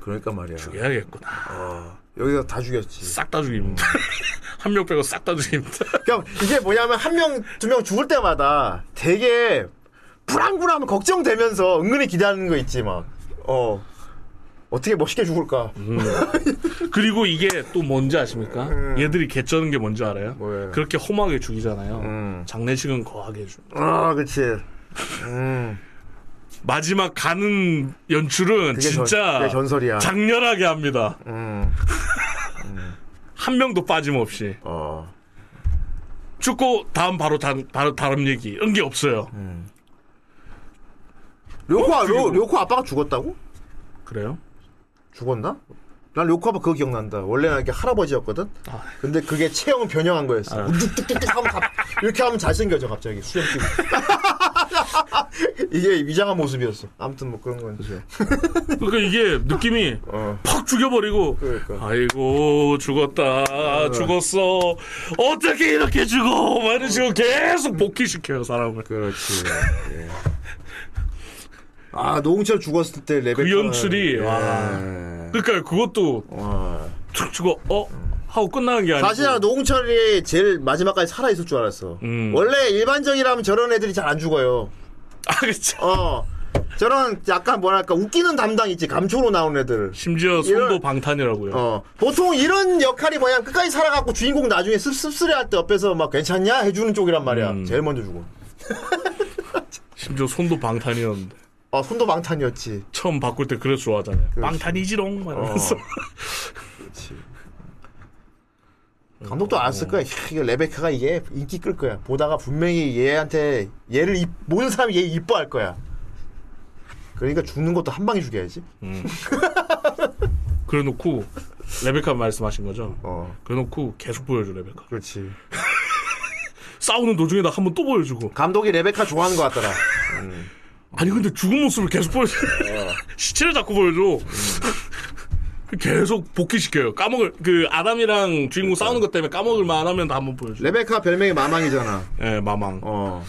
Speaker 5: 그러니까 말이야.
Speaker 6: 죽여야겠구나.
Speaker 5: 어. 여기서 다 죽였지.
Speaker 6: 싹 다 죽입니다. 한 명 빼고 싹 다 죽입니다.
Speaker 5: 그러니까 이게 뭐냐면 한 명 두 명 죽을 때마다 되게 불안불안 걱정되면서 은근히 기대하는 거 있지 막. 어. 어떻게 멋있게 죽을까?
Speaker 6: 그리고 이게 또 뭔지 아십니까? 얘들이 개쩌는 게 뭔지 알아요?
Speaker 5: 뭐예요?
Speaker 6: 그렇게 험하게 죽이잖아요.
Speaker 5: 음.
Speaker 6: 장례식은 거하게 해줘.
Speaker 5: 아, 그렇지. 음.
Speaker 6: 마지막 가는 연출은
Speaker 5: 그게 전-
Speaker 6: 진짜
Speaker 5: 그게 전설이야.
Speaker 6: 장렬하게 합니다.
Speaker 5: 음.
Speaker 6: 한 명도 빠짐없이.
Speaker 5: 어.
Speaker 6: 죽고 다음 바로 다, 바로 다른 얘기. 이런 게 없어요.
Speaker 5: 음. 료코 아- 료,
Speaker 6: 죽이고.
Speaker 5: 료코 아빠가 죽었다고?
Speaker 6: 그래요?
Speaker 5: 죽었나? 난 료코 아빠 그거 기억난다. 원래는 이게 할아버지였거든. 근데 그게 체형 변형한 거였어.
Speaker 6: 아.
Speaker 5: 우뚝뚝뚝뚝 하면 갑- 이렇게 하면 잘생겨져 갑자기 수염 끼고. 이게 위장한 모습이었어. 아무튼 뭐 그런 건. 그죠.
Speaker 6: 그러니까 이게 느낌이
Speaker 5: 어.
Speaker 6: 팍 죽여버리고
Speaker 5: 그러니까. 어.
Speaker 6: 아이고 죽었다 죽었어 어떻게 이렇게 죽어 막 이런 식으로 계속 복귀시켜요 사람을
Speaker 5: 그렇지. 예. 아 노홍철 죽었을 때 레벨.
Speaker 6: 그 연출이,
Speaker 5: 예.
Speaker 6: 와. 그러니까 그것도 툭 죽어 어 하고 끝나는 게 아니고
Speaker 5: 사실 나 노홍철이 제일 마지막까지 살아 있을 줄 알았어.
Speaker 6: 음.
Speaker 5: 원래 일반적이라면 저런 애들이 잘 안 죽어요.
Speaker 6: 아 그쵸
Speaker 5: 어. 저런 약간 뭐랄까 웃기는 담당 있지 감초로 나오는 애들.
Speaker 6: 심지어 손도
Speaker 5: 이런-
Speaker 6: 방탄이라고요
Speaker 5: 어. 보통 이런 역할이 뭐냐 면 끝까지 살아갖고 주인공 나중에 씁- 씁쓸해할 때 옆에서 막 괜찮냐 해주는 쪽이란 말이야.
Speaker 6: 음.
Speaker 5: 제일 먼저 죽어.
Speaker 6: 심지어 손도 방탄이었는데
Speaker 5: 아 손도 방탄이었지.
Speaker 6: 처음 바꿀 때 그래서 좋아하잖아요
Speaker 5: 그렇죠.
Speaker 6: 방탄이지롱 막
Speaker 5: 어.
Speaker 6: 이러면서
Speaker 5: 그렇지. 감독도 알았을 거야. 야, 이거 레베카가 이게 인기 끌 거야. 보다가 분명히 얘한테 얘를 이- 모든 사람이 얘 이뻐할 거야. 그러니까 죽는 것도 한 방에 죽여야지.
Speaker 6: 그래놓고 레베카 말씀하신 거죠
Speaker 5: 어.
Speaker 6: 그래놓고 계속 보여줘 레베카
Speaker 5: 그렇지.
Speaker 6: 싸우는 도중에 나 한 번 또 보여주고
Speaker 5: 감독이 레베카 좋아하는 것 같더라.
Speaker 6: 아니 근데 죽은 모습을 계속 보여줘
Speaker 5: 어.
Speaker 6: 시체를 자꾸 보여줘
Speaker 5: 음.
Speaker 6: 계속 복귀시켜요 까먹을 그 아담이랑 주인공
Speaker 5: 그러니까.
Speaker 6: 싸우는 것 때문에 까먹을 만하면 다 한번 보여줘
Speaker 5: 레베카 별명이 마망이잖아.
Speaker 6: 예 마망
Speaker 5: 어.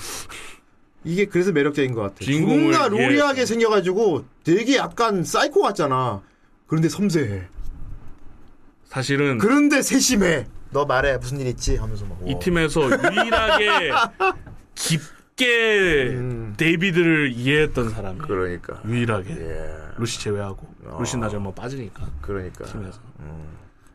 Speaker 5: 이게 그래서 매력적인 것 같아.
Speaker 6: 주인공을
Speaker 5: 존나
Speaker 6: 이해해.
Speaker 5: 로리하게 생겨가지고 되게 약간 사이코 같잖아. 그런데 섬세해.
Speaker 6: 사실은
Speaker 5: 그런데 세심해. 너 말해 무슨 일 있지 하면서 막.
Speaker 6: 이
Speaker 5: 와.
Speaker 6: 팀에서 유일하게 깊게 데이비드를 이해했던 사람이
Speaker 5: 음. 그러니까.
Speaker 6: 유일하게
Speaker 5: 예.
Speaker 6: 루시 제외하고
Speaker 5: 아.
Speaker 6: 루시 나중에 한번 빠지니까
Speaker 5: 그러니까.
Speaker 6: 팀에서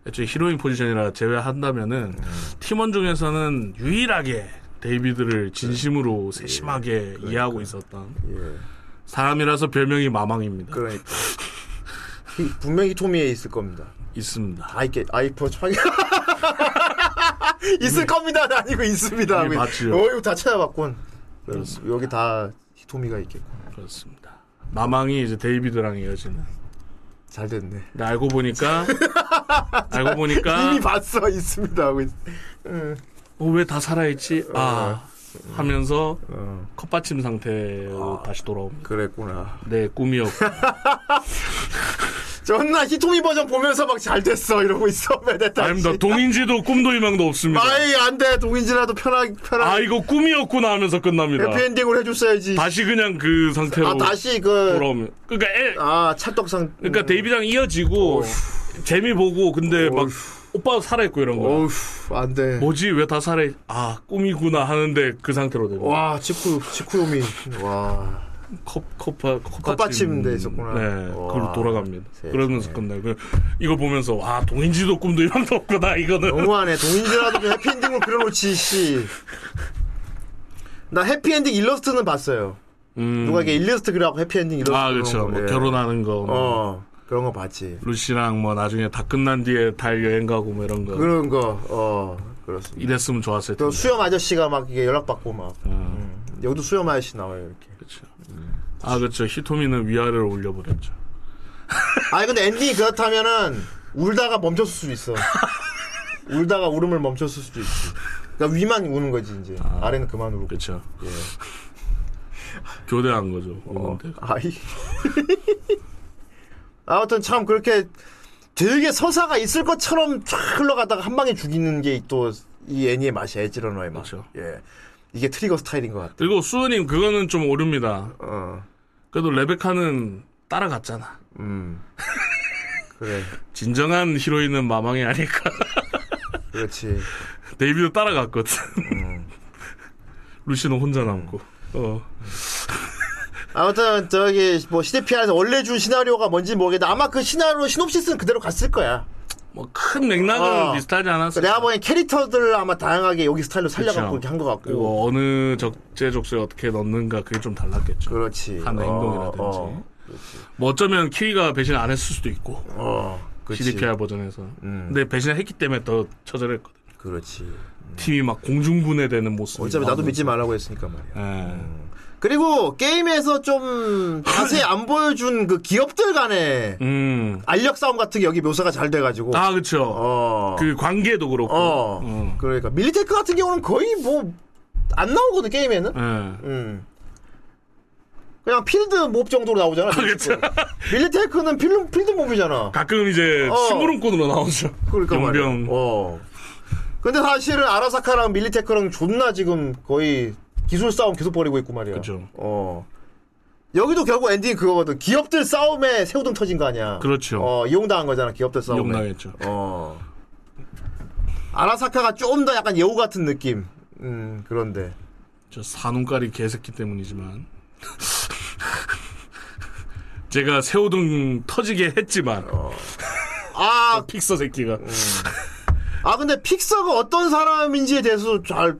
Speaker 6: 애초에 히로인 포지션이라 제외한다면은
Speaker 5: 음.
Speaker 6: 팀원 중에서는 유일하게
Speaker 5: 네.
Speaker 6: 데이비드를 진심으로 세심하게 이해하고 있었던
Speaker 5: 예.
Speaker 6: 사람이라서 별명이 마망입니다.
Speaker 5: 그러니까. 이- 분명히 토미에 있을 겁니다.
Speaker 6: 있습니다.
Speaker 5: 아이게 아이퍼 창 있을 겁니다. 아니고 있습니다.
Speaker 6: 이미
Speaker 5: 하고
Speaker 6: 봤지요.
Speaker 5: 어 이거 다 찾아봤군. 여기 다 토미가 있겠군.
Speaker 6: 그렇습니다. 마망이 이제 데이비드랑 이어지는.
Speaker 5: 잘 됐네.
Speaker 6: 근데 알고 보니까 알고 보니까 어,
Speaker 5: 이미 봤어 있습니다 하고 있...
Speaker 6: 왜 다 살아있지?
Speaker 5: 어.
Speaker 6: 아 하면서 컵받침
Speaker 5: 아.
Speaker 6: 상태로 다시 돌아옵니다.
Speaker 5: 그랬구나.
Speaker 6: 내 꿈이었고
Speaker 5: 존나 히토미 버전 보면서 막 잘 됐어 이러고 있어 메데타.
Speaker 9: 아닙니다. 동인지도 꿈도 희망도 없습니다.
Speaker 5: 아이 안돼 동인지라도 편하게 편하게.
Speaker 9: 아 이거 꿈이었구나 하면서 끝납니다.
Speaker 5: 해피엔딩으로 해줬어야지.
Speaker 9: 다시 그냥 그 상태로
Speaker 5: 아 다시 그
Speaker 9: 돌아오면. 그러니까 애,
Speaker 5: 아 찰떡상.
Speaker 9: 그러니까 데이비랑 이어지고 재미 보고 근데 막 오빠 살아있고 이런 거.
Speaker 5: 어. 어휴 안돼.
Speaker 9: 뭐. 뭐지 왜 다 살아? 아 꿈이구나 하는데 그 상태로 되고.
Speaker 5: 와 치쿠 치쿠요미 와.
Speaker 9: 컵, 컵,
Speaker 5: 컵받침 돼 있었구나.
Speaker 9: 네,
Speaker 5: 와.
Speaker 9: 그걸 돌아갑니다.
Speaker 5: 세상에.
Speaker 9: 그러면서 끝나요. 그- 이거 보면서, 와, 동인지도 꿈도 이만도 없구나, 이거는.
Speaker 5: 너무하네. 동인지라도 좀 해피엔딩으로 그려놓지, 씨. 나 해피엔딩 일러스트는 봤어요.
Speaker 6: 음.
Speaker 5: 누가 이게 일러스트 그려갖고 해피엔딩 일러스트.
Speaker 6: 아
Speaker 5: 그런
Speaker 6: 그렇죠.
Speaker 5: 거,
Speaker 6: 뭐
Speaker 5: 예.
Speaker 6: 결혼하는 거. 뭐
Speaker 5: 어, 그런 거 봤지.
Speaker 6: 루시랑 뭐 나중에 다 끝난 뒤에 달 여행 가고 뭐 이런 거.
Speaker 5: 그런 거, 어, 그렇습니다.
Speaker 6: 이랬으면 좋았을
Speaker 5: 또
Speaker 6: 텐데.
Speaker 5: 수염 아저씨가 막 이게 연락받고 막.
Speaker 6: 아.
Speaker 5: 음. 여기도 수염 아저씨 나와요, 이렇게.
Speaker 6: 그렇죠. 아 그렇죠. 히토미는 위아래를 올려버렸죠.
Speaker 5: 아니, 근데 엔딩이 그렇다면은, 울다가 멈췄을 수도 있어. 울다가 울음을 멈췄을 수도 있지. 그러니까 위만 우는 거지, 이제. 아. 래는 그만 울고.
Speaker 6: 그렇죠.
Speaker 5: 예.
Speaker 6: 교대한 거죠.
Speaker 5: 어,
Speaker 6: 오는데.
Speaker 5: 아이. 아무튼 참 그렇게 되게 서사가 있을 것처럼 쫙 흘러가다가 한 방에 죽이는 게 또 이 애니의 맛이 에지러너의 맛.
Speaker 6: 그렇죠.
Speaker 5: 예. 이게 트리거 스타일인 것 같아.
Speaker 6: 그리고 수호님 그거는 좀 오릅니다.
Speaker 5: 어.
Speaker 6: 그래도 레베카는 따라갔잖아.
Speaker 5: 음. 그래.
Speaker 6: 진정한 히로인은 마망이 아닐까.
Speaker 5: 그렇지.
Speaker 6: 데이비도 따라갔거든.
Speaker 5: 음.
Speaker 6: 루시는 혼자 남고. 어.
Speaker 5: 아무튼 저기 뭐 시대피아에서 원래 준 시나리오가 뭔지 모르겠는데 아마 그 시나리오 시놉시스는 그대로 갔을 거야.
Speaker 6: 뭐 큰 맥락은
Speaker 5: 어.
Speaker 6: 비슷하지 않았어.
Speaker 5: 내가 보기엔 캐릭터들 아마 다양하게 여기 스타일로 살려갖고
Speaker 6: 그쵸.
Speaker 5: 이렇게 한 것 같고.
Speaker 6: 그리고 어느 적재적소에 어떻게 넣는가 그게 좀 달랐겠죠.
Speaker 5: 그렇지.
Speaker 6: 하는
Speaker 5: 어,
Speaker 6: 행동이라든지.
Speaker 5: 어,
Speaker 6: 뭐 어쩌면 키리가 배신 안 했을 수도 있고.
Speaker 5: 어. 그렇지.
Speaker 6: CDPR 버전에서.
Speaker 5: 음.
Speaker 6: 근데 배신했기 때문에 더 처절했거든.
Speaker 5: 그렇지.
Speaker 6: 팀이 막 공중분해되는 모습.
Speaker 5: 어차피 나도 믿지 말라고 했으니까 말이야.
Speaker 6: 예.
Speaker 5: 그리고 게임에서 좀 자세히 안 보여준 그 기업들 간의
Speaker 6: 음.
Speaker 5: 알력 싸움 같은 게 여기 묘사가 잘 돼가지고.
Speaker 6: 아, 그쵸.
Speaker 5: 어.
Speaker 6: 그 관계도 그렇고.
Speaker 5: 어.
Speaker 6: 어.
Speaker 5: 그러니까 밀리테크 같은 경우는 거의 뭐 안 나오거든 게임에는.
Speaker 6: 예.
Speaker 5: 음. 그냥 필드 몹 정도로 나오잖아.
Speaker 6: 그쵸.
Speaker 5: 밀리테크는 필드, 필드 몹이잖아.
Speaker 6: 가끔 이제
Speaker 5: 어.
Speaker 6: 심부름꾼으로 나오죠.
Speaker 5: 그러니까
Speaker 6: 용병.
Speaker 5: 말이야. 어. 근데 사실은 아라사카랑 밀리테크랑 존나 지금 거의 기술 싸움 계속 벌이고 있고 말이야.
Speaker 6: 그죠.
Speaker 5: 어. 여기도 결국 엔딩이 그거거든. 기업들 싸움에 새우등 터진 거 아니야.
Speaker 6: 그렇죠.
Speaker 5: 어, 이용당한 거잖아. 기업들 싸움에.
Speaker 6: 이용당했죠.
Speaker 5: 어. 아라사카가 좀 더 약간 여우 같은 느낌. 음, 그런데.
Speaker 6: 저 산운가리 개새끼 때문이지만 제가 새우등 터지게 했지만
Speaker 5: 어. 아,
Speaker 6: 픽서 새끼가
Speaker 5: 아 근데 픽서가 어떤 사람인지에 대해서 잘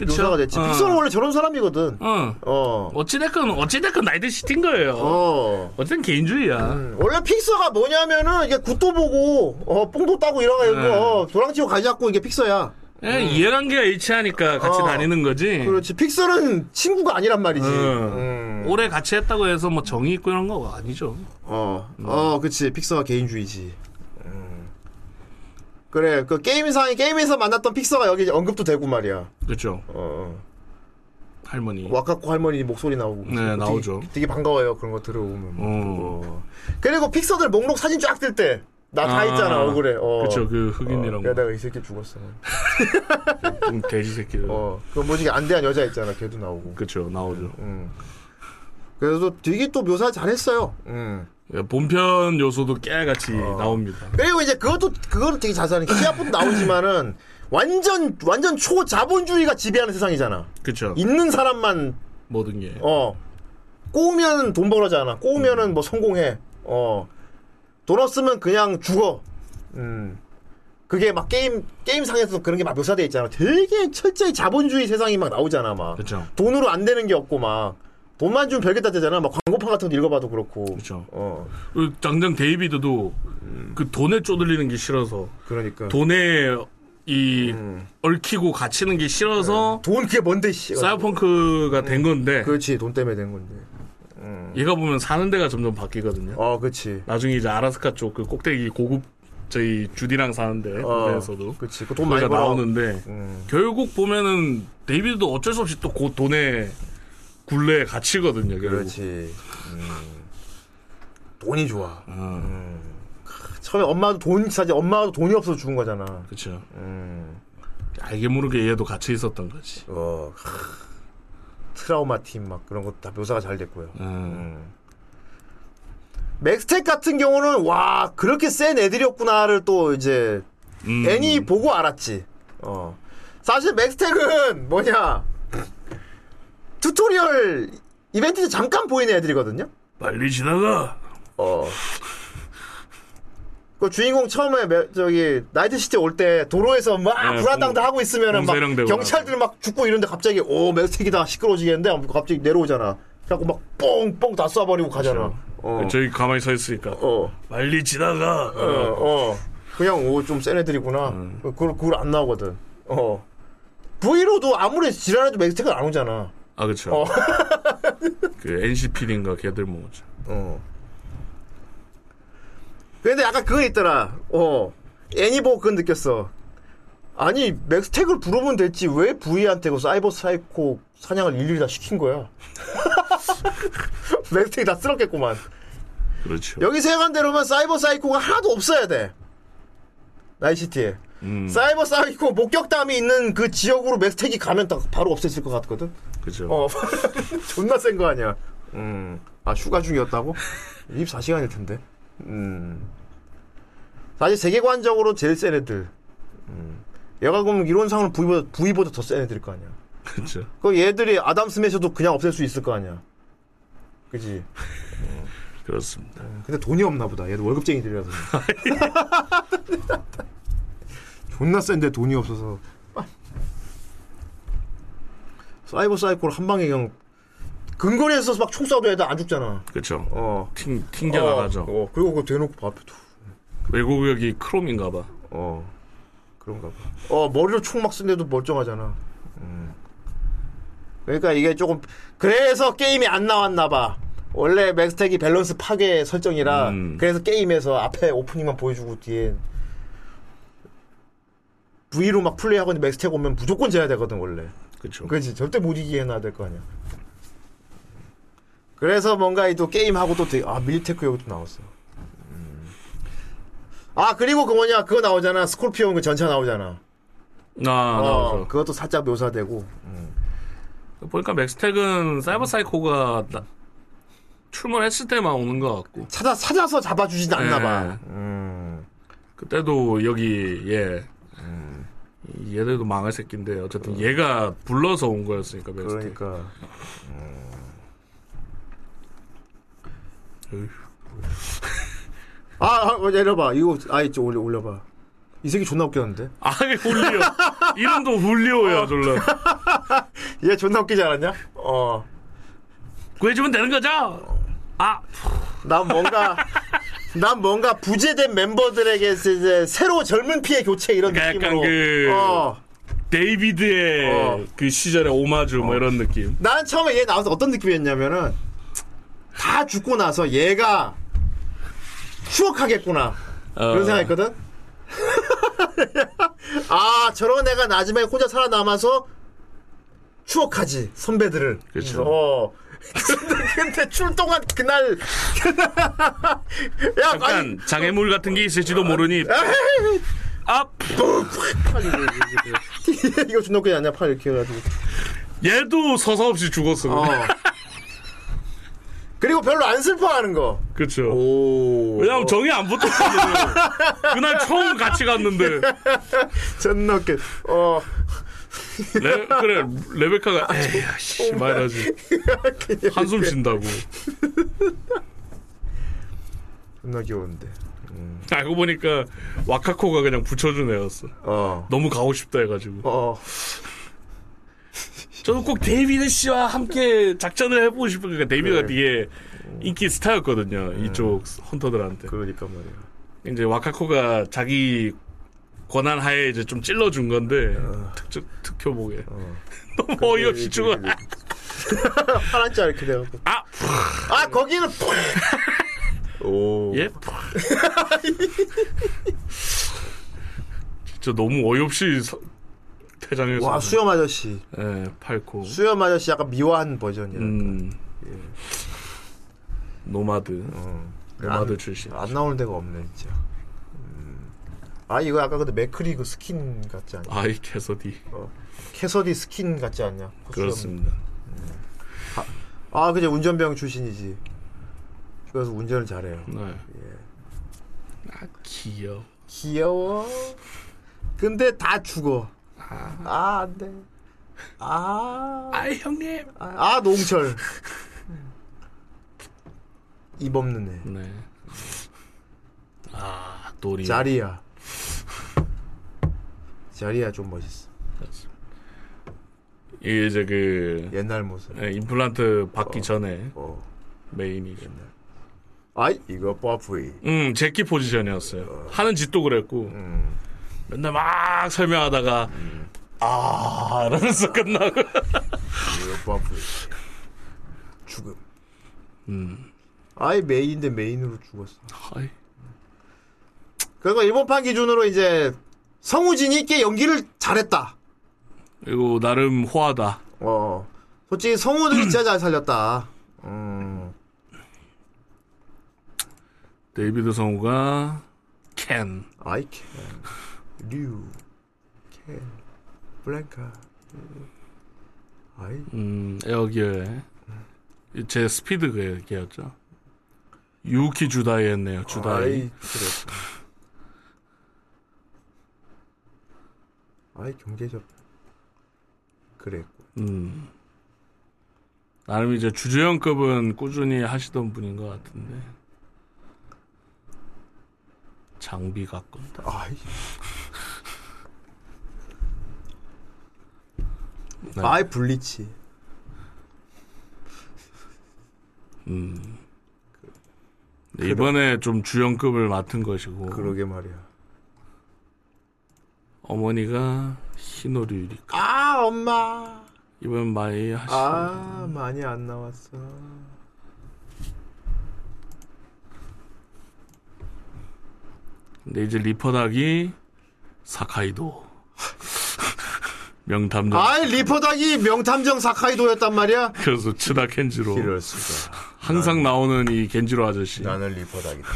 Speaker 5: 묘사가 됐지. 픽서는 원래 저런 사람이거든.
Speaker 6: 어.
Speaker 5: 어.
Speaker 6: 어찌됐건 어찌됐건 나이드 시티인 거예요.
Speaker 5: 어.
Speaker 6: 어쨌든 개인주의야.
Speaker 5: 원래 픽서가 뭐냐면은 이게 굿도 보고 어 뽕도 따고 이런
Speaker 6: 네.
Speaker 5: 거 어, 도랑치고 가지고 이게 픽서야.
Speaker 6: 예, 이해관계가 일치하니까 같이
Speaker 5: 어.
Speaker 6: 다니는 거지.
Speaker 5: 그렇지 픽서는 친구가 아니란 말이지.
Speaker 6: 어.
Speaker 5: 음.
Speaker 6: 오래 같이 했다고 해서 뭐 정이 있고 이런 거 아니죠.
Speaker 5: 어, 어, 그치 픽서가 개인주의지. 음. 그래 그 게임상이 게임에서 만났던 픽서가 여기 이제 언급도 되고 말이야.
Speaker 6: 그렇죠.
Speaker 5: 어,
Speaker 6: 할머니.
Speaker 5: 와카코 할머니 목소리 나오고.
Speaker 6: 네,
Speaker 5: 되게-
Speaker 6: 나오죠.
Speaker 5: 되게 반가워요 그런 거 들어오면.
Speaker 6: 어.
Speaker 5: 어. 그리고 픽서들 목록 사진 쫙 뜰 때. 나 다
Speaker 6: 아.
Speaker 5: 있잖아 얼굴에. 어.
Speaker 6: 그렇죠. 그
Speaker 5: 어,
Speaker 6: 흑인이랑
Speaker 5: 야 내가 이 새끼 죽었어.
Speaker 6: 좀 돼지 새끼들.
Speaker 5: 어, 그 뭐지 안 대한 여자 있잖아. 걔도 나오고.
Speaker 6: 그렇죠. 나오죠.
Speaker 5: 음. 그래서 되게 또 묘사 잘했어요. 음.
Speaker 6: 본편 요소도 깨같이
Speaker 5: 어.
Speaker 6: 나옵니다.
Speaker 5: 그리고 이제 그것도 그거는 되게 자세하게 키아프도 나오지만은 완전 완전 초자본주의가 지배하는 세상이잖아.
Speaker 6: 그렇죠.
Speaker 5: 있는 사람만
Speaker 6: 모든 게.
Speaker 5: 어 꼬우면 돈 벌어잖아. 꼬우면은 뭐 성공해. 어. 돈 없으면 그냥 죽어. 음. 그게 막 게임 게임상에서 그런 게 막 묘사돼 있잖아. 되게 철저히 자본주의 세상이 막 나오잖아, 막.
Speaker 6: 그렇죠.
Speaker 5: 돈으로 안 되는 게 없고 막 돈만 주면 별게 다 되잖아. 막 광고판 같은 거 읽어봐도 그렇고.
Speaker 6: 그쵸.
Speaker 5: 어,
Speaker 6: 그리고 당장 데이비드도
Speaker 5: 음.
Speaker 6: 그 돈에 쪼들리는 게 싫어서
Speaker 5: 그러니까 돈,
Speaker 6: 돈에 이
Speaker 5: 음.
Speaker 6: 얽히고 갇히는 게 싫어서
Speaker 5: 그게 뭔데 씨.
Speaker 6: 사이버펑크가 된 건데
Speaker 5: 그렇지 돈 때문에 된 건데.
Speaker 6: 얘가 보면 사는 데가 점점 바뀌거든요.
Speaker 5: 어, 그렇지.
Speaker 6: 나중에 이제 아라스카 쪽 그 꼭대기 고급 저희 주디랑 사는데
Speaker 5: 어,
Speaker 6: 그에서도
Speaker 5: 그렇지. 그돈 많이
Speaker 6: 거기가
Speaker 5: 벌어.
Speaker 6: 나오는데
Speaker 5: 음.
Speaker 6: 결국 보면은 데이비드도 어쩔 수 없이 또그 곧 돈에 굴레에 갇히거든요. 결국.
Speaker 5: 그렇지. 음. 돈이 좋아. 음. 크, 처음에 엄마도 돈 사실 엄마도 돈이 없어서 죽은 거잖아.
Speaker 6: 그렇죠.
Speaker 5: 음.
Speaker 6: 알게 모르게 얘도 같이 있었던 거지.
Speaker 5: 어, 크, 트라우마 팀 막 그런 것도 다 묘사가 잘 됐고요. 음. 맥스텍 같은 경우는 와 그렇게 센 애들이었구나를 또 이제
Speaker 6: 음.
Speaker 5: 애니 보고 알았지. 어. 사실 맥스텍은 뭐냐 튜토리얼 이벤트에서 잠깐 보이는 애들이거든요.
Speaker 6: 빨리 지나가.
Speaker 5: 어. 그 주인공 처음에 매- 저기 나이트 시티 올 때 도로에서 막
Speaker 6: 네,
Speaker 5: 불화당도 하고 있으면은 막
Speaker 6: 봉쇄령 되고
Speaker 5: 경찰들 막 죽고 이런데 갑자기 오 맥스텍이다 시끄러워지겠는데 하면서 갑자기 내려오잖아. 그래갖고 막 뽕뽕 다 쏴버리고 가잖아. 어.
Speaker 6: 그렇죠.
Speaker 9: 저기 가만히 서 있으니까.
Speaker 6: 빨리 지나가.
Speaker 5: 어, 어. 그냥 오 좀 센 애들이구나.
Speaker 6: 네.
Speaker 5: 그걸 그걸 안 나오거든. 어. V로도 아무리 지랄해도 맥스텍은 안 오잖아.
Speaker 6: 아 그렇죠.
Speaker 5: 어.
Speaker 6: 그 NCP인가 걔들 뭐 모으죠.
Speaker 5: 어. 근데 약간 그거 있더라. 어. 애니보 그건 느꼈어. 아니, 맥스택을 부르면 됐지. 왜 V한테 그 사이버 사이코 사냥을 일일이 다 시킨 거야? 맥스택이 다 쓸었겠구만.
Speaker 6: 그렇죠.
Speaker 5: 여기 생각한 대로면 사이버 사이코가 하나도 없어야 돼. 나이시티에.
Speaker 6: 음,
Speaker 5: 사이버 사이코 목격담이 있는 그 지역으로 맥스택이 가면 딱 바로 없어질 것 같거든?
Speaker 6: 그죠.
Speaker 5: 어, 존나 센 거 아니야. 음. 아, 휴가 중이었다고? 24시간일 텐데. 음. 사실 세계관적으로 제일 센 애들. 음. 얘가 그럼 이론상으로 V보다, V보다 더 센 애들일 거 아니야.
Speaker 6: 그죠.
Speaker 5: 그 얘들이 아담 스매셔도 그냥 없앨 수 있을 거 아니야. 그지?
Speaker 6: 그렇습니다.
Speaker 5: 근데 돈이 없나 보다. 얘도 월급쟁이들이라서. 존나 센데 돈이 없어서. 사이버 사이코를 한 방에 그냥 근거리에서 막 총 쏴도 애들 안 죽잖아.
Speaker 6: 그죠.
Speaker 5: 어.
Speaker 6: 튕 튕겨 나가죠.
Speaker 5: 어, 어, 그리고 그거 대놓고 봐, 앞에 두.
Speaker 6: 외국역이 크롬인가봐.
Speaker 5: 어. 그런가 봐. 어, 머리로 총 막 쓴데도 멀쩡하잖아. 음. 그러니까 이게 조금 그래서 게임이 안 나왔나 봐. 원래 맥스텍이 밸런스 파괴 설정이라
Speaker 6: 음.
Speaker 5: 그래서 게임에서 앞에 오프닝만 보여주고 뒤에 V로 막 플레이하고 있는 맥스텍 오면 무조건 져야 되거든 원래.
Speaker 6: 그죠.
Speaker 5: 그렇지 절대 못 이기게 해놔야 될 거 아니야. 그래서 뭔가 이 또 게임하고 또 되게 아 밀테크 여기 또 나왔어. 음. 아 그리고 그 뭐냐 그거 나오잖아 스콜피온 그 전차 나오잖아.
Speaker 6: 아,
Speaker 5: 어,
Speaker 6: 나오죠.
Speaker 5: 그것도 살짝 묘사되고. 어.
Speaker 6: 보니까 맥스텍은 사이버 사이코가 나- 출몰했을 때만 오는 것 같고
Speaker 5: 찾아 찾아서 잡아주진 않나
Speaker 6: 예.
Speaker 5: 봐. 음.
Speaker 6: 그때도 여기 예
Speaker 5: 음.
Speaker 6: 얘들도 망할 새끼인데 어쨌든 얘가 불러서 온 거였으니까 맥스텍
Speaker 5: 그러니까
Speaker 6: 어휴.
Speaker 5: 아, 아 어, 내려봐 이거 아이 좀 올려 올려봐 이 새끼 존나 웃겼는데
Speaker 6: 아니 훌리오 이름도
Speaker 5: 어.
Speaker 6: 훌리오야 졸라
Speaker 5: 얘 존나 웃기지 않았냐 어난
Speaker 6: 구해주면 되는
Speaker 5: 어.
Speaker 6: 거죠? 아
Speaker 5: 뭔가 난 뭔가 부재된 멤버들에게 이제 새로 젊은 피의 교체 이런
Speaker 6: 약간
Speaker 5: 느낌으로
Speaker 6: 그-
Speaker 5: 어.
Speaker 6: 데이비드의
Speaker 5: 어.
Speaker 6: 그 시절의 오마주 뭐 이런 느낌
Speaker 5: 난 처음에 얘 나와서 어떤 느낌이었냐면은 다 죽고 나서 얘가 추억하겠구나
Speaker 6: 어.
Speaker 5: 그런 생각했거든. 아 저런 애가 나중에 혼자 살아남아서 추억하지 선배들을.
Speaker 6: 그쵸.
Speaker 5: 어. 근데, 근데 출동한 그날 야 아니 어.
Speaker 6: 약간 장애물 같은 게 있을지도 모르니 아
Speaker 5: 이거 존나 그냥 아니야 팔 이렇게 해가지고.
Speaker 6: 얘도 서서 없이 죽었어
Speaker 5: 어. 그리고 별로 안 슬퍼하는 거.
Speaker 6: 그쵸
Speaker 5: 오.
Speaker 6: 왜냐면 그렇죠. 정이 안 붙었거든. 그날 처음 같이 갔는데
Speaker 5: 존나 웃겨. 어.
Speaker 6: 레, 그래 레베카가 에이 씨 말하지 한숨 쉰다고.
Speaker 5: 존나 귀여운데.
Speaker 6: 알고 보니까 와카코가 그냥 붙여준 애였어.
Speaker 5: 어.
Speaker 6: 너무 가고 싶다 해가지고.
Speaker 5: 어.
Speaker 6: 저도 꼭 데이비드 씨와 함께 작전을 해보고 싶은 그러니까 데이비드가
Speaker 5: 네.
Speaker 6: 되게 인기 스타였거든요. 이쪽 헌터들한테.
Speaker 5: 그러니까 말이야.
Speaker 6: 이제 와카코가 자기 권한 하에 이제 좀 찔러준 건데
Speaker 5: 어.
Speaker 6: 특, 특효보게 너무 어이없이 죽어.
Speaker 5: 파란자 이렇게 돼갖고.
Speaker 6: 아!
Speaker 5: 아, 거기는 오. 뭐.
Speaker 6: 예? 진짜 너무 어이없이 서- 퇴장해서.
Speaker 5: 와, 수염 아저씨.
Speaker 6: 예, 팔코.
Speaker 5: 수염 음. 아저씨 약간 미화한 버전이야. 어.
Speaker 6: 음. 노마드. 로마드
Speaker 5: 안-
Speaker 6: 출신.
Speaker 5: 안 나오는 데가 없네 진짜. 음. 아 이거 아까 근데 맥크리 그 스킨 같지 않냐?
Speaker 6: 아이 캐서디.
Speaker 5: 어. 캐서디 스킨 같지 않냐? 코스염.
Speaker 6: 그렇습니다.
Speaker 5: 아 그제 운전병 출신이지. 그래서 운전을 잘해요.
Speaker 6: 네.
Speaker 5: 예.
Speaker 6: 아 귀여워.
Speaker 5: 귀여워. 근데 다 죽어. 아, 안 돼. 아.
Speaker 6: 아 형님.
Speaker 5: 아, 농철. 입 없는 애.
Speaker 6: 네. 아 도리.
Speaker 5: 자리야. 자리야 좀 멋있어.
Speaker 6: 이게 이제 그
Speaker 5: 옛날 모습.
Speaker 6: 예, 임플란트 받기 전에
Speaker 5: 어.
Speaker 6: 메인이죠.
Speaker 5: 아이, 이거 뽀아프이.
Speaker 6: 음 제키 포지션이었어요. 하는 짓도 그랬고
Speaker 5: 음.
Speaker 6: 맨날 막 설명하다가 음. 아 이러면서 끝나고.
Speaker 5: 이거 뽀아프이. 죽음.
Speaker 6: 음.
Speaker 5: 아이, 메인인데 메인으로 죽었어.
Speaker 6: 아이.
Speaker 5: 그리고 일본판 기준으로 이제 성우진이 꽤 연기를 잘했다.
Speaker 6: 그리고 나름 호하다.
Speaker 5: 어. 솔직히 성우들이 진짜 잘 살렸다. 음.
Speaker 6: 데이비드 성우가 켄.
Speaker 5: I can. 류. can. 블랭카. 아이.
Speaker 6: 음, 에어기어의 제 스피드 그 얘기였죠. 유키 주다이 했네요. 주다이.
Speaker 5: 아이. 그랬어. 아이 경제적. 그랬고.
Speaker 6: 음. 나름 이제 주주연급은 꾸준히 하시던 분인 것 같은데. 장비 가꾼다.
Speaker 5: 아이.
Speaker 6: 네.
Speaker 5: 아이 블리치.
Speaker 6: 음. 근데 이번에 좀 주연급을 맡은 것이고
Speaker 5: 그러게 말이야.
Speaker 6: 어머니가 히노리 유리카
Speaker 5: 아 엄마.
Speaker 6: 이번 많이 하시고
Speaker 5: 아 많이 안 나왔어.
Speaker 6: 근데 이제 리퍼닥이 사카이도 명탐정
Speaker 5: 아이 리포닥이 명탐정 사카이도였단 말이야.
Speaker 6: 그래서 츠다 켄지로
Speaker 5: 이럴 수가.
Speaker 6: 항상 나오는 이 겐지로 아저씨
Speaker 5: 나는 리포닥이다.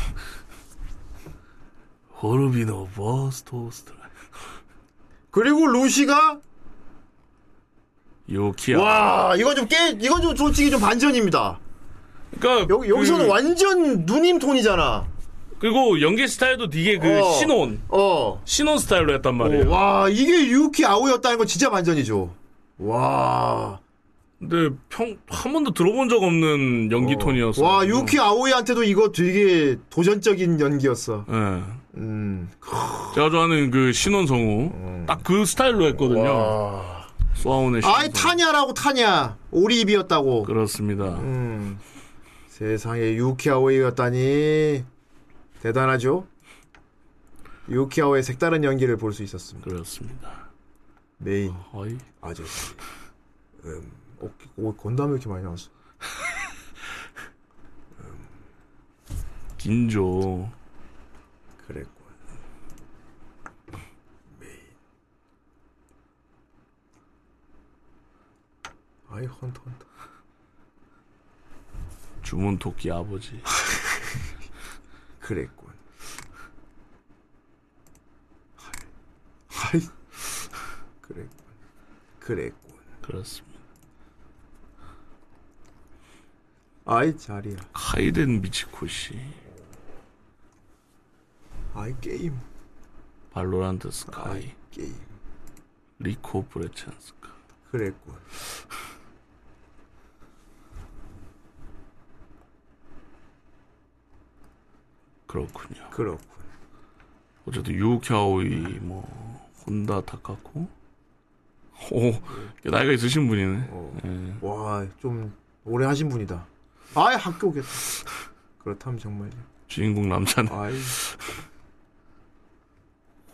Speaker 6: 호르비노 버스토스트라
Speaker 5: 그리고 루시가
Speaker 6: 요키야
Speaker 5: 와 이건 좀 깨, 이건 좀 솔직히 좀 반전입니다.
Speaker 6: 그러니까
Speaker 5: 여기 여기서는
Speaker 6: 그,
Speaker 5: 완전 누님 톤이잖아.
Speaker 6: 그리고 연기 스타일도 되게 그
Speaker 5: 어.
Speaker 6: 신혼
Speaker 5: 어.
Speaker 6: 신혼 스타일로 했단 말이에요
Speaker 5: 오, 와 이게 유키 아오였다는 건 진짜 반전이죠. 와.
Speaker 6: 근데 평 한 번도 들어본 적 없는 연기 톤이었어
Speaker 5: 와 유키 아오이한테도 이거 되게 도전적인 연기였어.
Speaker 6: 예
Speaker 5: 음.
Speaker 6: 제가 좋아하는 그 신혼 성우 딱 그 스타일로 했거든요
Speaker 5: 와.
Speaker 6: 소아온의 신혼
Speaker 5: 아이
Speaker 6: 성우.
Speaker 5: 타냐라고 타냐 오리입이었다고.
Speaker 6: 그렇습니다
Speaker 5: 음. 세상에 유키 아오이였다니 대단하죠. 유키 아오의 색다른 연기를 볼 수 있었습니다.
Speaker 6: 그렇습니다
Speaker 5: 메인.
Speaker 6: 어이
Speaker 5: 아저씨. 음, 어, 어, 건담 왜 이렇게 많이 나왔어?
Speaker 6: 긴조
Speaker 5: 그랬고. 메인. 아이, 헌터, 헌터.
Speaker 6: 주문 토끼 아버지
Speaker 5: 그랬군. 하이. 하이. 그랬군. 그랬군.
Speaker 6: 그렇습니다.
Speaker 5: 아이, 자리야.
Speaker 6: 카이덴 미치코 씨,
Speaker 5: 아이, 게임.
Speaker 6: 발로란트 스카이,
Speaker 5: 게임.
Speaker 6: 리코 브레찬스카,
Speaker 5: 그랬군.
Speaker 6: 그렇군요.
Speaker 5: 그렇군.
Speaker 6: 어쨌든 유키아오이, 뭐 혼다 타카코, 오 나이가 있으신 분이네. 예.
Speaker 5: 와, 좀 오래 하신 분이다. 아이, 학교 오겠다. 그렇다면 정말.
Speaker 6: 주인공 남자는
Speaker 5: 아이.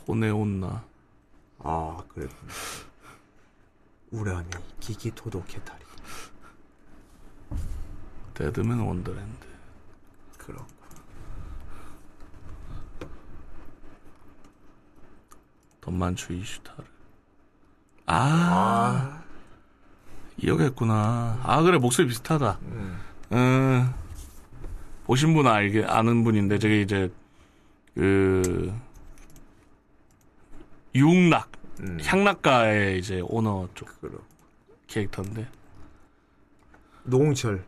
Speaker 6: 혼에 혼나.
Speaker 5: 아, 그랬군. 우라미, 기기토도 케타리.
Speaker 6: 데드맨 원더랜드.
Speaker 5: 그렇군.
Speaker 6: 덤만추 이슈타르. 아, 이어겠구나. 아 그래 목소리 비슷하다. 음. 오신 분 알게 아는 분인데 저게 이제 그 유흥락
Speaker 5: 네.
Speaker 6: 향락가의 이제 오너 쪽 캐릭터인데
Speaker 5: 노홍철.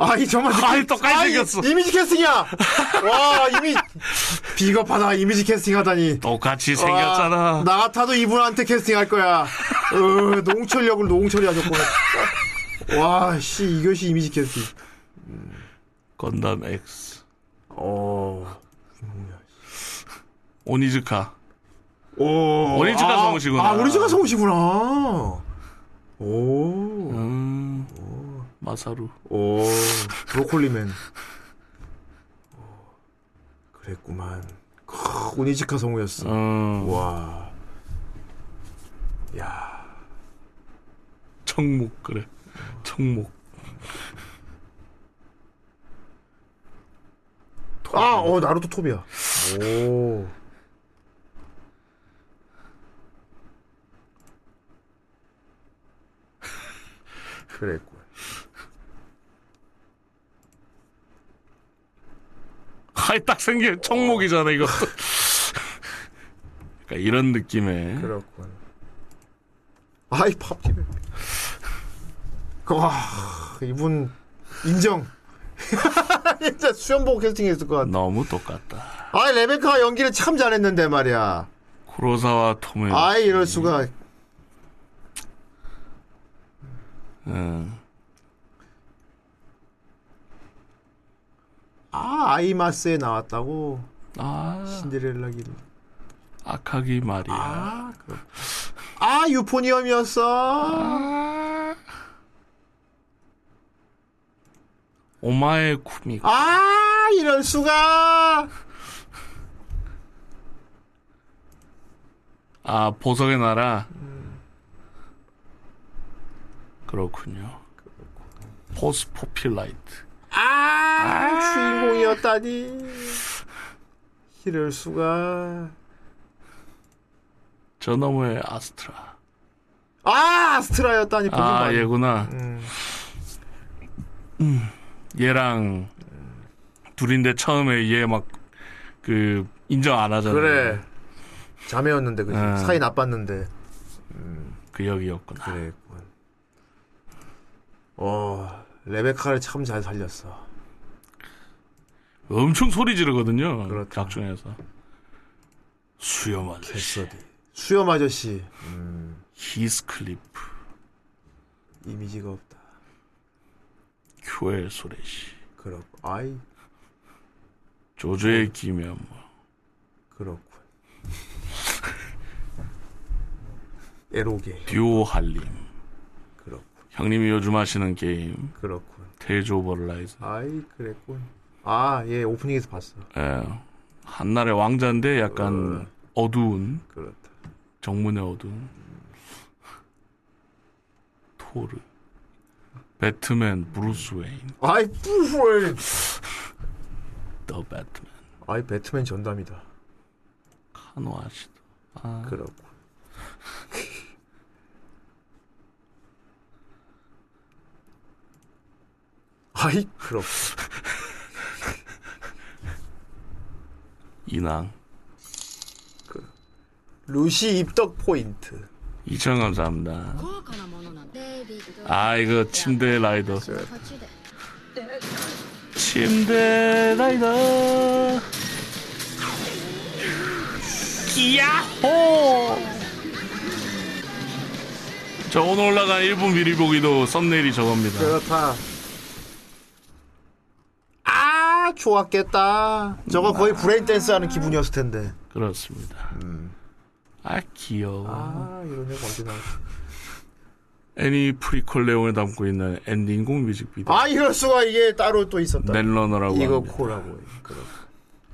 Speaker 5: 아, 이 정말
Speaker 6: 아이, 똑같이
Speaker 5: 아이,
Speaker 6: 생겼어.
Speaker 5: 이미지 캐스팅이야. 와, 이미 비겁하다. 이미지 캐스팅하다니.
Speaker 6: 어, 똑같이
Speaker 5: 와,
Speaker 6: 생겼잖아.
Speaker 5: 나 같아도 이분한테 캐스팅할 거야. 어, 노홍철 역을 노홍철이 하셨구나. 와, 씨, 이것이 이미지 캐스팅.
Speaker 6: 건담 X
Speaker 5: 어,
Speaker 6: 오니즈카
Speaker 5: 오,
Speaker 6: 오니즈카
Speaker 5: 아,
Speaker 6: 성우시구나.
Speaker 5: 아, 오니즈카 성우시구나. 오,
Speaker 6: 음, 마사루
Speaker 5: 오, 브로콜리맨. 오, 그랬구만. 크, 오니즈카 성우였어.
Speaker 6: 음,
Speaker 5: 와, 야,
Speaker 6: 청목 그래
Speaker 5: 어.
Speaker 6: 청목
Speaker 5: 아, 어, 나루토 톱이야. 오, 그랬구만.
Speaker 6: 아이 딱 생긴 청목이잖아 이거 그러니까 이런 느낌의
Speaker 5: 그렇군. 아이 팝티백. 와 이분 인정. 진짜 수염보고 캐스팅했을 것 같아.
Speaker 6: 너무 똑같다
Speaker 5: 아 레베카 연기를 참 잘했는데 말이야.
Speaker 6: 쿠로사와 토메
Speaker 5: 아이 이럴 수가.
Speaker 6: 음.
Speaker 5: 아 아이마스에 나왔다고
Speaker 6: 아
Speaker 5: 신데렐라 길.
Speaker 6: 아카기 말이야
Speaker 5: 아 그렇군. 아 유포니엄이었어.
Speaker 6: 아. 오마의 쿠미
Speaker 5: 아 이럴 수가.
Speaker 6: 아 보석의 나라
Speaker 5: 음.
Speaker 6: 그렇군요 포스포필라이트
Speaker 5: 아 주인공이었다니. 이럴 수가.
Speaker 6: 저너머의 아스트라
Speaker 5: 아 아스트라였다니 보기
Speaker 6: 아
Speaker 5: 많이.
Speaker 6: 얘구나
Speaker 5: 음.
Speaker 6: 얘랑
Speaker 5: 음.
Speaker 6: 둘인데 처음에 얘 막 그 인정 안 하잖아
Speaker 5: 그래. 자매였는데 그지
Speaker 6: 응.
Speaker 5: 사이 나빴는데
Speaker 6: 그 역이었구나
Speaker 5: 그랬군. 어 레베카를 참 잘 살렸어.
Speaker 6: 엄청 소리 지르거든요
Speaker 5: 그렇죠.
Speaker 6: 작중에서 수염 아저씨
Speaker 5: 수염 아저씨
Speaker 6: 히스클리프
Speaker 5: 이미지가 없다.
Speaker 6: 큐엘 소레시
Speaker 5: 그렇 아이 음.
Speaker 6: 조조의 김현모
Speaker 5: 그렇군. 에로게
Speaker 6: 듀오 할림
Speaker 5: 그렇군
Speaker 6: 형님이 요즘 하시는 게임
Speaker 5: 그렇군.
Speaker 6: 테이즈 오브 라이즈
Speaker 5: 아이 그랬군. 아 예 오프닝에서 봤어.
Speaker 6: 예. 한날의 왕자인데 약간 어두운
Speaker 5: 그렇다.
Speaker 6: 정문의 어두운 토르 배트맨 브루스 웨인
Speaker 5: 아이 뿌
Speaker 6: 더 배트맨
Speaker 5: 아이 배트맨 전담이다.
Speaker 6: 카노아시도
Speaker 5: 그렇군. 아이 그렇군.
Speaker 6: 인왕
Speaker 5: 루시 입덕 포인트.
Speaker 6: 이천 감사합니다
Speaker 10: 高価なものなんだ
Speaker 11: ベイビーと
Speaker 6: 아 이거 침대 라이더
Speaker 11: 途中で
Speaker 6: 침대 라이더 야호 저 오늘 올라간 1분 미리 보기도 썸네일이 저겁니다
Speaker 5: 그렇다. 아 좋았겠다. 저거 거의 브레인 댄스 하는 기분이었을 텐데.
Speaker 6: 그렇습니다.
Speaker 5: 음.
Speaker 6: 아 귀여워.
Speaker 5: 아 이런 얘기 언제 나왔지?
Speaker 6: 애니 프리퀄 내용을 담고 있는 엔딩곡 뮤직비디오.
Speaker 5: 아 이럴 수가 이게 따로 또 있었다.
Speaker 6: 멜러너라고
Speaker 5: 이거
Speaker 6: 합니다.
Speaker 5: 코라고. 그렇.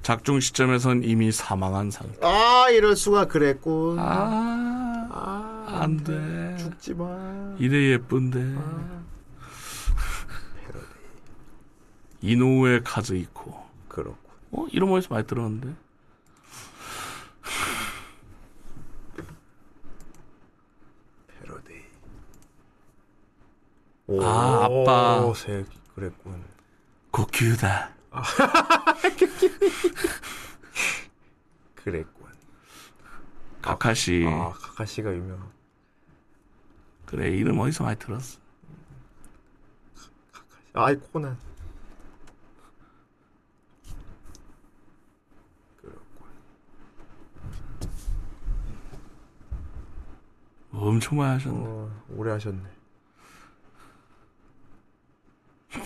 Speaker 6: 작중 시점에선 이미 사망한 상태.
Speaker 5: 아 이럴 수가 그랬군.
Speaker 6: 아,
Speaker 5: 아,
Speaker 6: 안 돼.
Speaker 5: 죽지 마.
Speaker 6: 이래 예쁜데. 이노우의 카즈이코.
Speaker 5: 그렇군.
Speaker 6: 어 이런 말에서 많이 들었는데.
Speaker 5: 패러데이. 오,
Speaker 6: 아, 아빠.
Speaker 5: 색 그랬군.
Speaker 6: 고큐다.
Speaker 5: 그랬군.
Speaker 6: 카카시.
Speaker 5: 아, 카카시가 유명한.
Speaker 6: 그래 이름 어디서 많이 들었어?
Speaker 5: 아이, 코난.
Speaker 6: 엄청 많이 하셨네.
Speaker 5: 어, 오래 하셨네.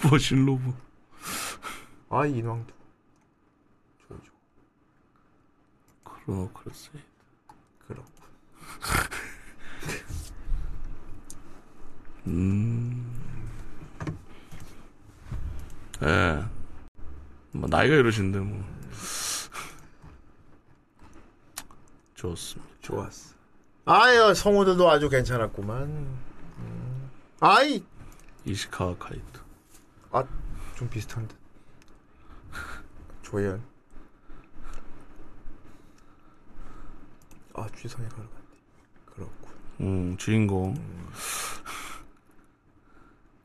Speaker 6: 버신 로브.
Speaker 5: 아이, 인왕도.
Speaker 6: 크로노 크로스.
Speaker 5: 그렇군.
Speaker 6: 음. 예. 뭐 나이가 이러신데 뭐. 좋습니다.
Speaker 5: 좋았어. 아유, 성우들도 아주 괜찮았구만. 음. 아이!
Speaker 6: 이시카와 카이토.
Speaker 5: 아, 좀 비슷한데. 조연. 아, 취성이 가려갔네. 그렇군.
Speaker 6: 음, 주인공.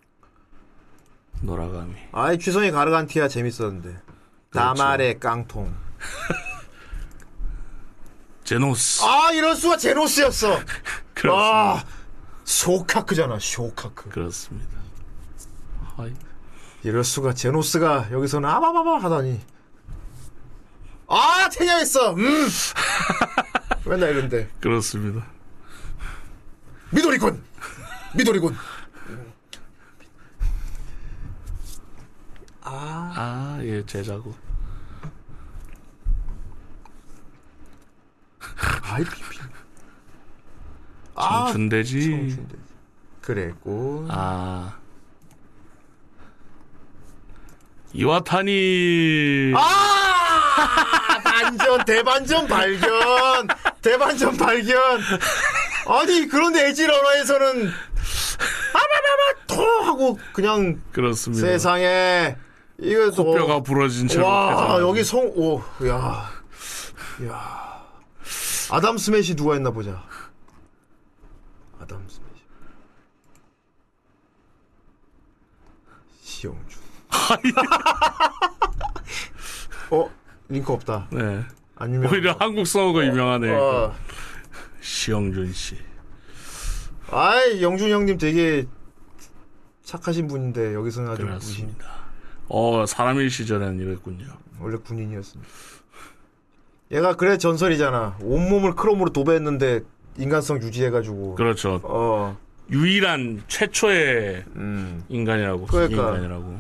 Speaker 6: 노라가미.
Speaker 5: 아이, 취성이 가르간티야 재밌었는데. 다말의 깡통.
Speaker 6: 제노스.
Speaker 5: 아, 이럴 수가 제노스였어.
Speaker 6: 그렇습니다.
Speaker 5: 아, 쇼카크잖아, 쇼카크.
Speaker 6: 그렇습니다. 하이.
Speaker 5: 이럴 수가 제노스가 여기서는 아바바바 하다니. 아, 태냐했어. 음. 맨날 이런데.
Speaker 6: 그렇습니다.
Speaker 5: 미도리군. 미도리군.
Speaker 6: 아, 예, 제자고.
Speaker 5: 아이 비비. 아,
Speaker 6: 청춘대지.
Speaker 5: 그랬고.
Speaker 6: 아. 이와타니.
Speaker 5: 아! 반전, 대반전 발견. 대반전 발견. 아니, 그런데 에지 러너에서는 아바바바 토 하고 그냥
Speaker 6: 그렇습니다.
Speaker 5: 세상에 이거 또-
Speaker 6: 뼈가 부러진 채로.
Speaker 5: 와
Speaker 6: 계산하는.
Speaker 5: 여기 성오야 야. 아담 스매시 누가 했나 보자. 아담 스매시. 시영준. 어 링크 없다.
Speaker 6: 네.
Speaker 5: 안 유명.
Speaker 6: 오히려 한국 성우가 유명하네요. 그
Speaker 5: 어,
Speaker 6: 시영준 씨.
Speaker 5: 아이 영준 형님 되게 착하신 분인데 여기서는 아주 무신.
Speaker 6: 그렇습니다. 어, 사람일 시절에는 이랬군요.
Speaker 5: 원래 군인이었습니다. 얘가 그래 전설이잖아. 온몸을 크롬으로 도배했는데 인간성 유지해가지고.
Speaker 6: 그렇죠.
Speaker 5: 어.
Speaker 6: 유일한 최초의
Speaker 5: 음.
Speaker 6: 인간이라고.
Speaker 5: 그러니까.
Speaker 6: 인간이라고.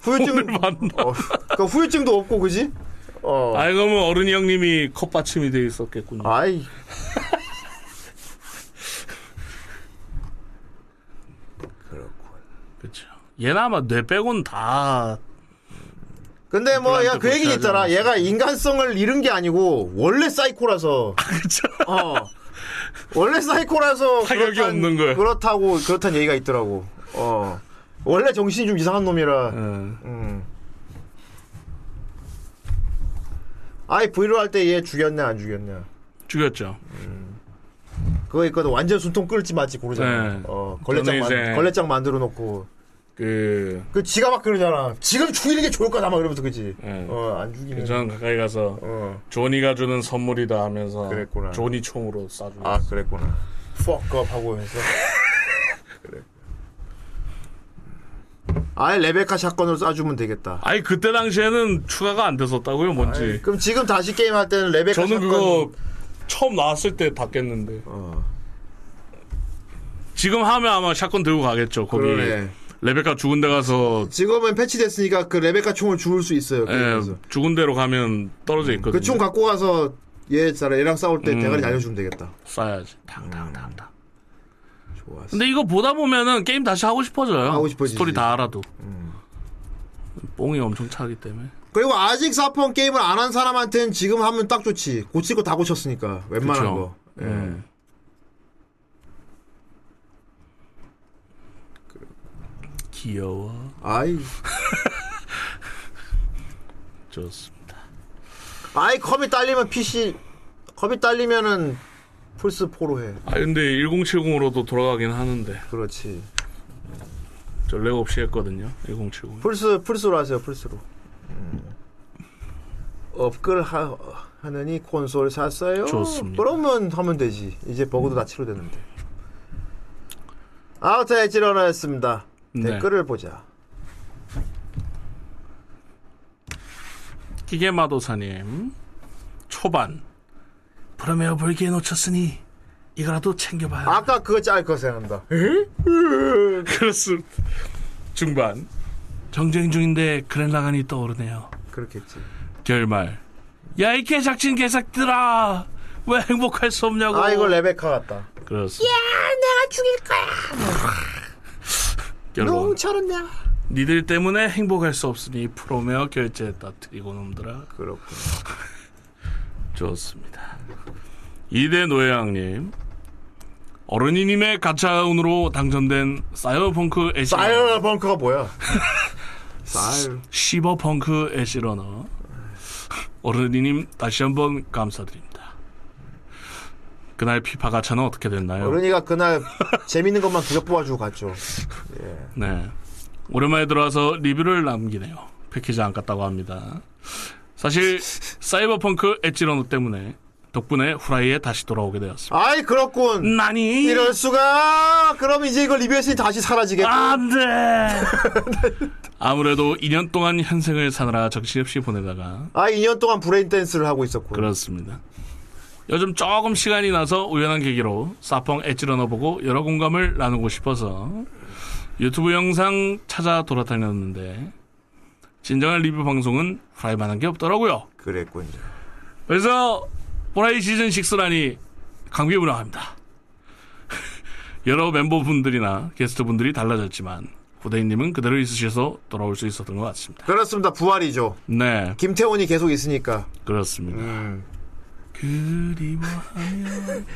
Speaker 5: 후유증.
Speaker 6: 맞나?
Speaker 5: 어, 그러니까 후유증도 없고 그지? 어.
Speaker 6: 아, 그러면 어른이 형님이 컵받침이 돼 있었겠군요.
Speaker 5: 아이.
Speaker 6: 그렇죠. 얘는 아마 뇌 빼곤 다
Speaker 5: 근데 뭐 야 그
Speaker 6: 그렇게
Speaker 5: 얘기
Speaker 6: 하지
Speaker 5: 있잖아.
Speaker 6: 않았어요.
Speaker 5: 얘가 인간성을 잃은 게 아니고 원래 사이코라서. 어. 원래 사이코라서
Speaker 6: 타격이
Speaker 5: 그렇단-
Speaker 6: 없는 거야.
Speaker 5: 그렇다고 그렇단 얘기가 있더라고. 어. 원래 정신이 좀 이상한 놈이라.
Speaker 6: 예.
Speaker 5: 음. 아이 브이로 할 때 얘 죽였냐 안 죽였냐
Speaker 6: 죽였죠.
Speaker 5: 그거 있거든 완전 순통 끌지 말지 고르잖아
Speaker 6: 네.
Speaker 5: 어, 걸레장
Speaker 6: 저는
Speaker 5: 만,
Speaker 6: 이제-
Speaker 5: 걸레장 만들어 놓고
Speaker 6: 그,
Speaker 5: 그 지가 막 그러잖아 지금 죽이는 게 좋을 거다 막 이러면서 그지
Speaker 6: 네.
Speaker 5: 어안 죽이면
Speaker 6: 저는 가까이 가서
Speaker 5: 어.
Speaker 6: 조니가 주는 선물이다 하면서
Speaker 5: 그랬구나.
Speaker 6: 조니 총으로 쏴주고
Speaker 5: 아 그랬구나 fuck up 하고 해서 그래. 아예 레베카 샷건으로 쏴주면 되겠다
Speaker 6: 아니 그때 당시에는 추가가 안 됐었다고요 뭔지
Speaker 5: 그럼 지금 다시 게임 할 때는 레베카
Speaker 6: 저는
Speaker 5: 샷건
Speaker 6: 그거 처음 나왔을 때 닫겠는데
Speaker 5: 어.
Speaker 6: 지금 하면 아마 샷건 들고 가겠죠 거기
Speaker 5: 그러네.
Speaker 6: 레베카 죽은 데 가서
Speaker 5: 지금은 패치됐으니까 그 레베카 총을 죽을 수 있어요
Speaker 6: 예,
Speaker 5: 게임에서.
Speaker 6: 죽은 데로 가면 떨어져 있거든요
Speaker 5: 네, 그 총 갖고 가서 얘 사람 얘랑 싸울 때
Speaker 6: 음.
Speaker 5: 대가리 날려주면 되겠다.
Speaker 6: 쏴야지
Speaker 5: 음.
Speaker 6: 탕탕탕탕
Speaker 5: 좋았어.
Speaker 6: 근데 이거 보다 보면은 게임 다시 하고 싶어져요
Speaker 5: 하고 싶어지지. 음.
Speaker 6: 스토리 다 알아도 뽕이 엄청 차기 때문에
Speaker 5: 그리고 아직 사펑 게임을 안 한 사람한테는 지금 하면 딱 좋지. 고칠 거 다 고쳤으니까 웬만한
Speaker 6: 그쵸.
Speaker 5: 거. 예.
Speaker 6: 음. 귀여워
Speaker 5: 아이,
Speaker 6: 좋습니다
Speaker 5: 아이 컵이 딸리면 PC 컵이 딸리면은 플스 4로 해.
Speaker 6: 아 근데 1070으로도 돌아가긴 하는데
Speaker 5: 그렇지.
Speaker 6: 저 렉 없이 했거든요. 1070.
Speaker 5: 플스 플스로 하세요 플스로. 음. 업글 하, 하느니 콘솔 샀어요.
Speaker 6: 좋습니다. 음.
Speaker 5: 그러면 하면 되지. 이제 버그도 다 치료되는데. 아우터 엣지를 하였습니다.
Speaker 6: 네.
Speaker 5: 댓글을 보자.
Speaker 6: 기계마도사님 초반 프로메어 볼기에 놓쳤으니 이거라도 챙겨봐요.
Speaker 5: 아까 그거 짤거 생각한다.
Speaker 6: 그렇습니다. 중반 정쟁 중인데 그랜라간이 떠오르네요.
Speaker 5: 그렇겠지.
Speaker 6: 결말 야 이 개작진 개작들아 왜 행복할 수 없냐고.
Speaker 5: 아 이거 레베카 같다.
Speaker 6: 그렇습니다.
Speaker 3: 내가 죽일 거야.
Speaker 6: 결론
Speaker 5: 처럼 내가.
Speaker 6: 니들 때문에 행복할 수 없으니 프로메어 결제했다 이고 놈들아
Speaker 5: 그렇군.
Speaker 6: 좋습니다. 이대 노예왕님 어른이님의 가차운으로 당첨된 사이어펑크 애시
Speaker 5: 사이언 펑크가 뭐야? 사이언.
Speaker 6: 시버펑크 애시러너 어른이님 다시 한번 감사드립니다. 그날 피파 가차는 어떻게 됐나요?
Speaker 5: 어른이가 그날 재밌는 것만 두개 뽑아주고 갔죠.
Speaker 6: 네. 오랜만에 들어와서 리뷰를 남기네요. 패키지 안 깠다고 합니다. 사실 사이버펑크 엣지러너 때문에 덕분에 후라이에 다시 돌아오게 되었습니다.
Speaker 5: 아이 그렇군.
Speaker 6: 나니
Speaker 5: 이럴 수가. 그럼 이제 이걸 리뷰했으니 다시 사라지겠군.
Speaker 6: 안돼. 아무래도 2년 동안 현생을 사느라 정신없이 보내다가
Speaker 5: 아, 2년 동안 브레인 댄스를 하고 있었고.
Speaker 6: 그렇습니다. 요즘 조금 시간이 나서 우연한 계기로 사펑 엣지러너 보고 여러 공감을 나누고 싶어서 유튜브 영상 찾아 돌아다녔는데 진정한 리뷰 방송은 후라이만한 게 없더라고요.
Speaker 5: 그랬군요.
Speaker 6: 그래서 보라이 시즌 6라니 강비문화합니다. 여러 멤버분들이나 게스트분들이 달라졌지만 후대인님은 그대로 있으셔서 돌아올 수 있었던 것 같습니다.
Speaker 5: 그렇습니다. 부활이죠.
Speaker 6: 네,
Speaker 5: 김태훈이 계속 있으니까.
Speaker 6: 그렇습니다. 그리워하면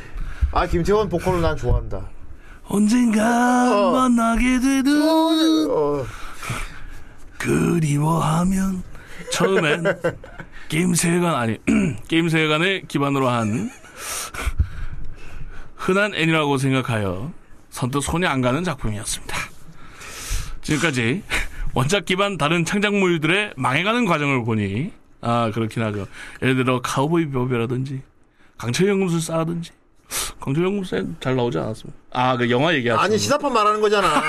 Speaker 5: 아, 김태훈 보컬을 난 좋아한다.
Speaker 6: 언젠가
Speaker 5: 어.
Speaker 6: 만나게 되는
Speaker 5: 어,
Speaker 6: 그리워하면 처음엔 게임세관 아니 게임세관을 기반으로 한 흔한 애니라고 생각하여 선뜻 손이 안 가는 작품이었습니다. 지금까지 원작 기반 다른 창작물들의 망해가는 과정을 보니 아 그렇긴 하죠. 예를 들어 카우보이 벼벼라든지 강철연금술사라든지 강철연금술사 잘 나오지 않았습니다. 아그 영화 얘기하죠.
Speaker 5: 아니, 시사판 말하는 거잖아.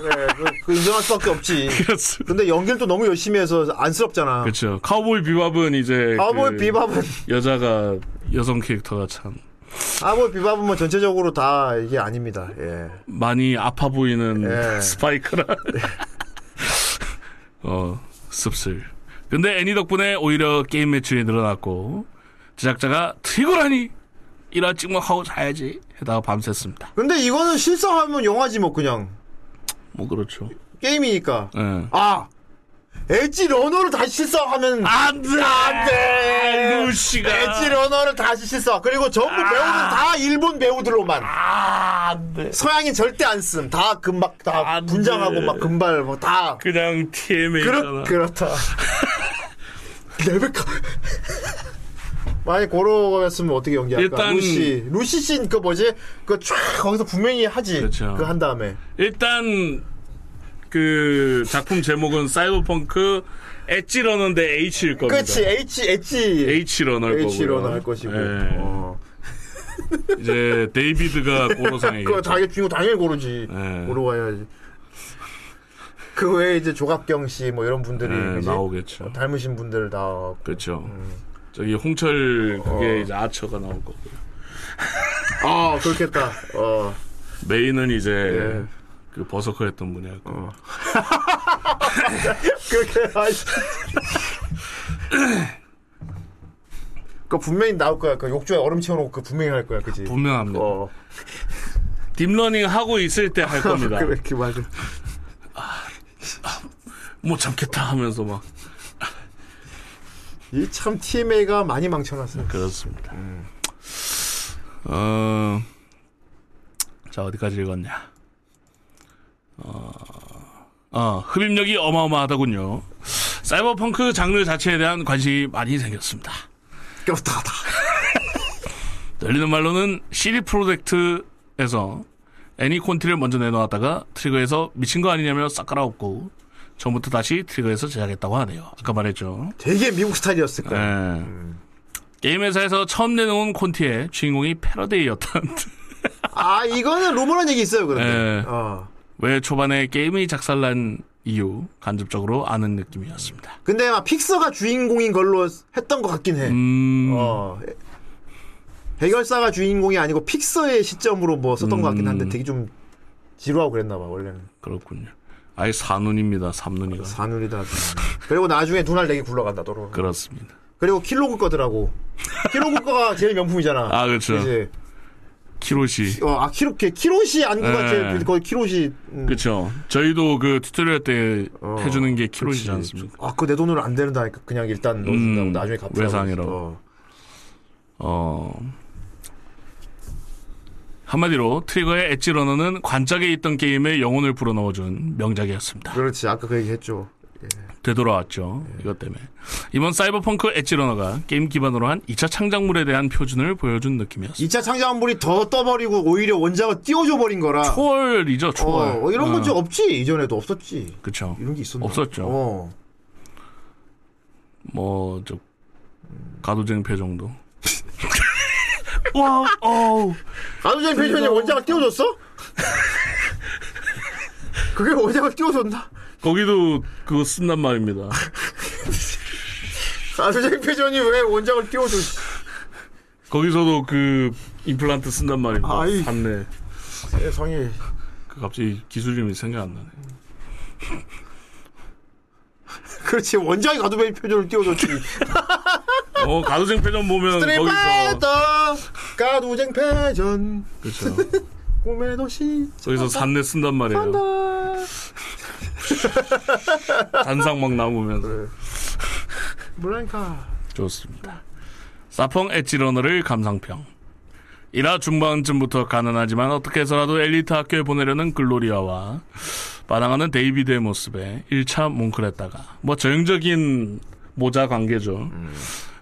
Speaker 5: 네, 그, 그 인정할 수밖에 없지.
Speaker 6: 그렇습니다.
Speaker 5: 근데 연기를 또 너무 열심히 해서 안쓰럽잖아.
Speaker 6: 그렇죠. 카우보이 비밥은 이제
Speaker 5: 아보이 뭐
Speaker 6: 그
Speaker 5: 비밥은,
Speaker 6: 여자가 여성 캐릭터가 참
Speaker 5: 아보이 비밥은 뭐 전체적으로 다 이게 아닙니다. 예.
Speaker 6: 많이 아파 보이는
Speaker 5: 예.
Speaker 6: 스파이크라 어 씁쓸. 근데 애니 덕분에 오히려 게임 매출이 늘어났고 제작자가 트리거라니 일화 찍먹하고 자야지 해다가 밤샜습니다.
Speaker 5: 근데 이거는 실사하면 영화지 뭐 그냥.
Speaker 6: 뭐 그렇죠.
Speaker 5: 게임이니까.
Speaker 6: 예.
Speaker 5: 아! 엣지 러너를 다시 실사하면
Speaker 6: 아, 안돼 아,
Speaker 5: 안돼
Speaker 6: 루시가 아.
Speaker 5: 엣지 러너를 다시 실사 그리고 전부 배우는 다 일본 배우들로만
Speaker 6: 안돼
Speaker 5: 서양인 절대 안 쓴 다 금박 다
Speaker 6: 안 돼.
Speaker 5: 분장하고 막 금발 뭐다
Speaker 6: 그냥 TMA잖아.
Speaker 5: 그렇 그렇다 레베카 만약 고로 거였으면 어떻게 연기할까
Speaker 6: 일단-
Speaker 5: 루시 루시 씬그 뭐지 그쫙 거기서 분명히 하지
Speaker 6: 그렇죠.
Speaker 5: 그 한 다음에
Speaker 6: 일단 그 작품 제목은 사이버펑크 엣지 러너인데 H일 겁니다.
Speaker 5: 그치 H H
Speaker 6: H 러너
Speaker 5: H
Speaker 6: 거고요.
Speaker 5: 러너 할 것이고
Speaker 6: 예.
Speaker 5: 어.
Speaker 6: 이제 데이비드가 고로상에
Speaker 5: 그거 당연히 주인공 당연히 고르지
Speaker 6: 예.
Speaker 5: 보러 가야지. 그 외에 이제 조갑경 씨 뭐 이런 분들이
Speaker 6: 예,
Speaker 5: 그지? 어. 음.
Speaker 6: 나오겠죠.
Speaker 5: 닮으신 분들 다
Speaker 6: 그렇죠. 저기 홍철
Speaker 5: 어.
Speaker 6: 그게 이제 아처가 나올 거고요.
Speaker 5: 아, 그렇겠다. 어.
Speaker 6: 메인은 이제
Speaker 5: 예.
Speaker 6: 그 버서커 했던 분이 할
Speaker 5: 어.
Speaker 6: 거고.
Speaker 5: 그렇게 아이. 그 분명히 나올 거야. 그 욕조에 얼음 채워놓고 그 분명히 할 거야, 그지?
Speaker 6: 분명합니다.
Speaker 5: 어, 아,
Speaker 6: 딥러닝 하고 있을 때할 겁니다.
Speaker 5: 그렇게 맞아.
Speaker 6: 못 참겠다 하면서 막
Speaker 5: 이참 TMA가 많이 망쳐놨어.
Speaker 6: 그렇습니다. 음. 어, 자 어디까지 읽었냐? 어, 어, 흡입력이 어마어마하다군요. 사이버펑크 장르 자체에 대한 관심이 많이 생겼습니다.
Speaker 5: 그렇다다.
Speaker 6: 열리는 말로는 CD 프로젝트에서 애니 콘티를 먼저 내놓았다가 트리거에서 미친 거 아니냐며 싹 깔아엎고 처음부터 다시 트리거에서 제작했다고 하네요. 아까 말했죠.
Speaker 5: 되게 미국 스타일이었을 거야.
Speaker 6: 네. 게임 회사에서 처음 내놓은 콘티의 주인공이 패러데이였던.
Speaker 5: 아 이거는 루머란 얘기 있어요 그런데.
Speaker 6: 네.
Speaker 5: 어.
Speaker 6: 왜 초반에 게임이 작살난 이유 간접적으로 아는 느낌이었습니다.
Speaker 5: 근데 막 픽서가 주인공인 걸로 했던 것 같긴 해.
Speaker 6: 음,
Speaker 5: 네. 어. 해결사가 주인공이 아니고 픽서의 시점으로 뭐 썼던 것 같긴
Speaker 6: 음.
Speaker 5: 한데 되게 좀 지루하고 그랬나 봐 원래는.
Speaker 6: 그렇군요. 아예 산운입니다. 삼눈이가
Speaker 5: 산울이다. 그리고 나중에 눈알 내기 굴러간다 도로.
Speaker 6: 그렇습니다.
Speaker 5: 그리고 킬로그 거더라고. 킬로그 거가 제일 명품이잖아.
Speaker 6: 아 그렇죠.
Speaker 5: 이제
Speaker 6: 키로시.
Speaker 5: 어, 아 키로 키- 키로시 안구가
Speaker 6: 네.
Speaker 5: 제일 거의 키로시. 음.
Speaker 6: 그렇죠. 저희도 그 튜토리얼 때
Speaker 5: 어,
Speaker 6: 해주는 게 키로시지 않습니까?
Speaker 5: 아, 그 내 돈으로 안 되는다니까 그냥 일단 넣어준다고
Speaker 6: 음,
Speaker 5: 나중에 갚으라고.
Speaker 6: 외상이라고.
Speaker 5: 어.
Speaker 6: 어. 한마디로 트리거의 엣지 러너는 관짝에 있던 게임의 영혼을 불어넣어준 명작이었습니다.
Speaker 5: 그렇지, 아까 그 얘기 했죠.
Speaker 6: 되돌아왔죠.
Speaker 5: 예.
Speaker 6: 이것 때문에. 이번 사이버펑크 엣지 러너가 게임 기반으로 한 2차 창작물에 대한 표준을 보여준 느낌이었습니다.
Speaker 5: 2차 창작물이 더 떠버리고 오히려 원작을 띄워줘 버린 거라.
Speaker 6: 초월이죠, 초월.
Speaker 5: 어, 이런 건
Speaker 6: 어,
Speaker 5: 좀 없지 이전에도 없었지.
Speaker 6: 그쵸.
Speaker 5: 이런 게 있었나?
Speaker 6: 없었죠.
Speaker 5: 어.
Speaker 6: 뭐, 저,
Speaker 5: 음.
Speaker 6: 가도쟁패 정도. 와, 어우.
Speaker 5: 가두쟁 패션이 원작을 띄워줬어? 그게 원작을 띄워줬나?
Speaker 6: 거기도 그거 쓴단 말입니다.
Speaker 5: 가두쟁 패션이 왜 원작을 띄워줬어?
Speaker 6: 거기서도 그 임플란트 쓴단 말입니다.
Speaker 5: 아이.
Speaker 6: 샀네.
Speaker 5: 세상에.
Speaker 6: 그 갑자기 기술 이름이 생각 안 나네.
Speaker 5: 그렇지, 원작이 가두쟁 패션을 띄워줬지.
Speaker 6: 어, 가도쟁 패전 보면 거기서
Speaker 5: 트리파이터 가두쟁 패션
Speaker 6: 그렇죠.
Speaker 5: 꿈의 도시
Speaker 6: 거기서 산내 쓴단 말이에요.
Speaker 5: 산다.
Speaker 6: 단상 막 남으면서
Speaker 5: 블랭카.
Speaker 6: 좋습니다. 사펑 엣지러너를 감상평. 이라 중반쯤부터 가난하지만 어떻게 해서라도 엘리트 학교에 보내려는 글로리아와 반항하는 데이비드의 모습에 1차 뭉클했다가 뭐 전형적인 모자 관계죠.
Speaker 5: 음.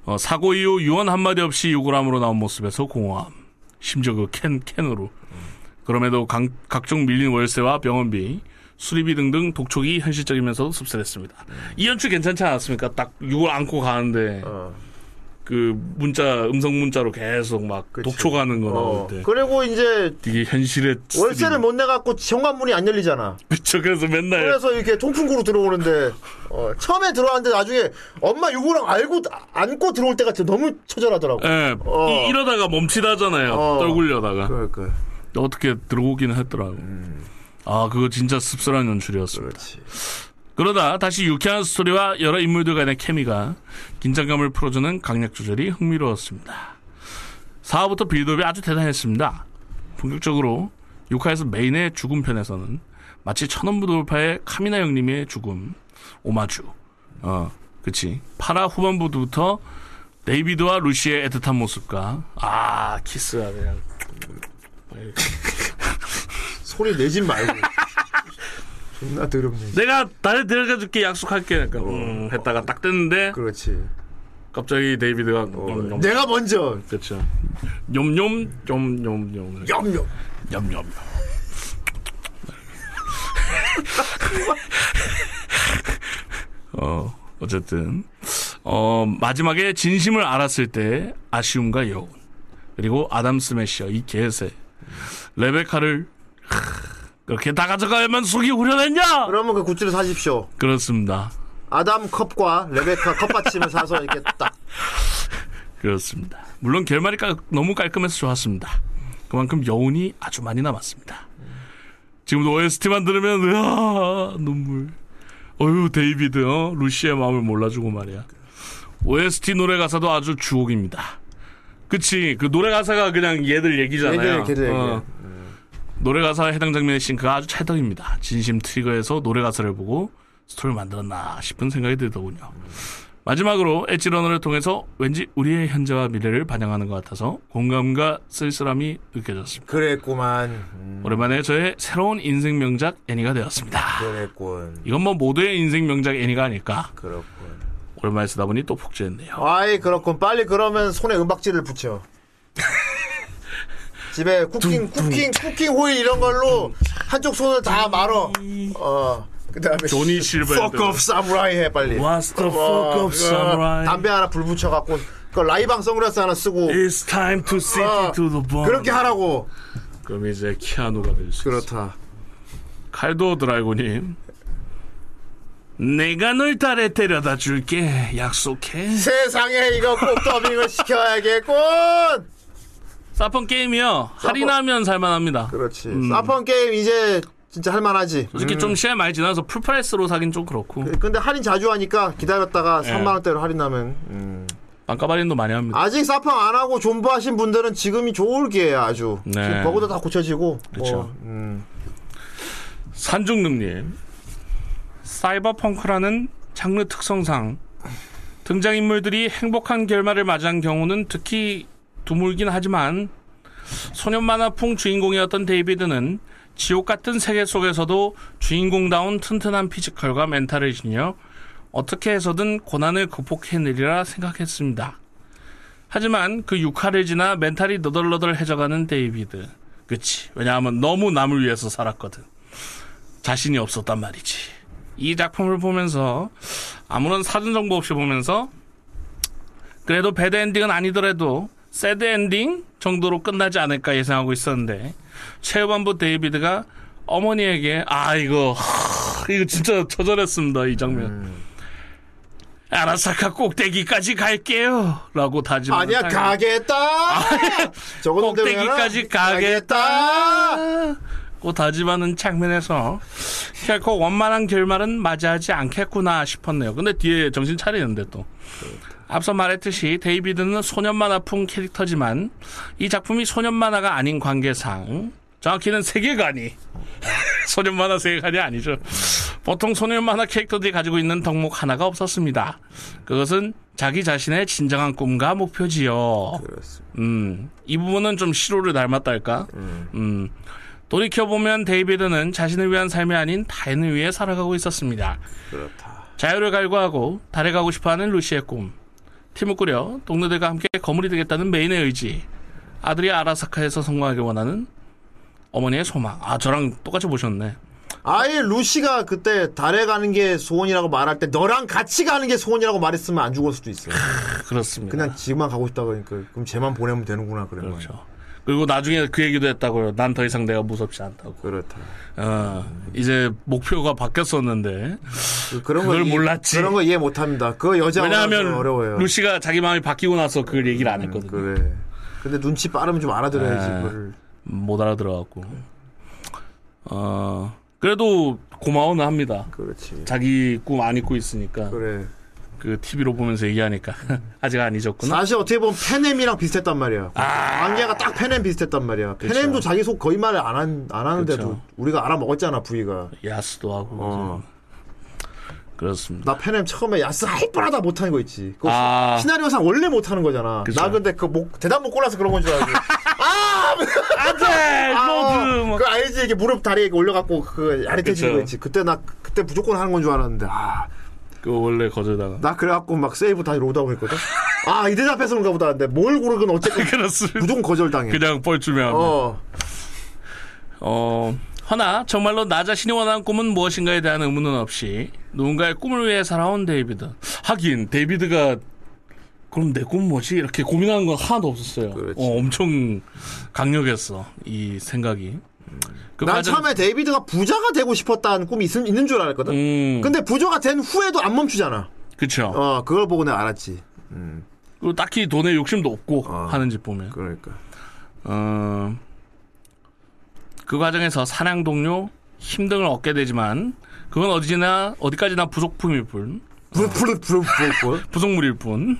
Speaker 6: 어, 사고 이후 유언 한마디 없이 유골함으로 나온 모습에서 공허함. 심지어 그 캔 캔으로.
Speaker 5: 음.
Speaker 6: 그럼에도 강- 각종 밀린 월세와 병원비, 수리비 등등 독촉이 현실적이면서도 씁쓸했습니다.
Speaker 5: 음.
Speaker 6: 이 연출 괜찮지 않았습니까? 딱 유골 안고 가는데
Speaker 5: 어.
Speaker 6: 그 문자 음성 문자로 계속 막
Speaker 5: 그치.
Speaker 6: 독촉하는 거
Speaker 5: 어.
Speaker 6: 나올 때
Speaker 5: 그리고 이제
Speaker 6: 이게 현실의
Speaker 5: 월세를
Speaker 6: 쓰리-
Speaker 5: 못 내갖고 현관문이 안 열리잖아.
Speaker 6: 그쵸, 그래서 맨날
Speaker 5: 그래서 이렇게 통풍구로 들어오는데 어, 처음에 들어왔는데 나중에 엄마 유고랑 알고 안고 들어올 때가 진짜 너무 처절하더라고.
Speaker 6: 예,
Speaker 5: 어.
Speaker 6: 이, 러다가 멈칫하잖아요.
Speaker 5: 어.
Speaker 6: 떨굴려다가
Speaker 5: 그러니까
Speaker 6: 어떻게 들어오기는 했더라고. 아 그거 진짜 씁쓸한 연출이었습니다.
Speaker 5: 그렇지.
Speaker 6: 그러다 다시 유쾌한 스토리와 여러 인물들 간의 케미가 긴장감을 풀어주는 강약 조절이 흥미로웠습니다. 4화부터 빌드업이 아주 대단했습니다. 본격적으로 6화에서 메인의 죽음 편에서는 마치 천원부 돌파의 카미나 형님의 죽음, 오마주, 어, 그치. 파라 후반부부터 데이비드와 루시의 애틋한 모습과 아 키스가 그냥
Speaker 5: 소리 내지 말고. 존나 더럽네.
Speaker 6: 내가 나를 데려가줄게 약속할게 약간 음, 했다가 딱 됐는데
Speaker 5: 그렇지.
Speaker 6: 갑자기 데이비드가 음, 음,
Speaker 5: 내가 먼저
Speaker 6: 그렇죠. 욤욤 욤욤욤
Speaker 5: 염려.
Speaker 6: 냠냠. 어, 어쨌든 어, 마지막에 진심을 알았을 때 아쉬움과 여운 그리고 아담 스매셔 이 개새 레베카를 크, 그렇게 다 가져가야만 속이 후련했냐?
Speaker 5: 그러면 그 굿즈를 사십시오.
Speaker 6: 그렇습니다.
Speaker 5: 아담 컵과 레베카 컵받침을 사서 이렇게 딱.
Speaker 6: 그렇습니다. 물론 결말이 깔- 너무 깔끔해서 좋았습니다. 그만큼 여운이 아주 많이 남았습니다. 지금도 OST만 들으면 으아 눈물. 어휴 데이비드 어? 루시의 마음을 몰라주고 말이야. OST 노래 가사도 아주 주옥입니다. 그치 그 노래 가사가 그냥 얘들
Speaker 5: 걔들,
Speaker 6: 얘기잖아요.
Speaker 5: 걔들 얘기야.
Speaker 6: 어. 노래 가사 해당 장면의 싱크가 아주 찰떡입니다. 진심 트리거에서 노래 가사를 보고 스토리를 만들었나 싶은 생각이 들더군요. 마지막으로 엣지러너를 통해서 왠지 우리의 현재와 미래를 반영하는 것 같아서 공감과 쓸쓸함이 느껴졌습니다.
Speaker 5: 그랬구만. 음,
Speaker 6: 오랜만에 저의 새로운 인생 명작 애니가 되었습니다.
Speaker 5: 그랬군.
Speaker 6: 이건 뭐 모두의 인생 명작 애니가 아닐까.
Speaker 5: 그렇군.
Speaker 6: 오랜만에 쓰다 보니 또 복제했네요.
Speaker 5: 아이 그렇군 빨리 그러면 손에 은박지를 붙여 집에 쿠킹 쿠킹 쿠킹 호일 이런 걸로 한쪽 손을 다 말어. 어. 그다음에
Speaker 6: 조니 실버핸드.
Speaker 5: Fuck off samurai 해 빨리.
Speaker 6: What's the fuck
Speaker 5: 어,
Speaker 6: of samurai?
Speaker 5: 담배 하나 불 붙여 갖고 그 라이방 선글라스 하나 쓰고
Speaker 6: It's time to sit
Speaker 5: 어,
Speaker 6: into the bone.
Speaker 5: 그렇게 하라고.
Speaker 6: 그럼 이제 키아누가 될 수 있어.
Speaker 5: 그렇다.
Speaker 6: 칼도 드라이고님. 내가 널 달에 데려다 줄게. 약속해.
Speaker 5: 세상에 이거 꼭 더빙을 시켜야겠군.
Speaker 6: 사펀 게임이요. 할인하면 살만합니다.
Speaker 5: 그렇지.
Speaker 6: 음.
Speaker 5: 사펀 게임 이제 진짜 할만하지.
Speaker 6: 솔직히 좀 시간 많이 지나서 풀프라이스로 사긴 좀 그렇고.
Speaker 5: 근데 할인 자주 하니까 기다렸다가
Speaker 6: 예.
Speaker 5: 3만 원대로 할인하면 음.
Speaker 6: 반값 할인도 많이 합니다.
Speaker 5: 아직 사펑 안 하고 존버 하신 분들은 지금이 좋을 기회야 아주
Speaker 6: 네.
Speaker 5: 지금 버그도 다 고쳐지고
Speaker 6: 그쵸.
Speaker 5: 어, 음.
Speaker 6: 산중능님. 사이버펑크라는 장르 특성상 등장인물들이 행복한 결말을 맞이한 경우는 특히 드물긴 하지만 소년 만화풍 주인공이었던 데이비드는 지옥 같은 세계 속에서도 주인공다운 튼튼한 피지컬과 멘탈을 지녀 어떻게 해서든 고난을 극복해내리라 생각했습니다. 하지만 그 6화를 지나 멘탈이 너덜너덜해져가는 데이비드. 그치. 왜냐하면 너무 남을 위해서 살았거든. 자신이 없었단 말이지. 이 작품을 보면서 아무런 사전 정보 없이 보면서 그래도 배드 엔딩은 아니더라도 새드 엔딩 정도로 끝나지 않을까 예상하고 있었는데 최후반부 데이비드가 어머니에게 아 이거 하, 이거 진짜 처절했습니다 이 장면
Speaker 5: 음.
Speaker 6: 아라사카 꼭대기까지 갈게요 라고 다짐을
Speaker 5: 아니야
Speaker 6: 하여-
Speaker 5: 가겠다 적어도
Speaker 6: 꼭대기까지 가겠다. 고 다짐하는 장면에서 결코 원만한 결말은 맞이하지 않겠구나 싶었네요. 근데 뒤에 정신 차리는데 또. 앞서 말했듯이 데이비드는 소년 만화풍 캐릭터지만 이 작품이 소년 만화가 아닌 관계상 정확히는 세계관이 소년 만화 세계관이 아니죠. 보통 소년 만화 캐릭터들이 가지고 있는 덕목 하나가 없었습니다. 그것은 자기 자신의 진정한 꿈과 목표지요. 음, 이 부분은 좀 시로를 닮았다 할까? 음. 돌이켜보면 데이비드는 자신을 위한 삶이 아닌 타인을 위해 살아가고 있었습니다. 자유를 갈구하고 달에 가고 싶어하는 루시의 꿈. 팀을 꾸려 동료들과 함께 거물이 되겠다는 메인의 의지. 아들이 아라사카에서 성공하길 원하는 어머니의 소망. 아, 저랑 똑같이 보셨네.
Speaker 5: 아예 루시가 그때 달에 가는 게 소원이라고 말할 때 너랑 같이 가는 게 소원이라고 말했으면 안 죽을 수도 있어요
Speaker 6: 그렇습니다.
Speaker 5: 그냥 지금만 가고 싶다 그러니까 그럼 쟤만 보내면 되는구나 그런 거죠
Speaker 6: 그렇죠. 그리고 나중에 그 얘기도 했다고요. 난 더 이상 내가 무섭지 않다고.
Speaker 5: 그렇다
Speaker 6: 어, 이제 목표가 바뀌었었는데
Speaker 5: 그- 그런
Speaker 6: 그걸
Speaker 5: 이-
Speaker 6: 몰랐지.
Speaker 5: 그런 거 이해 못합니다 그거 여자
Speaker 6: 왜냐하면
Speaker 5: 어려워요 음,
Speaker 6: 루시가 자기 마음이 바뀌고 나서 그걸 얘기를 안 했거든요.
Speaker 5: 그래 근데 눈치 빠르면 좀 알아들어야지
Speaker 6: 네.
Speaker 5: 그거를
Speaker 6: 못 알아들어갖고. 어, 그래도 고마워는 합니다.
Speaker 5: 그렇지
Speaker 6: 자기 꿈 안 잊고 있으니까
Speaker 5: 그래
Speaker 6: 그 TV로 보면서 얘기하니까 아직 안 잊었구나.
Speaker 5: 사실 어떻게 보면 페넴이랑 비슷했단 말이야.
Speaker 6: 아.
Speaker 5: 왕야가 딱 페넴 비슷했단 말이야. 페넴도 자기 속 거의 말을 안, 한, 안 하는데도
Speaker 6: 그쵸.
Speaker 5: 우리가 알아먹었잖아, 부위가.
Speaker 6: 야스도 하고
Speaker 5: 어.
Speaker 6: 그렇습니다.
Speaker 5: 나 페넴 처음에 야스 할 뻔하다 못하는 거 있지. 그거
Speaker 6: 아.
Speaker 5: 시나리오상 원래 못하는 거잖아.
Speaker 6: 그쵸. 뭐
Speaker 5: 나 근데 그 목, 대답 못 골라서 그런 건 줄 알고.
Speaker 6: 안돼 아, 로드 막.
Speaker 5: 그 알지? 이게 무릎 다리에 이렇게 올려갖고 그 야릿해지는
Speaker 6: 뭐. 그쵸.
Speaker 5: 거 있지. 그때 나, 그때 무조건 하는 건 줄 알았는데. 아,
Speaker 6: 그 원래 거절다가
Speaker 5: 나 그래갖고 막 세이브 다시 로드하고 했거든. 아, 이 대답해서 그런가 보다. 근데 뭘 고르건 어쨌건
Speaker 6: 그렇습니다.
Speaker 5: 무조건 거절당해.
Speaker 6: 그냥 뻘쭘해하면.
Speaker 5: 어.
Speaker 6: 어, 허나 정말로 나 자신이 원하는 꿈은 무엇인가에 대한 의문은 없이 누군가의 꿈을 위해 살아온 데이비드. 하긴 데이비드가 그럼 내 꿈 뭐지? 이렇게 고민하는 건 하나도 없었어요.
Speaker 5: 그렇지.
Speaker 6: 어, 엄청 강력했어 이 생각이. 그
Speaker 5: 난
Speaker 6: 과정-
Speaker 5: 처음에 데이비드가 부자가 되고 싶었다는 꿈이 있, 는줄 알았거든.
Speaker 6: 음,
Speaker 5: 근데 부자가 된 후에도 안 멈추잖아.
Speaker 6: 그쵸.
Speaker 5: 어, 그걸 보고 내가 알았지.
Speaker 6: 그리고 딱히 돈에 욕심도 없고 하는 집 보면.
Speaker 5: 어. 그러니까.
Speaker 6: 어, 그 과정에서 사냥 동료 힘등을 얻게 되지만 그건 어디나 어디까지나 부속품일 뿐
Speaker 5: 부르부르부르부르.
Speaker 6: 부속물일 뿐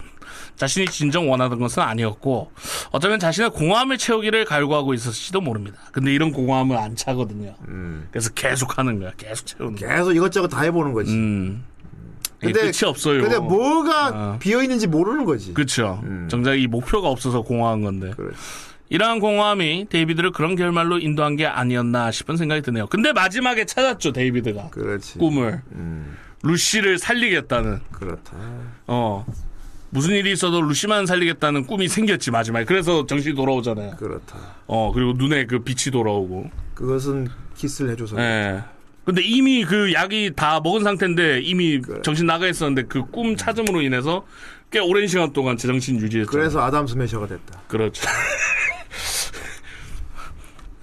Speaker 6: 자신이 진정 원하던 것은 아니었고 어쩌면 자신의 공허함을 채우기를 갈구하고 있었을지도 모릅니다. 근데 이런 공허함을 안 차거든요.
Speaker 5: 음.
Speaker 6: 그래서 계속 하는 거야. 계속 채우는 거야.
Speaker 5: 계속 이것저것 다 해보는 거지.
Speaker 6: 음. 이게 끝이 없어요.
Speaker 5: 근데 뭐가
Speaker 6: 아.
Speaker 5: 비어 있는지 모르는 거지.
Speaker 6: 그렇죠. 정작 이 목표가 없어서 공허한 건데.
Speaker 5: 그렇지.
Speaker 6: 이러한 공허함이 데이비드를 그런 결말로 인도한 게 아니었나 싶은 생각이 드네요. 근데 마지막에 찾았죠, 데이비드가.
Speaker 5: 그렇지. 음.
Speaker 6: 꿈을. 루시를 살리겠다는.
Speaker 5: 그렇다.
Speaker 6: 어. 무슨 일이 있어도 루시만 살리겠다는 꿈이 생겼지 마지막에. 그래서 정신이 돌아오잖아요.
Speaker 5: 그렇다.
Speaker 6: 어 그리고 눈에 그 빛이 돌아오고.
Speaker 5: 그것은 키스를 해줘서.
Speaker 6: 예. 근데 이미 그 약이 다 먹은 상태인데 이미 정신 나가 있었는데 그 꿈 찾음으로 인해서 꽤 오랜 시간 동안 제정신 유지했죠.
Speaker 5: 그래서 아담 스매셔가 됐다.
Speaker 6: 그렇죠.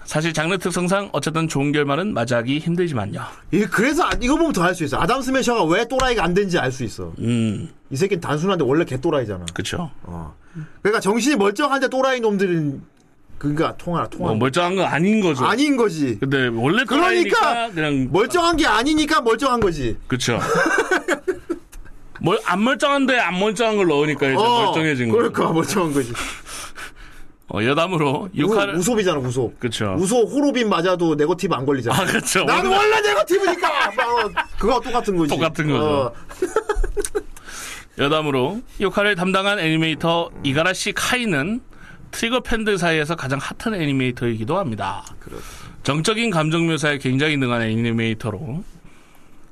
Speaker 6: 사실 장르 특성상 어쨌든 좋은 결말은 맞이하기 힘들지만요.
Speaker 5: 이 그래서 아- 이거 보면 더 알 수 있어. 아담 스매셔가 왜 또라이가 안 된지 알 수 있어.
Speaker 6: 음,
Speaker 5: 이 새끼는 단순한데 원래 개 또라이잖아.
Speaker 6: 그렇죠.
Speaker 5: 어. 그러니까 정신이 멀쩡한데 또라이 놈들은 그니까 통하나 통하.
Speaker 6: 뭐 멀쩡한 건 아닌 거죠.
Speaker 5: 아닌 거지.
Speaker 6: 근데 원래
Speaker 5: 그러니까
Speaker 6: 그러니까 그냥
Speaker 5: 멀쩡한 게 아니니까 멀쩡한 거지.
Speaker 6: 그렇죠. 뭘안 멀쩡한데 안 멀쩡한 걸 넣으니까 이제
Speaker 5: 어,
Speaker 6: 멀쩡해진 거죠.
Speaker 5: 그러니까 멀쩡한 거지.
Speaker 6: 어, 여담으로 육화를
Speaker 5: 우소비잖아 우솝.
Speaker 6: 그렇죠.
Speaker 5: 우솝 호로빈 맞아도 네거티브 안 걸리잖아.
Speaker 6: 아 그렇죠.
Speaker 5: 난
Speaker 6: 원래
Speaker 5: 원래 네거티브니까. 바로 그거 똑같은 거지.
Speaker 6: 똑같은 거죠.
Speaker 5: 어,
Speaker 6: 여담으로 역할을 담당한 애니메이터 이가라시 카이는 트리거 팬들 사이에서 가장 핫한 애니메이터이기도 합니다.
Speaker 5: 그렇죠.
Speaker 6: 정적인 감정 묘사에 굉장히 능한 애니메이터로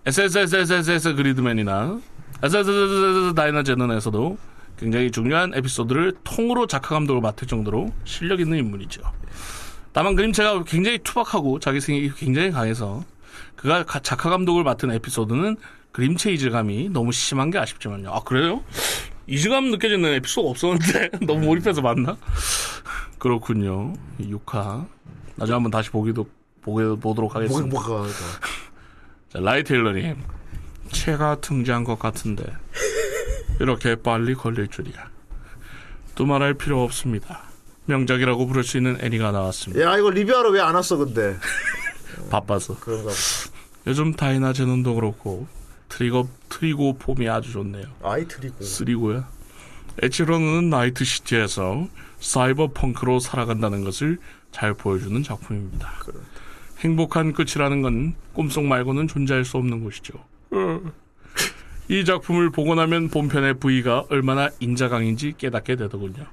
Speaker 6: SSSSS 그리드맨이나 SSSS 다이나 제너에서도 굉장히 중요한 에피소드를 통으로 작화 감독을 맡을 정도로 실력 있는 인물이죠. 다만 그림체가 굉장히 투박하고 자기 생각이 굉장히 강해서 그가 가- 작화 감독을 맡은 에피소드는 그림체 이질감이 너무 심한 게 아쉽지만요. 아 그래요? 이질감 느껴지는 에피소드 없었는데 너무 몰입해서 봤나? 그렇군요. 6화 나중에 한번 다시 보기도 보게 보도록
Speaker 5: 뭐,
Speaker 6: 하겠습니다.
Speaker 5: 뭐가.
Speaker 6: 자, 라이 테일러님 체가 등장한 것 같은데 이렇게 빨리 걸릴 줄이야. 또 말할 필요 없습니다. 명작이라고 부를 수 있는 애니가 나왔습니다.
Speaker 5: 야, 이거 리뷰하러 왜 안 왔어, 근데.
Speaker 6: 바빠서.
Speaker 5: 그런가 보다.
Speaker 6: 요즘 다이나 제논도 그렇고 트리거 트리고 폼이 아주 좋네요.
Speaker 5: 아이 트리고.
Speaker 6: 쓰리고야. 에치로는 나이트 시티에서 사이버 펑크로 살아간다는 것을 잘 보여주는 작품입니다. 행복한 끝이라는 건 꿈속 말고는 존재할 수 없는 것이죠. 이 작품을 보고 나면 본편의 부위가 얼마나 인자강인지 깨닫게 되더군요.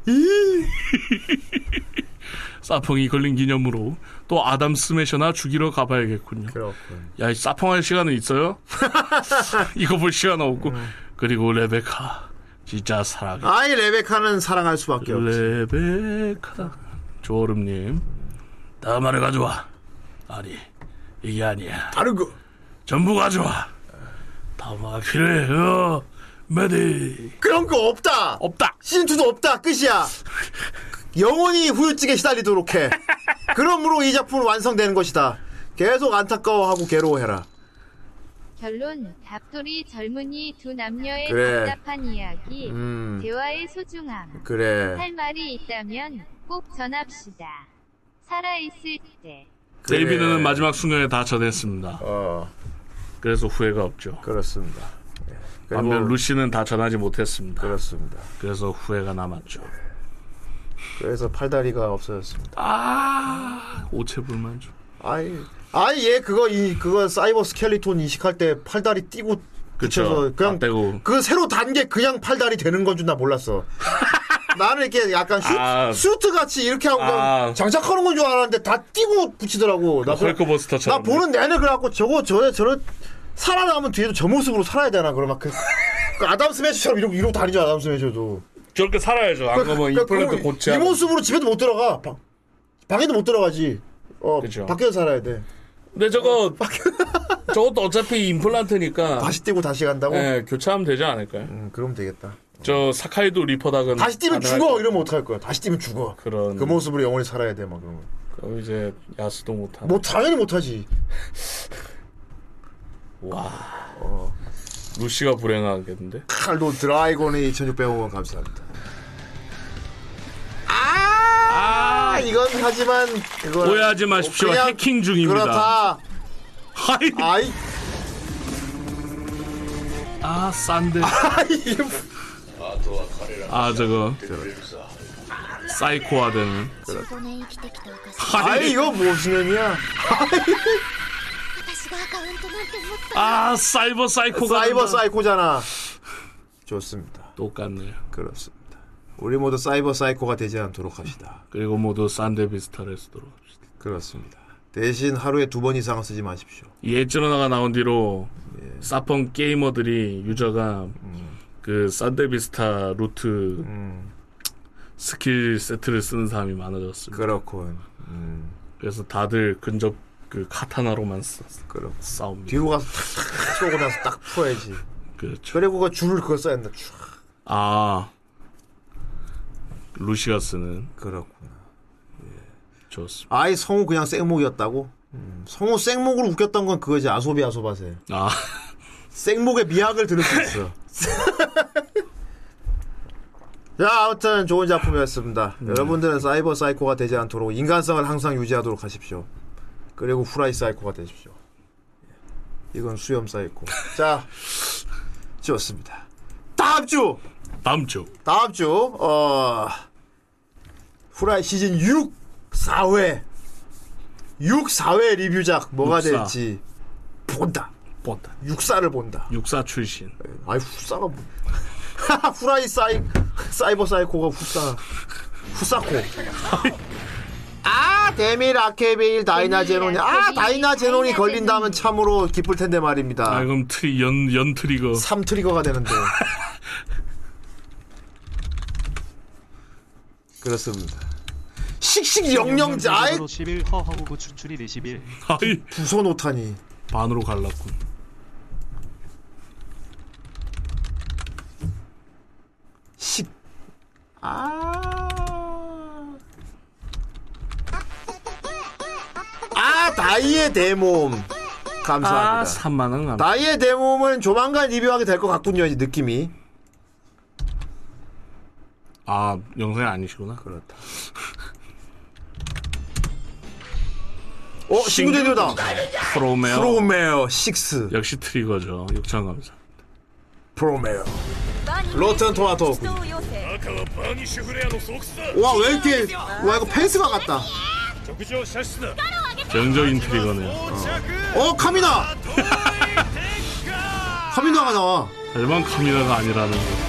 Speaker 6: 사펑이 걸린 기념으로 또 아담 스매셔나 죽이러 가봐야겠군요.
Speaker 5: 그렇군.
Speaker 6: 야, 이 사펑할 시간은 있어요? 이거 볼 시간 없고. 그리고 레베카. 진짜 사랑해.
Speaker 5: 음. 아이 레베카는 사랑할 수밖에 없지.
Speaker 6: 레베카. 조얼음님. 다음 화를 가져와. 아니, 이게 아니야.
Speaker 5: 다른 거.
Speaker 6: 전부 가져와. 다음 화가 필요해요. 메디.
Speaker 5: 그런 거 없다.
Speaker 6: 없다.
Speaker 5: 시즌2도 없다. 끝이야. 영원히 후유증에 시달리도록 해. 그러므로 이 작품은 완성되는 것이다. 계속 안타까워하고 괴로워해라.
Speaker 12: 결론 답돌이 젊은이 두 남녀의
Speaker 5: 그래.
Speaker 12: 답답한 이야기
Speaker 5: 음.
Speaker 12: 대화의 소중함
Speaker 5: 그래.
Speaker 12: 할 말이 있다면 꼭 전합시다 살아있을 때
Speaker 5: 그래.
Speaker 6: 데이비드는 마지막 순간에 다 전했습니다.
Speaker 5: 어,
Speaker 6: 그래서 후회가 없죠.
Speaker 5: 그렇습니다. 예. 그리고
Speaker 6: 반면 루시는 다 전하지 못했습니다.
Speaker 5: 그렇습니다.
Speaker 6: 그래서 후회가 남았죠.
Speaker 5: 그래서 팔다리가 없어졌습니다.
Speaker 6: 아, 오체불만 좀.
Speaker 5: 아이, 아이 얘 그거 이 그거 사이버 스켈리톤 이식할 때 팔다리 띄고
Speaker 6: 그쵸.
Speaker 5: 붙여서 그냥
Speaker 6: 다 떼고.
Speaker 5: 그 새로 단 게 그냥 팔다리 되는 건 줄 나 몰랐어. 나는 이렇게 약간 슈,
Speaker 6: 아.
Speaker 5: 트 같이 이렇게 하고 그냥
Speaker 6: 아.
Speaker 5: 장착하는 건 줄 알았는데 다 띄고 붙이더라고. 나, 그래- 나
Speaker 6: 헐크버스터처럼.
Speaker 5: 보는 내내 그래갖고 저거 저래 저래 살아남으면 뒤에도 저 모습으로 살아야 되나 그럼 막 그, 그 아담 스매셔처럼 이러고 이러고 다니죠 아담 스매셔도.
Speaker 6: 저렇게 살아야죠. 안 그러면
Speaker 5: 그러니까
Speaker 6: 임플란트
Speaker 5: 그거
Speaker 6: 뭐 고치야.
Speaker 5: 이 모습으로 집에도 못 들어가. 방, 방에도 못 들어가지. 어,
Speaker 6: 그죠.
Speaker 5: 밖에서 살아야 돼.
Speaker 6: 근데 저거 저것도 어차피 임플란트니까
Speaker 5: 다시 뛰고 다시 간다고?
Speaker 6: 예, 교체하면 되지 않을까요?
Speaker 5: 음, 그러면 되겠다.
Speaker 6: 저 사카이도 리퍼닥은
Speaker 5: 다시 뛰면
Speaker 6: 안
Speaker 5: 죽어!
Speaker 6: 할-
Speaker 5: 이러면 어떡할 거야. 다시 뛰면 죽어.
Speaker 6: 그런
Speaker 5: 그 모습으로 영원히 살아야 돼, 막 그런 거.
Speaker 6: 그럼 이제 야수도 못하고
Speaker 5: 뭐, 당연히 못하지.
Speaker 6: 와 루시가 불행하겠는데
Speaker 5: 칼도 드라이곤이 2600원 감사합니다. 아! 이건 하지만, 그거.
Speaker 6: 오해하지 마십시오.
Speaker 5: 뭐 그냥
Speaker 6: 해킹 중입니다.
Speaker 5: 그렇다.
Speaker 6: 하이
Speaker 5: 아이,
Speaker 6: 아 싼데
Speaker 5: 아이.
Speaker 6: 아 저거 사이코화 되는
Speaker 13: 15年生きてきた証し
Speaker 5: 아
Speaker 6: 하이
Speaker 5: 이거 무슨
Speaker 13: 私
Speaker 5: 년이야.
Speaker 13: がアカウントなんて持った
Speaker 6: 아 사이버 사이코가
Speaker 5: 사이버
Speaker 6: 된다.
Speaker 5: 사이코잖아. 좋습니다.
Speaker 6: 똑같네요
Speaker 5: 그렇습니다. 우리 모두 사이버 사이코가 되지 않도록 합시다.
Speaker 6: 그리고 모두 싼데 비스타레스 들어갑시다
Speaker 5: 그렇습니다. 대신 하루에 두 번 이상은 쓰지 마십시오. 예. 음.
Speaker 6: 예전화가 나온 뒤로 사펑 게이머들이 유저가 그 산데비스타 루트 스킬 세트를 쓰는 사람이 많아졌습니다.
Speaker 5: 그렇군.
Speaker 6: 그래서 다들 근접 그 카타나로만 써,
Speaker 5: 그렇
Speaker 6: 싸웁니다.
Speaker 5: 뒤로 가서 탁 쏘고 나서 딱 풀어야지.
Speaker 6: 그렇죠.
Speaker 5: 그리고 그 줄을 그거 써야 된다. 촤.
Speaker 6: 아 루시가 쓰는
Speaker 5: 그렇구나.
Speaker 6: 좋습니다.
Speaker 5: 아예 성우 그냥 생목이었다고? 음, 성우 생목으로 웃겼던 건 그거지. 아소비 아소바세.
Speaker 6: 아
Speaker 5: 생목의 미학을 들을 수 있어. 자, 아무튼 좋은 작품이었습니다. 여러분들은 사이버 사이코가 되지 않도록 인간성을 항상 유지하도록 하십시오. 그리고 후라이 사이코가 되십시오. 예. 이건 수염 사이코. 자, 좋습니다. 다음 주!
Speaker 6: 다음 주
Speaker 5: 다음 주, 어, 후라이 시즌 6, 4회. 6, 4회 리뷰작 뭐가
Speaker 6: 육사.
Speaker 5: 될지 본다.
Speaker 6: 본다.
Speaker 5: 육사를 본다.
Speaker 6: 육사 출신.
Speaker 5: 아이 후싸가 뭐 후라이 사이 사이버 사이코가 후싸 후싸코 아 데밀 아케베일 다이나 제논이 아 다이나 제논이 걸린다면 참으로 기쁠 텐데
Speaker 6: 아
Speaker 5: 말입니다
Speaker 6: 그럼 트리 연 연트리거.
Speaker 5: 3 트리거가 되는데 그렇습니다 씩씩 영영자
Speaker 4: 11 허허구 구 추출이 21
Speaker 6: 아이
Speaker 5: 부서 놓다니
Speaker 6: 반으로 갈랐군.
Speaker 5: 아. 식아아 아, 다이의 대몸
Speaker 6: 아
Speaker 5: 감사합니다
Speaker 6: 3만 원 남.
Speaker 5: 다이의 대몸은 조만간 리뷰하게 될 것 같군요 이 느낌이
Speaker 6: 아 영상이 아니시구나.
Speaker 5: 그렇다 어 신규 대조다
Speaker 6: 프로메어.
Speaker 5: 프로메어 6
Speaker 6: 역시 트리거죠. 육창 감사.
Speaker 5: 프로메어 로튼 토마토 와 왜 이렇게 와 이거 펜스가 같다
Speaker 6: 정적인 트리거네요.
Speaker 5: 어 카미나 카미나가 나와
Speaker 6: 하지만 카미라가 아니라는 거.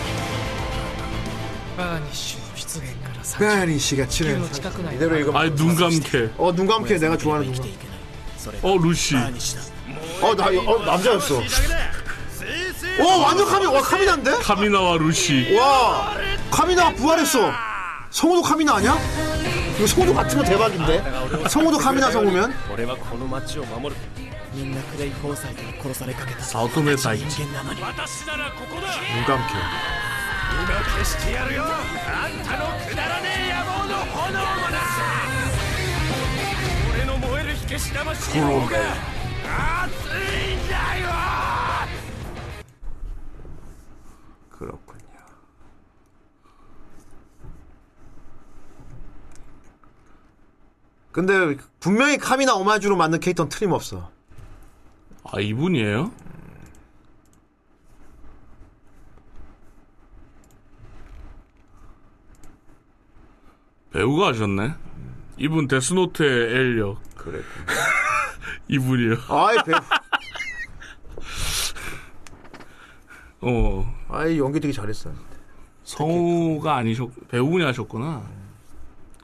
Speaker 5: 빼니 씨가 치는 사- 이대로 읽으면
Speaker 6: 아니 눈 감게.
Speaker 5: 어눈 감게 내가
Speaker 6: 네,
Speaker 5: 좋아하는 눈 감.
Speaker 6: 어 루시. 네.
Speaker 5: 어나 어, 남자였어. 와 완전 카미 와 카미나인데?
Speaker 6: 카미나와 루시.
Speaker 5: 와 카미나 부활했어. 성우도 카미나 아니야? 이거 성우도 같으면 대박인데. 성우도 카미나 성우면?
Speaker 12: 俺はこの街を守るみんなクレイフォーサイトに殺されかけた
Speaker 6: 사오토메 사이.
Speaker 12: 人間なのに私ならここだ
Speaker 5: 눈 감게.
Speaker 12: 消してやるよあんたのくだらねえ野望の炎もな俺の燃える火消し魂の方が熱いんだよ
Speaker 5: 그렇군요. 근데 분명히 카미나 오마주로 만든 캐릭터는 틀림없어.
Speaker 6: 아 이분이에요? 배우가 하셨네. 이분 데스노트의 엘력
Speaker 5: 그래.
Speaker 6: 이분이요.
Speaker 5: 아이 배우.
Speaker 6: 어
Speaker 5: 아이 연기 되게 잘했어.
Speaker 6: 성우가 아니셨 배우분이 하셨구나.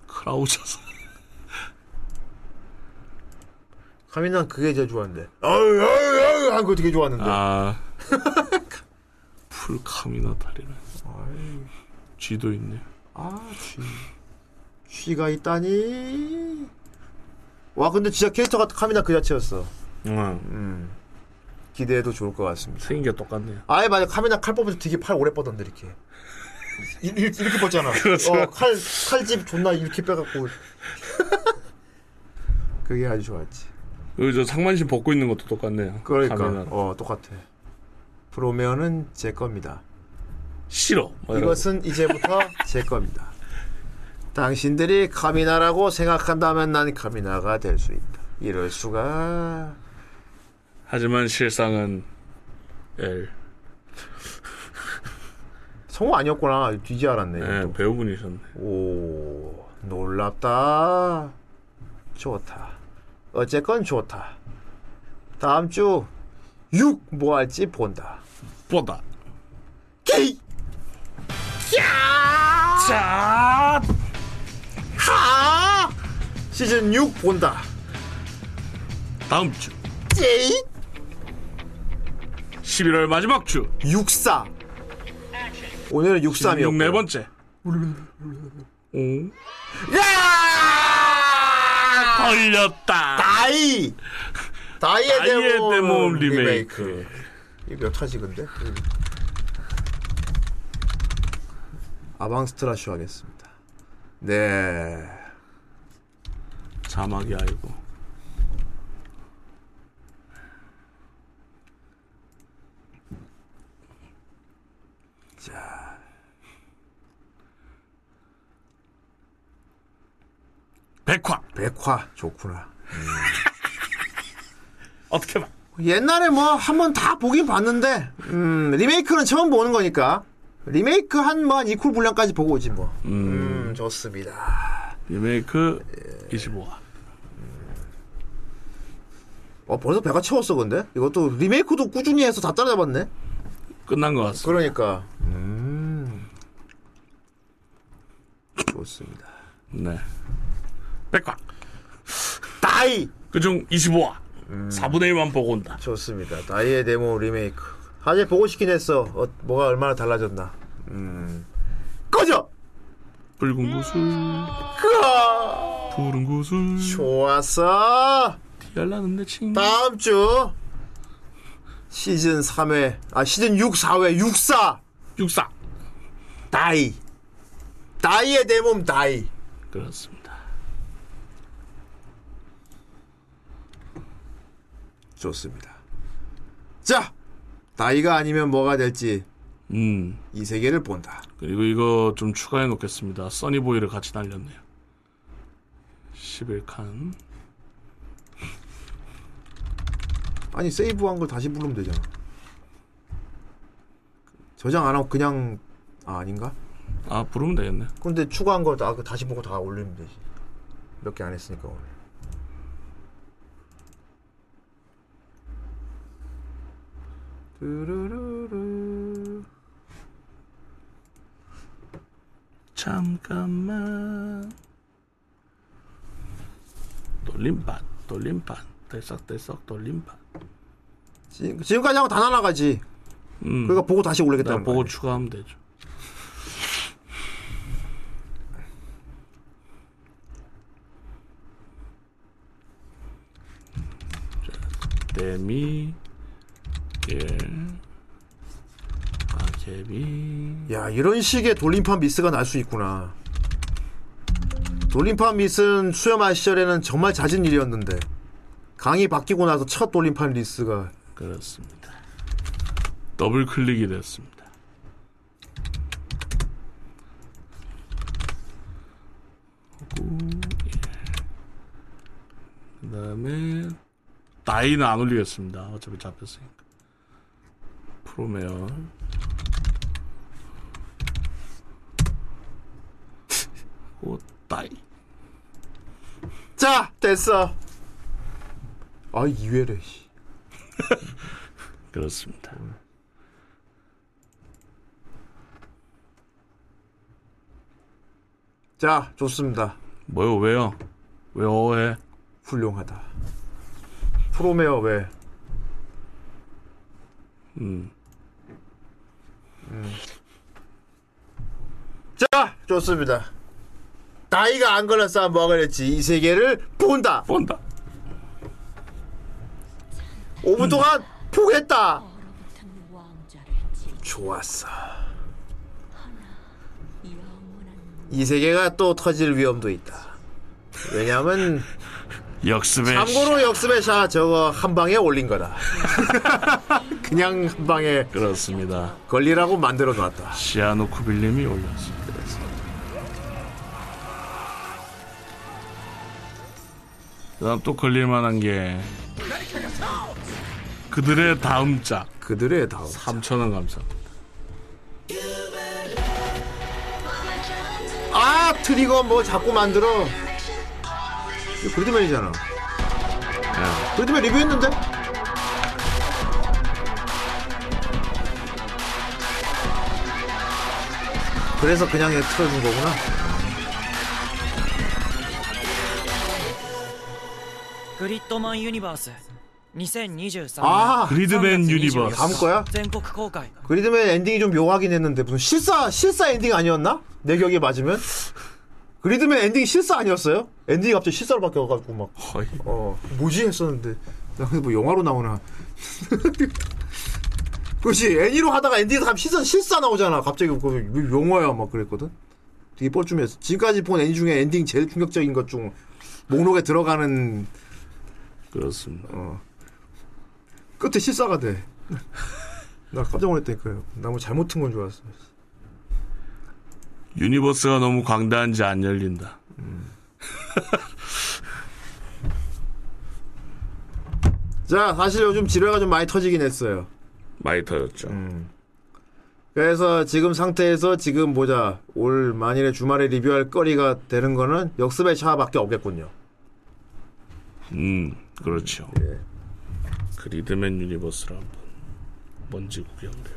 Speaker 6: 크라우쳐서
Speaker 5: 카미나 그게 제일 좋아하는데. 아유 아유 아유 한 거 되게 네. 좋아하는데.
Speaker 6: 아 풀카미나 다리라. 쥐도 있네.
Speaker 5: 아, 쥐. 쥐가 있다니. 와, 근데 진짜 캐릭터가 카미나 그 자체였어. 음.
Speaker 6: 응.
Speaker 5: 기대해도 좋을 것 같습니다.
Speaker 6: 생긴 게 똑같네요.
Speaker 5: 아예 맞아. 카미나 칼 뽑으면서 되게 팔 오래 뻗었는데, 이렇게. 이- 이- 이렇게, 뻗잖아. 어, 칼, 칼집 존나 이렇게 빼갖고. 그게 아주 좋았지.
Speaker 6: 여기 저 상반신 벗고 있는 것도 똑같네요.
Speaker 5: 그러니까,
Speaker 6: 카미나는.
Speaker 5: 어, 똑같아. 프로메어는 제 겁니다.
Speaker 6: 싫어. 뭐 이러고.
Speaker 5: 이것은 이제부터 제 겁니다. 당신들이 카미나라고 생각한다면 난 카미나가 될 수 있다. 이럴 수가.
Speaker 6: 하지만 실상은 L.
Speaker 5: 성우 아니었구나. 뒤지 알았네.
Speaker 6: 네,
Speaker 5: 이것도.
Speaker 6: 배우분이셨네.
Speaker 5: 오, 놀랍다. 좋다. 어쨌건 좋다. 다음 주 6 뭐 할지 본다.
Speaker 6: 뽀다.
Speaker 5: 게이!
Speaker 6: 자,
Speaker 5: 하! 시즌 6 본다.
Speaker 6: 다음 주
Speaker 5: 게이!
Speaker 6: 11월 마지막 주
Speaker 5: 육사 오늘은 63이었고.
Speaker 6: 네 번째.
Speaker 5: 야!
Speaker 6: 걸렸다.
Speaker 5: 아, 다이. 다이의
Speaker 6: 다이의
Speaker 5: 데모,
Speaker 6: 데모
Speaker 5: 네, 뭐, 리메이크. 이게 몇 화지 근데? 음. 아방스트라쇼 하겠습니다. 네.
Speaker 6: 자막이 아이고.
Speaker 5: 자.
Speaker 6: 백화.
Speaker 5: 백화 좋구나.
Speaker 6: 어떻게 봐?
Speaker 5: 옛날에 뭐 한 번 다 보긴 봤는데 음, 리메이크는 처음 보는 거니까 리메이크 한번 이쿨 분량까지 보고 오지 뭐. 음, 좋습니다.
Speaker 6: 리메이크 25화.
Speaker 5: 어 벌써 배가 채웠어 근데 이것도 리메이크도 꾸준히 해서 다 따라잡았네.
Speaker 6: 끝난 것 같습니다.
Speaker 5: 그러니까. 음. 좋습니다.
Speaker 6: 네. 백화.
Speaker 5: 다이.
Speaker 6: 그중 25화.
Speaker 5: 음.
Speaker 6: 4분의 1만 보고 온다.
Speaker 5: 좋습니다. 다이의 데모 리메이크. 하재 보고 싶긴 했어. 어, 뭐가 얼마나 달라졌나. 음. 꺼져.
Speaker 6: 붉은 구슬,
Speaker 5: 끄아.
Speaker 6: 푸른 구슬.
Speaker 5: 좋았어.
Speaker 6: 열나는 내 친구.
Speaker 5: 다음 주 시즌 3회 아 시즌 6 4회 64
Speaker 6: 64
Speaker 5: 다이 다이의 대몸 다이
Speaker 6: 그렇습니다.
Speaker 5: 좋습니다. 자 다이가 아니면 뭐가 될지
Speaker 6: 음.
Speaker 5: 이 세계를 본다.
Speaker 6: 그리고 이거 좀 추가해 놓겠습니다. 써니보이를 같이 날렸네요. 11칸.
Speaker 5: 아니 세이브한 걸 다시 부르면 되잖아. 저장 안 하고 그냥 아 아닌가?
Speaker 6: 아, 부르면 되겠네.
Speaker 5: 근데 추가한 걸 다, 다시 보고 다 올리면 되지. 몇 개 안 했으니까 오늘. 뚜루루루.
Speaker 6: 잠깐만. 돌림판, 돌림판. 들썩들썩 돌림판.
Speaker 5: 지- 지금까지 하고 다 날아가지.
Speaker 6: 음.
Speaker 5: 그러니까 보고 다시 올리겠다는
Speaker 6: 나
Speaker 5: 거.
Speaker 6: 보고 추가하면 되죠. 자, 예. 데미 1 아, 아제비
Speaker 5: 야 이런 식의 돌림판 미스가 날 수 있구나. 돌림판 미스는 수염아 시절에는 정말 잦은 일이었는데 강이 바뀌고 나서 첫 돌림판 리스가
Speaker 6: 그렇습니다. 더블 클릭이 됐습니다. 하고, 예. 그다음에 나이는 안 올리겠습니다. 어차피 잡혔으니까. 프로메어 오 나이
Speaker 5: 자 됐어. 아 이외래. 씨.
Speaker 6: 그렇습니다.
Speaker 5: 자 좋습니다.
Speaker 6: 뭐요 왜요 왜 어해
Speaker 5: 훌륭하다. 프로메어 왜?
Speaker 6: 음
Speaker 5: 자 좋습니다. 나이가 안 걸렸어 뭐가 그랬지 이 세계를 본다.
Speaker 6: 본다
Speaker 5: 5분 동안 포기했다. 좋았어. 이 세계가 또 터질 위험도 있다. 왜냐면
Speaker 6: 역습에
Speaker 5: 참고로 역스매샤 저거 한 방에 올린 거다. 그냥 한 방에
Speaker 6: 그렇습니다.
Speaker 5: 걸리라고 만들어 놨다.
Speaker 6: 시아노쿠빌님이 올렸습니다. 그다음 또 걸릴만한 게 그들의 다음 작
Speaker 5: 그들의 다음.
Speaker 6: 3천 원 감사합니다.
Speaker 5: 아 트리거 뭐 자꾸 만들어. 이거 그리드맨이잖아. 그리드맨 리뷰했는데? 그래서 그냥 얘 틀어준 거구나.
Speaker 14: グリッドマンユニバース
Speaker 2: 2023년
Speaker 5: 아,
Speaker 6: 그리드맨 유니버스.
Speaker 5: 다음 거야?
Speaker 2: 全国公開
Speaker 5: 그리드맨 엔딩이 좀 묘하긴 했는데 무슨 실사 실사 엔딩 아니었나? 내 기억에 맞으면 그리드맨 엔딩이 실사 아니었어요? 엔딩이 갑자기 실사로 바뀌어가지고 막 어, 뭐지 했었는데 야, 근데 뭐 영화로 나오나? 그렇지 애니로 하다가 엔딩에서 갑자기 실사 실사 나오잖아. 갑자기 뭐 그거 왜 영화야 막 그랬거든. 되게 뻘쭘했어. 지금까지 본 애니 중에 엔딩 제일 충격적인 것 중 목록에 들어가는
Speaker 6: 그렇습니다.
Speaker 5: 어. 끝에 실사가 돼. 나 깜짝 놀랐다니까요. 나 뭐 잘못 튼 건 줄 알았어.
Speaker 6: 유니버스가 너무 광대한지 안 열린다.
Speaker 5: 자, 사실 요즘 지뢰가 좀 많이 터지긴 했어요.
Speaker 6: 많이 터졌죠.
Speaker 5: 그래서 지금 상태에서 지금 보자. 올 만일에 주말에 리뷰할 거리가 되는 거는 역습의 샤밖에 없겠군요.
Speaker 6: 음, 그렇죠. 그리드맨 유니버스를 한번 먼지 구경돼요.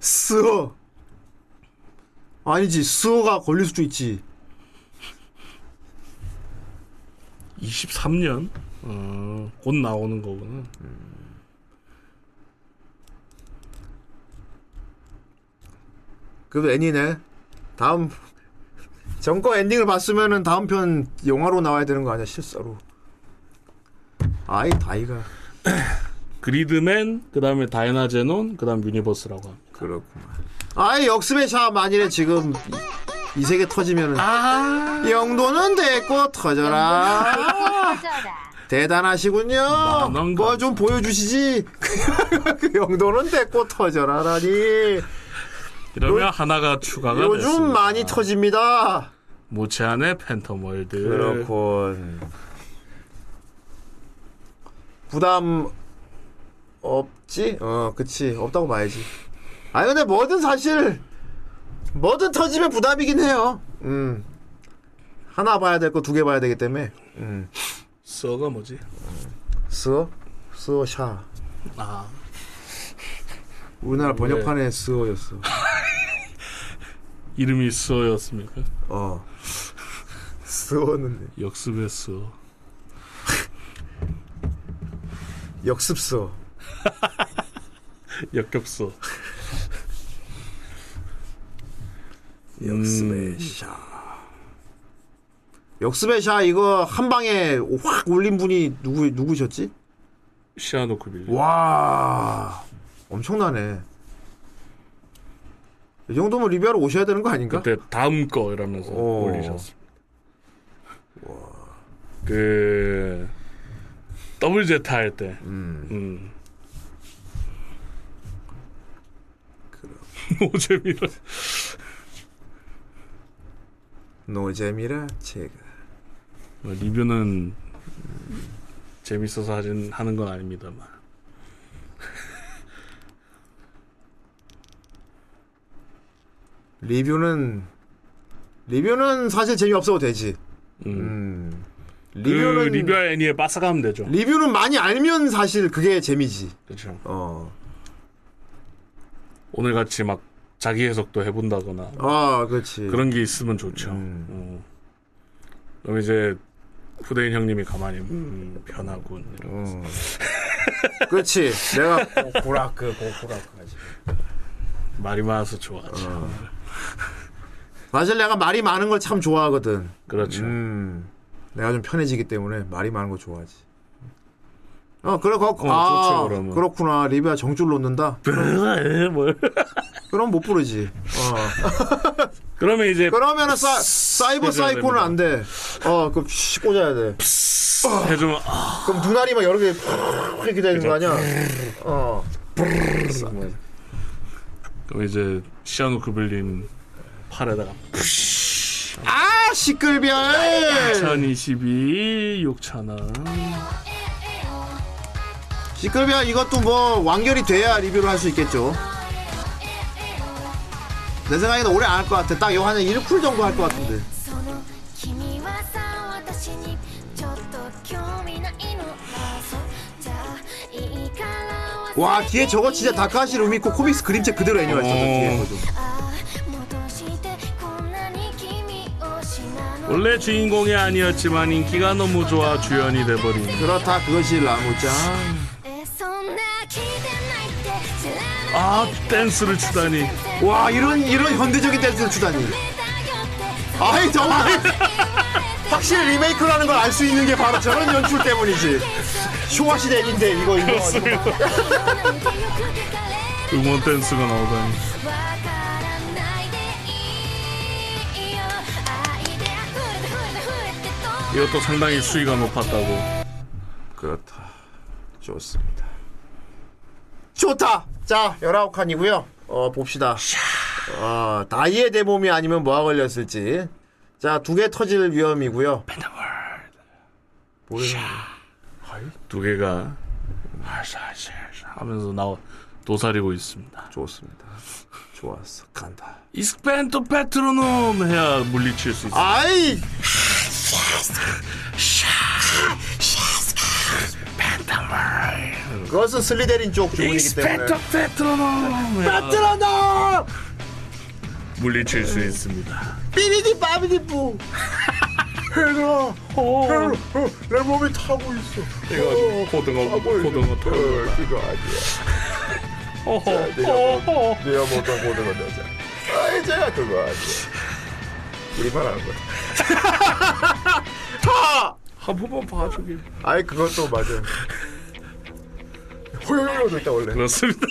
Speaker 5: 스어. 아니지, 스어가 걸릴 수도 있지.
Speaker 6: 23년? 어, 곧 나오는 거구나.
Speaker 5: 그래도 애니네. 다음 전거 엔딩을 봤으면은 다음 편 영화로 나와야 되는 거 아니야 실사로. 아이 다이가.
Speaker 6: 그리드맨, 그 다음에 다이나 제논, 그 다음 유니버스라고 합니다.
Speaker 5: 그렇구만. 아이 역습의 샤 만일에 지금 이, 이 세계 터지면은
Speaker 6: 아.
Speaker 5: 영도는 됐고 터져라. 대단하시군요. 뭐 좀 보여주시지. 그 영도는 됐고 터져라라니.
Speaker 6: 이러면 하나가 추가가
Speaker 5: 요즘
Speaker 6: 아, 됐습니다.
Speaker 5: 많이 터집니다.
Speaker 6: 모체안의 팬텀월드.
Speaker 5: 그렇군. 부담 없지? 어, 그치. 없다고 봐야지. 아, 근데 뭐든 사실, 뭐든 터지면 부담이긴 해요. 음. 하나 봐야 될 거 두 개 봐야 되기 때문에. 음.
Speaker 6: 써가 뭐지?
Speaker 5: 스어? 스어 샤.
Speaker 6: 아.
Speaker 5: 우리나라 번역판에 스어였어.
Speaker 6: 이름이 써였습니까?
Speaker 5: 어. 써는
Speaker 6: 역습의 써.
Speaker 5: 역습 써.
Speaker 6: 역겹써. 음.
Speaker 5: 역습의 샤. 역습의 샤 이거 한 방에 확 올린 분이 누구 누구셨지?
Speaker 6: 시아노크 빌리.
Speaker 5: 와 엄청나네. 이 정도면 리뷰하러 오셔야 되는 거 아닌가?
Speaker 6: 그때 다음 거 이러면서
Speaker 5: 어.
Speaker 6: 올리셨습니다. 그 더블 제타 할 때. 음. 노잼이라.
Speaker 5: 노잼이라 제가.
Speaker 6: 뭐 리뷰는 재밌어서 하진 하는 건 아닙니다만.
Speaker 5: 리뷰는 리뷰는 사실 재미없어도 되지. 음. 리뷰는
Speaker 6: 그 리뷰 애니에 빠삭하면 되죠.
Speaker 5: 리뷰는 많이 알면 사실 그게 재미지.
Speaker 6: 그렇죠.
Speaker 5: 어.
Speaker 6: 오늘 같이 막 자기 해석도 해본다거나
Speaker 5: 아, 음. 그렇지.
Speaker 6: 그런 게 있으면 좋죠. 어. 그럼 이제 후대인 형님이 가만히 음, 변하군. 이러면서.
Speaker 5: 그렇지. 내가
Speaker 6: 고라크 고고라크까지 말이 많아서 좋아하지.
Speaker 5: 어. 사실 내가 말이 많은 걸 참 좋아하거든.
Speaker 6: 그렇죠.
Speaker 5: 음. 내가 좀 편해지기 때문에 말이 많은 거 좋아하지. 어, 그래, 거,
Speaker 6: 어,
Speaker 5: 아,
Speaker 6: 좋죠, 그러면.
Speaker 5: 그렇구나. 리뷰야 정줄 놓는다?
Speaker 6: 아, 예,
Speaker 5: 그럼 못 부르지. 어.
Speaker 6: 그러면 이제.
Speaker 5: 그러면은 사, 사이버
Speaker 6: 해줘야
Speaker 5: 사이코는
Speaker 6: 됩니다.
Speaker 5: 안 돼. 어, 그럼 씨 꽂아야 돼. 어.
Speaker 6: 해주면, 아.
Speaker 5: 그럼 눈알이 막 여러 개 푹 이렇게 되는 거 아니야? 어.
Speaker 6: 그럼 이제 시아노크 빌린 팔에다가
Speaker 5: 네. 아, 시끌별!
Speaker 6: 2022 6천원.
Speaker 5: 시끌별 이것도 뭐 완결이 돼야 리뷰를 할 수 있겠죠. 내 생각에는 오래 안 할 것 같아. 딱 요한은 1쿨 정도 할 것 같은데.
Speaker 3: その君はさ私にちょっと興味ないのなそうじゃあいいから
Speaker 5: 와 뒤에 저거 진짜 다카하시 루미코 코믹스 그림체 그대로 애니화 있었던 뒤에 거죠.
Speaker 3: 戻してこんなに君をしなの
Speaker 6: 원래 주인공이 아니었지만 인기가 너무 좋아 주연이 돼버린
Speaker 5: 그렇다 그것이 라무짱
Speaker 3: えそんな聞いてないって知らない
Speaker 6: 아 댄스를 추다니
Speaker 5: 와 이런 이런 현대적인 댄스를 추다니 아이 정말 확실히 리메이크라는 걸 알 수 있는 게 바로 저런 연출 때문이지 쇼와 시대인데 이거 이거
Speaker 6: 응원 댄스가
Speaker 3: わ
Speaker 6: 나오다니
Speaker 3: からないでいいよ愛で溢れて溢れて溢れてと
Speaker 6: 이것도 상당히 수위가 높았다고
Speaker 5: 그렇다 좋습니다 좋다 자 19칸이고요 어 봅시다 어, 다이의 대몸이 아니면 뭐가 걸렸을지 자 두 개 터질 위험이고요 뭐야
Speaker 6: 두 개가 아샤샤샤 하면서 나와 도사리고 있습니다
Speaker 5: 좋습니다 좋았어 간다
Speaker 6: 이스펜토 페트로놈 해야 물리칠 수 있어
Speaker 5: 아이 그것은 슬리데린 쪽 주문이기 때문에
Speaker 6: 익스펙터 페트로놈
Speaker 5: 페트로놈
Speaker 6: 물리칠 수 있습니다
Speaker 5: 삐리디 빠비디뿌 해가 어, 어, 내 몸이 타고 있어
Speaker 6: 이거 고등어 고등어 털
Speaker 5: 이거 아니야
Speaker 6: 어허
Speaker 5: 내가 못한 고등어 여자 아이 제가 그거 아니야 우리만 하는 거야 타!
Speaker 6: 한 번만 봐주길
Speaker 5: 아이 그것도 맞아 호요요요도 있다 원래
Speaker 6: 그렇습니다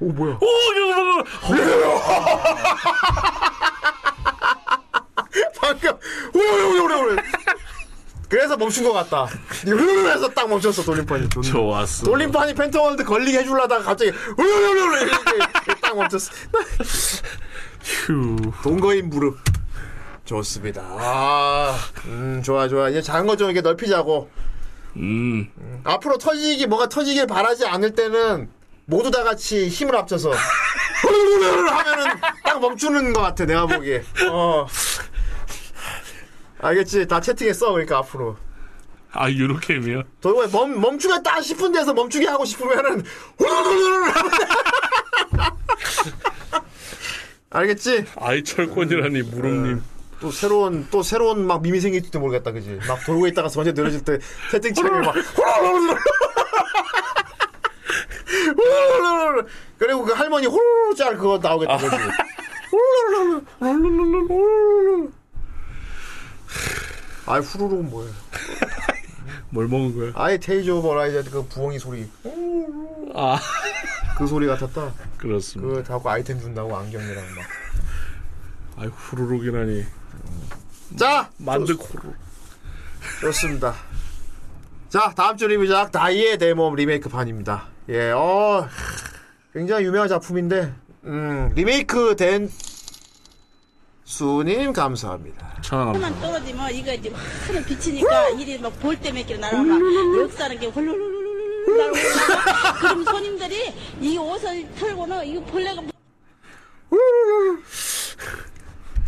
Speaker 5: 오 뭐야
Speaker 6: 오 이거
Speaker 5: 방금 호요요요요요 그래서 멈춘 것 같다 흐르면서 딱 멈췄어 돌림판이 돌-
Speaker 6: 좋았어
Speaker 5: 돌림판이 펜터월드 걸리게 해주려다가 갑자기 으르르르르 이렇게 딱 멈췄어
Speaker 6: 휴
Speaker 5: 동거인 무릎 좋습니다 아, 음 좋아 좋아 이제 작은 거 좀 이렇게 넓히자고
Speaker 6: 음.
Speaker 5: 앞으로 터지기 뭐가 터지길 바라지 않을 때는 모두 다 같이 힘을 합쳐서 흐르르르르 하면은 딱 멈추는 것 같아 내가 보기에 어 알겠지 다 채팅했어 그러니까 앞으로
Speaker 6: 아 유로캠이요?
Speaker 5: 도대체 멈, 멈추겠다 싶은 데서 멈추게 하고 싶으면은 후루루루루 알겠지?
Speaker 6: 아이 철권이라니
Speaker 5: 음.
Speaker 6: 무릎님
Speaker 5: 또 새로운 또 새로운 막 밈이 생길지도 모르겠다 그지? 막 돌고 있다가 전체 늘어질 때 채팅창에 막 후루루루루 후루루루루 그리고 그 할머니 호루루루 짤 그거 나오겠다 그지? 후루루루루 후루루루루 후루루루 아이 후루루는 뭐예요?
Speaker 6: 뭘 먹은 거야?
Speaker 5: 아예 테이즈 오브 라이즈 그 부엉이 소리
Speaker 6: 아
Speaker 5: 그 소리 같았다.
Speaker 6: 그렇습니다
Speaker 5: 그 자꾸 아이템 준다고 안경이랑 막. 그
Speaker 6: 아이 후루룩이라니
Speaker 5: 자
Speaker 6: 만득 후루
Speaker 5: 좋습니다. 자 다음 주 리뷰작 다이의 데모 리메이크판입니다. 예, 어 굉장히 유명한 작품인데 음, 리메이크 된 수님 감사합니다.
Speaker 6: 천안합니다
Speaker 1: 하나만 떨어지면 이거 이제 하늘 비치니까 일이 막 볼 때문에 이렇게 날아가 역사는 게 홀룰룰룰룰 날아오니까 그럼 손님들이 이 옷을 털고는 이거 벌레가 뭐-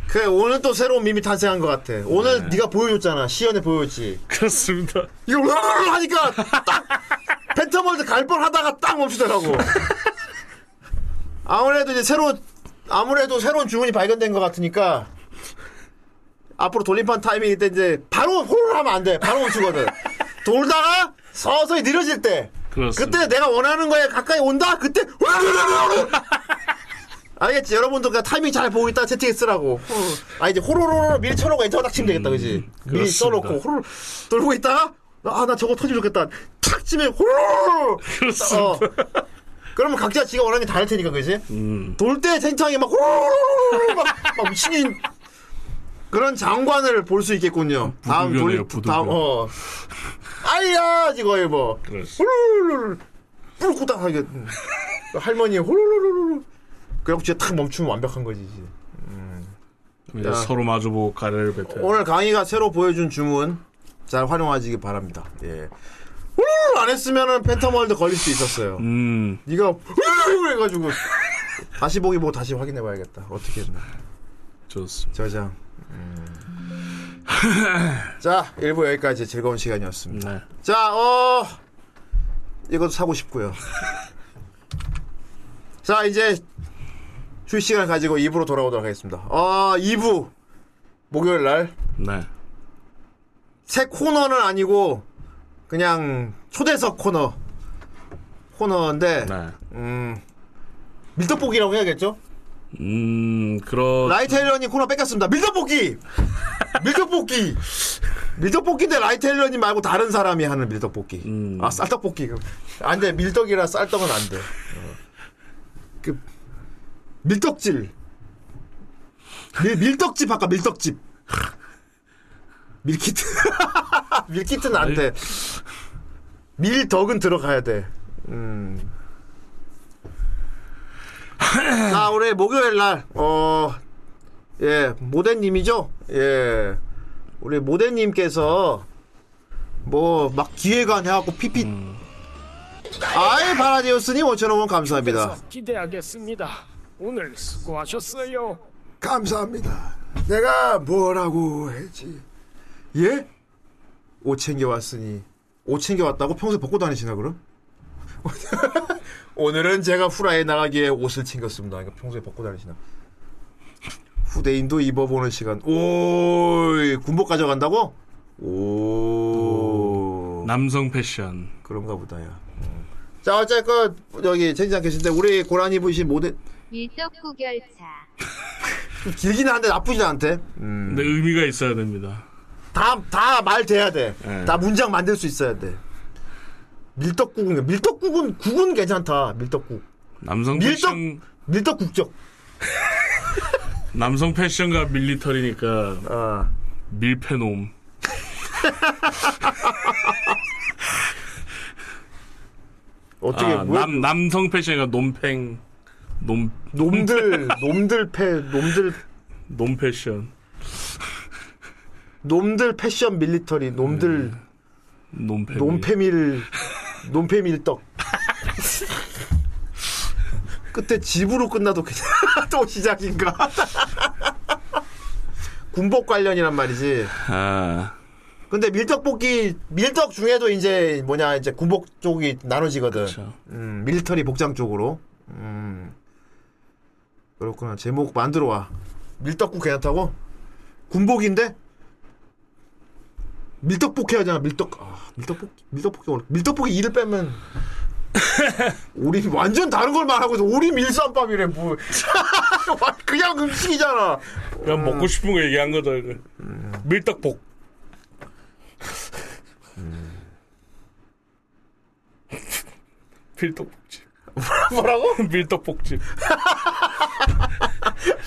Speaker 5: 그래 오늘 또 새로운 밈이 탄생한 것 같아. 오늘 네. 가 보여줬잖아. 시연에 보여줬지.
Speaker 6: 그렇습니다
Speaker 5: 이거 으르르 하니까 딱 펜터월드 갈 뻔하다가 딱 멈추더라고. 아무래도 이제 새로 아무래도 새로운 주문이 발견된 것 같으니까 앞으로 돌림판 타이밍일 때 이제 바로 홀을 하면 안 돼. 바로 멈추거든. 돌다가 서서히 느려질 때.
Speaker 6: 그렇습니다
Speaker 5: 그때 내가 원하는 거에 가까이 온다. 그때 으르르르르. 알겠지? 여러분도 그냥 타이밍 잘 보고 있다 채팅 쓰라고. 어. 아 이제 호로로로 미리 쳐놓고 엔터 딱 치면 되겠다, 그지? 미리
Speaker 6: 그렇습니다.
Speaker 5: 써놓고 호로 돌고 있다가 아 나 저거 터지면 좋겠다. 탁 치면 호로로. 어.
Speaker 6: 그렇습니다.
Speaker 5: 그러면 각자 지가 원하는 게 다를 테니까, 그지?
Speaker 6: 음.
Speaker 5: 돌 때 텐창이 막 호로로 막, 막 미친 그런 장관을 볼 수 있겠군요. 다음
Speaker 6: 부들겨네요,
Speaker 5: 돌
Speaker 6: 부들겨.
Speaker 5: 다음 어. 아이야 지거의 뭐.
Speaker 6: 그렇습니다
Speaker 5: 호로로로 뿔꾸닥 하게 음. 할머니 호로로로로 그래갖고 진짜 탁 멈추면 완벽한 거지 이제.
Speaker 6: 이제 서로 마주보고 가래를 뱉어요
Speaker 5: 오늘 강의가 새로 보여준 주문 잘 활용하시기 바랍니다 예 호로로로 안 했으면은 팬텀월드 걸릴 수 있었어요
Speaker 6: 음
Speaker 5: 네가 호로로로 해가지고 다시 보기 보고 다시 확인해봐야겠다 어떻게 했나
Speaker 6: 좋습니다
Speaker 5: 저장 음. 자 1부 여기까지 즐거운 시간이었습니다
Speaker 6: 네.
Speaker 5: 자, 어, 이것도 사고 싶고요. 자, 이제 휴식 시간 가지고 2부로 돌아오도록 하겠습니다. 어, 2부 목요일 날.
Speaker 6: 네.
Speaker 5: 새 코너는 아니고 그냥 초대석 코너 코너인데
Speaker 6: 네.
Speaker 5: 음, 밀떡볶이라고 해야겠죠?
Speaker 6: 음, 그런.
Speaker 5: 라이테일러님 코너 뺏겼습니다. 밀떡볶이! 밀떡볶이! 밀떡볶이인데 라이테일러님 말고 다른 사람이 하는 밀떡볶이. 아, 쌀떡볶이. 안 돼. 밀떡이라 쌀떡은 안 돼. 어. 그, 밀떡질. 밀, 밀떡집 아까 밀떡집. 밀키트. 밀키트는 안 돼. 밀덕은 들어가야 돼. 음. 자, 올해 목요일 날, 어, 예, 모대님이죠? 예. 우리 모대님께서, 뭐, 막 기획안 해갖고 피피. 아이, 바라디오스님 5,000원 감사합니다.
Speaker 2: 기대하겠습니다. 오늘 수고하셨어요.
Speaker 5: 감사합니다. 내가 뭐라고 했지? 예? 옷 챙겨왔으니 옷 챙겨왔다고 평소에 벗고 다니시나 그럼? 오늘은 제가 후라이 나가기에 옷을 챙겼습니다. 그러니까 평소에 벗고 다니시나? 후대인도 입어보는 시간. 오이 군복 가져간다고? 오
Speaker 6: 남성 패션
Speaker 5: 그런가 보다야. 자 어쨌건 여기 젠장 계신데 우리 고라니 분신 모델
Speaker 15: 밀떡 구결차
Speaker 5: 좀 길긴 한데 나쁘진 않대. 음.
Speaker 6: 근데 의미가 있어야 됩니다.
Speaker 5: 다다 말 돼야 돼.
Speaker 6: 네.
Speaker 5: 다 문장 만들 수 있어야 돼. 밀떡국은 밀떡국은 국은 괜찮다. 밀떡국.
Speaker 6: 남성
Speaker 5: 밀떡
Speaker 6: 패션
Speaker 5: 밀떡 국적.
Speaker 6: 남성 패션과 밀리터리니까
Speaker 5: 아.
Speaker 6: 밀패놈.
Speaker 5: 어떻게
Speaker 6: 아,
Speaker 5: 뭐야?
Speaker 6: 남 남성 패션과 논팽 논
Speaker 5: 놈들 놈들 패 놈들
Speaker 6: 논 패션
Speaker 5: 놈들 패션 밀리터리 놈들
Speaker 6: 논패밀
Speaker 5: 논패밀 논패밀떡. 끝에 집으로 끝나도 괜찮아. 또 시작인가? 군복 관련이란 말이지.
Speaker 6: 아
Speaker 5: 근데 밀떡볶이 밀떡 중에도 이제 뭐냐 이제 군복 쪽이 나눠지거든. 음, 밀리터리 복장 쪽으로. 음. 그렇구나. 제목 만들어 와. 밀떡국 괜찮다고? 군복인데? 밀떡볶이 하잖아. 밀떡. 아, 밀떡볶이. 밀떡볶이 어렵- 밀떡볶이 이를 빼면 우리 완전 다른 걸 말하고 있어. 오리 밀쌈밥이래 뭐. 그냥 음식이잖아.
Speaker 6: 그냥 먹고 싶은 거 얘기한 거죠. 이거.
Speaker 5: 음.
Speaker 6: 밀떡복.
Speaker 5: 음.
Speaker 6: 밀떡볶집.
Speaker 5: 뭐라고?
Speaker 6: 밀떡볶집.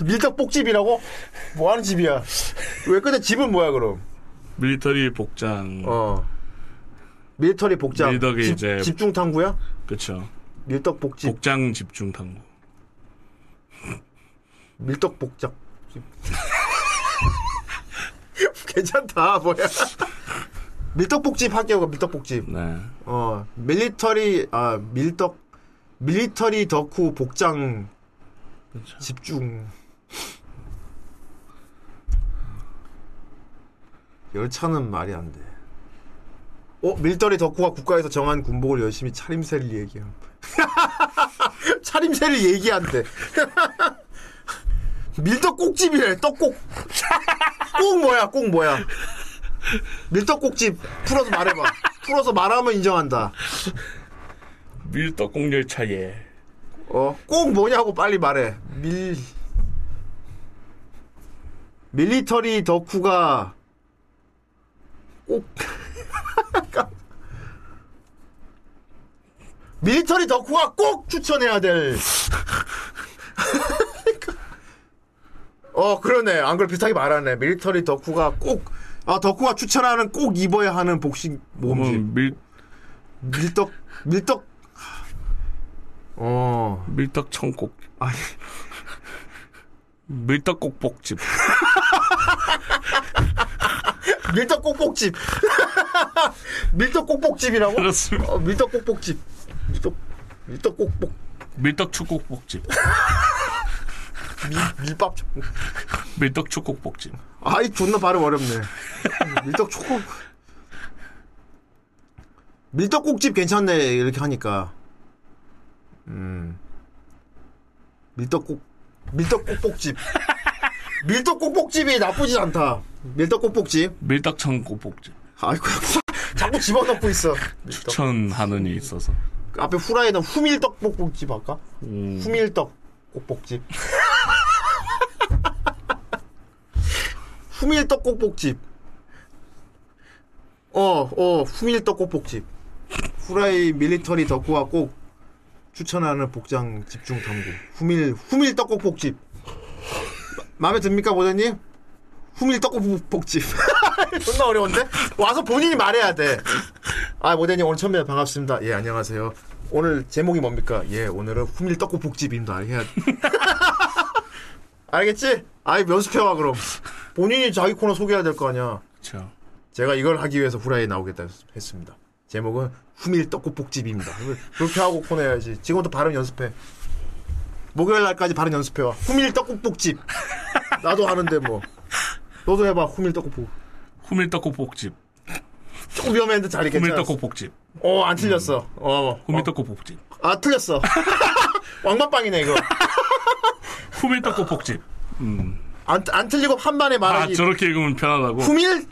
Speaker 5: 밀떡볶집이라고? 뭐 하는 집이야? 왜 근데 집은 뭐야 그럼?
Speaker 6: 밀리터리 복장.
Speaker 5: 어. 밀터리 복장.
Speaker 6: 밀덕이
Speaker 5: 집,
Speaker 6: 이제-
Speaker 5: 집중 탐구야?
Speaker 6: 그쵸.
Speaker 5: 밀떡 복집.
Speaker 6: 복장 집중 탐구.
Speaker 5: 밀떡 복장. 괜찮다 뭐야? 밀떡 복집 할게요 밀떡 복집.
Speaker 6: 네.
Speaker 5: 어 밀리터리 아 밀떡 밀리터리 덕후 복장 집중. 열차는 말이 안 돼. 어 밀터리 덕후가 국가에서 정한 군복을 열심히 차림새를 얘기함. 차림새를 얘기한대. 밀떡국집이래 떡국. 꼭 뭐야 꼭 뭐야. 밀떡국집 풀어서 말해봐. 풀어서 말하면 인정한다.
Speaker 6: 밀떡국 열차에.
Speaker 5: 어꼭 뭐냐고 빨리 말해. 밀 밀리터리 덕후가 꼭 밀리터리 덕후가 꼭 추천해야 될. 어 그러네. 안 그래 비슷하게 말하네. 밀리터리 덕후가 꼭. 아 덕후가 추천하는 꼭 입어야 하는 복식 몸집.
Speaker 6: 밀
Speaker 5: 밀떡 밀떡 어
Speaker 6: 밀떡 청국.
Speaker 5: 아니.
Speaker 6: 밀떡국복집.
Speaker 5: 밀떡꼭복집. 밀떡꼭복집이라고? 그렇습니다. 밀떡꼭복집. 밀떡, 밀떡꼭복.
Speaker 6: 밀떡축국복집.
Speaker 5: 밀, 밀밥.
Speaker 6: 밀떡축국복집.
Speaker 5: 아이, 존나 발음 어렵네. 밀떡초코. 밀떡꼭집 괜찮네, 이렇게 하니까. 음. 밀떡꼭, 밀떡꼭복집. 밀떡 꼭복집이 나쁘진 않다. 밀떡 꼭복집.
Speaker 6: 밀떡천 꼭복집.
Speaker 5: 아이고 자꾸 집어넣고 있어.
Speaker 6: 추천하는이 있어서.
Speaker 5: 앞에 후라이는 후밀떡 꼭복집 할까? 후밀떡 꼭복집. 후밀떡 꼭복집. 어, 어, 후밀떡 꼭복집. 후라이 밀리터리 덕후와 꼭 추천하는 복장 집중 탐구. 후밀, 후밀 떡국복집. 마- 마음에 듭니까, 보자님? 후밀 떡국복집. 존나 어려운데? 와서 본인이 말해야 돼. 아, 모자님 오늘 처음에 반갑습니다. 예, 안녕하세요. 오늘 제목이 뭡니까? 예, 오늘은 후밀 떡국복집입니다. 해야 돼. 알겠지? 아이, 연습해와, 그럼. 본인이 자기 코너 소개해야 될 거 아니야.
Speaker 6: 그렇죠.
Speaker 5: 제가 이걸 하기 위해서 후라이에 나오겠다 했습니다. 제목은 후밀 떡국복집입니다. 그렇게 하고 코내야지. 지금부터 발음 연습해. 목요일 날까지 발음 연습해와. 후밀 떡국복집. 나도 하는데 뭐. 너도 해봐. 후밀 떡국복.
Speaker 6: 후밀 떡국복집.
Speaker 5: 조금 위험했는데 자리 괜찮아.
Speaker 6: 후밀떡국 복집.
Speaker 5: 어, 안 틀렸어. 어.
Speaker 6: 후밀떡국 복집.
Speaker 5: 아, 틀렸어. 왕맛빵이네 이거.
Speaker 6: 후밀떡국 복집. 음.
Speaker 5: 안, 안 틀리고 한 번에
Speaker 6: 아,
Speaker 5: 말하기.
Speaker 6: 저렇게 읽으면 편하다고.
Speaker 5: 후밀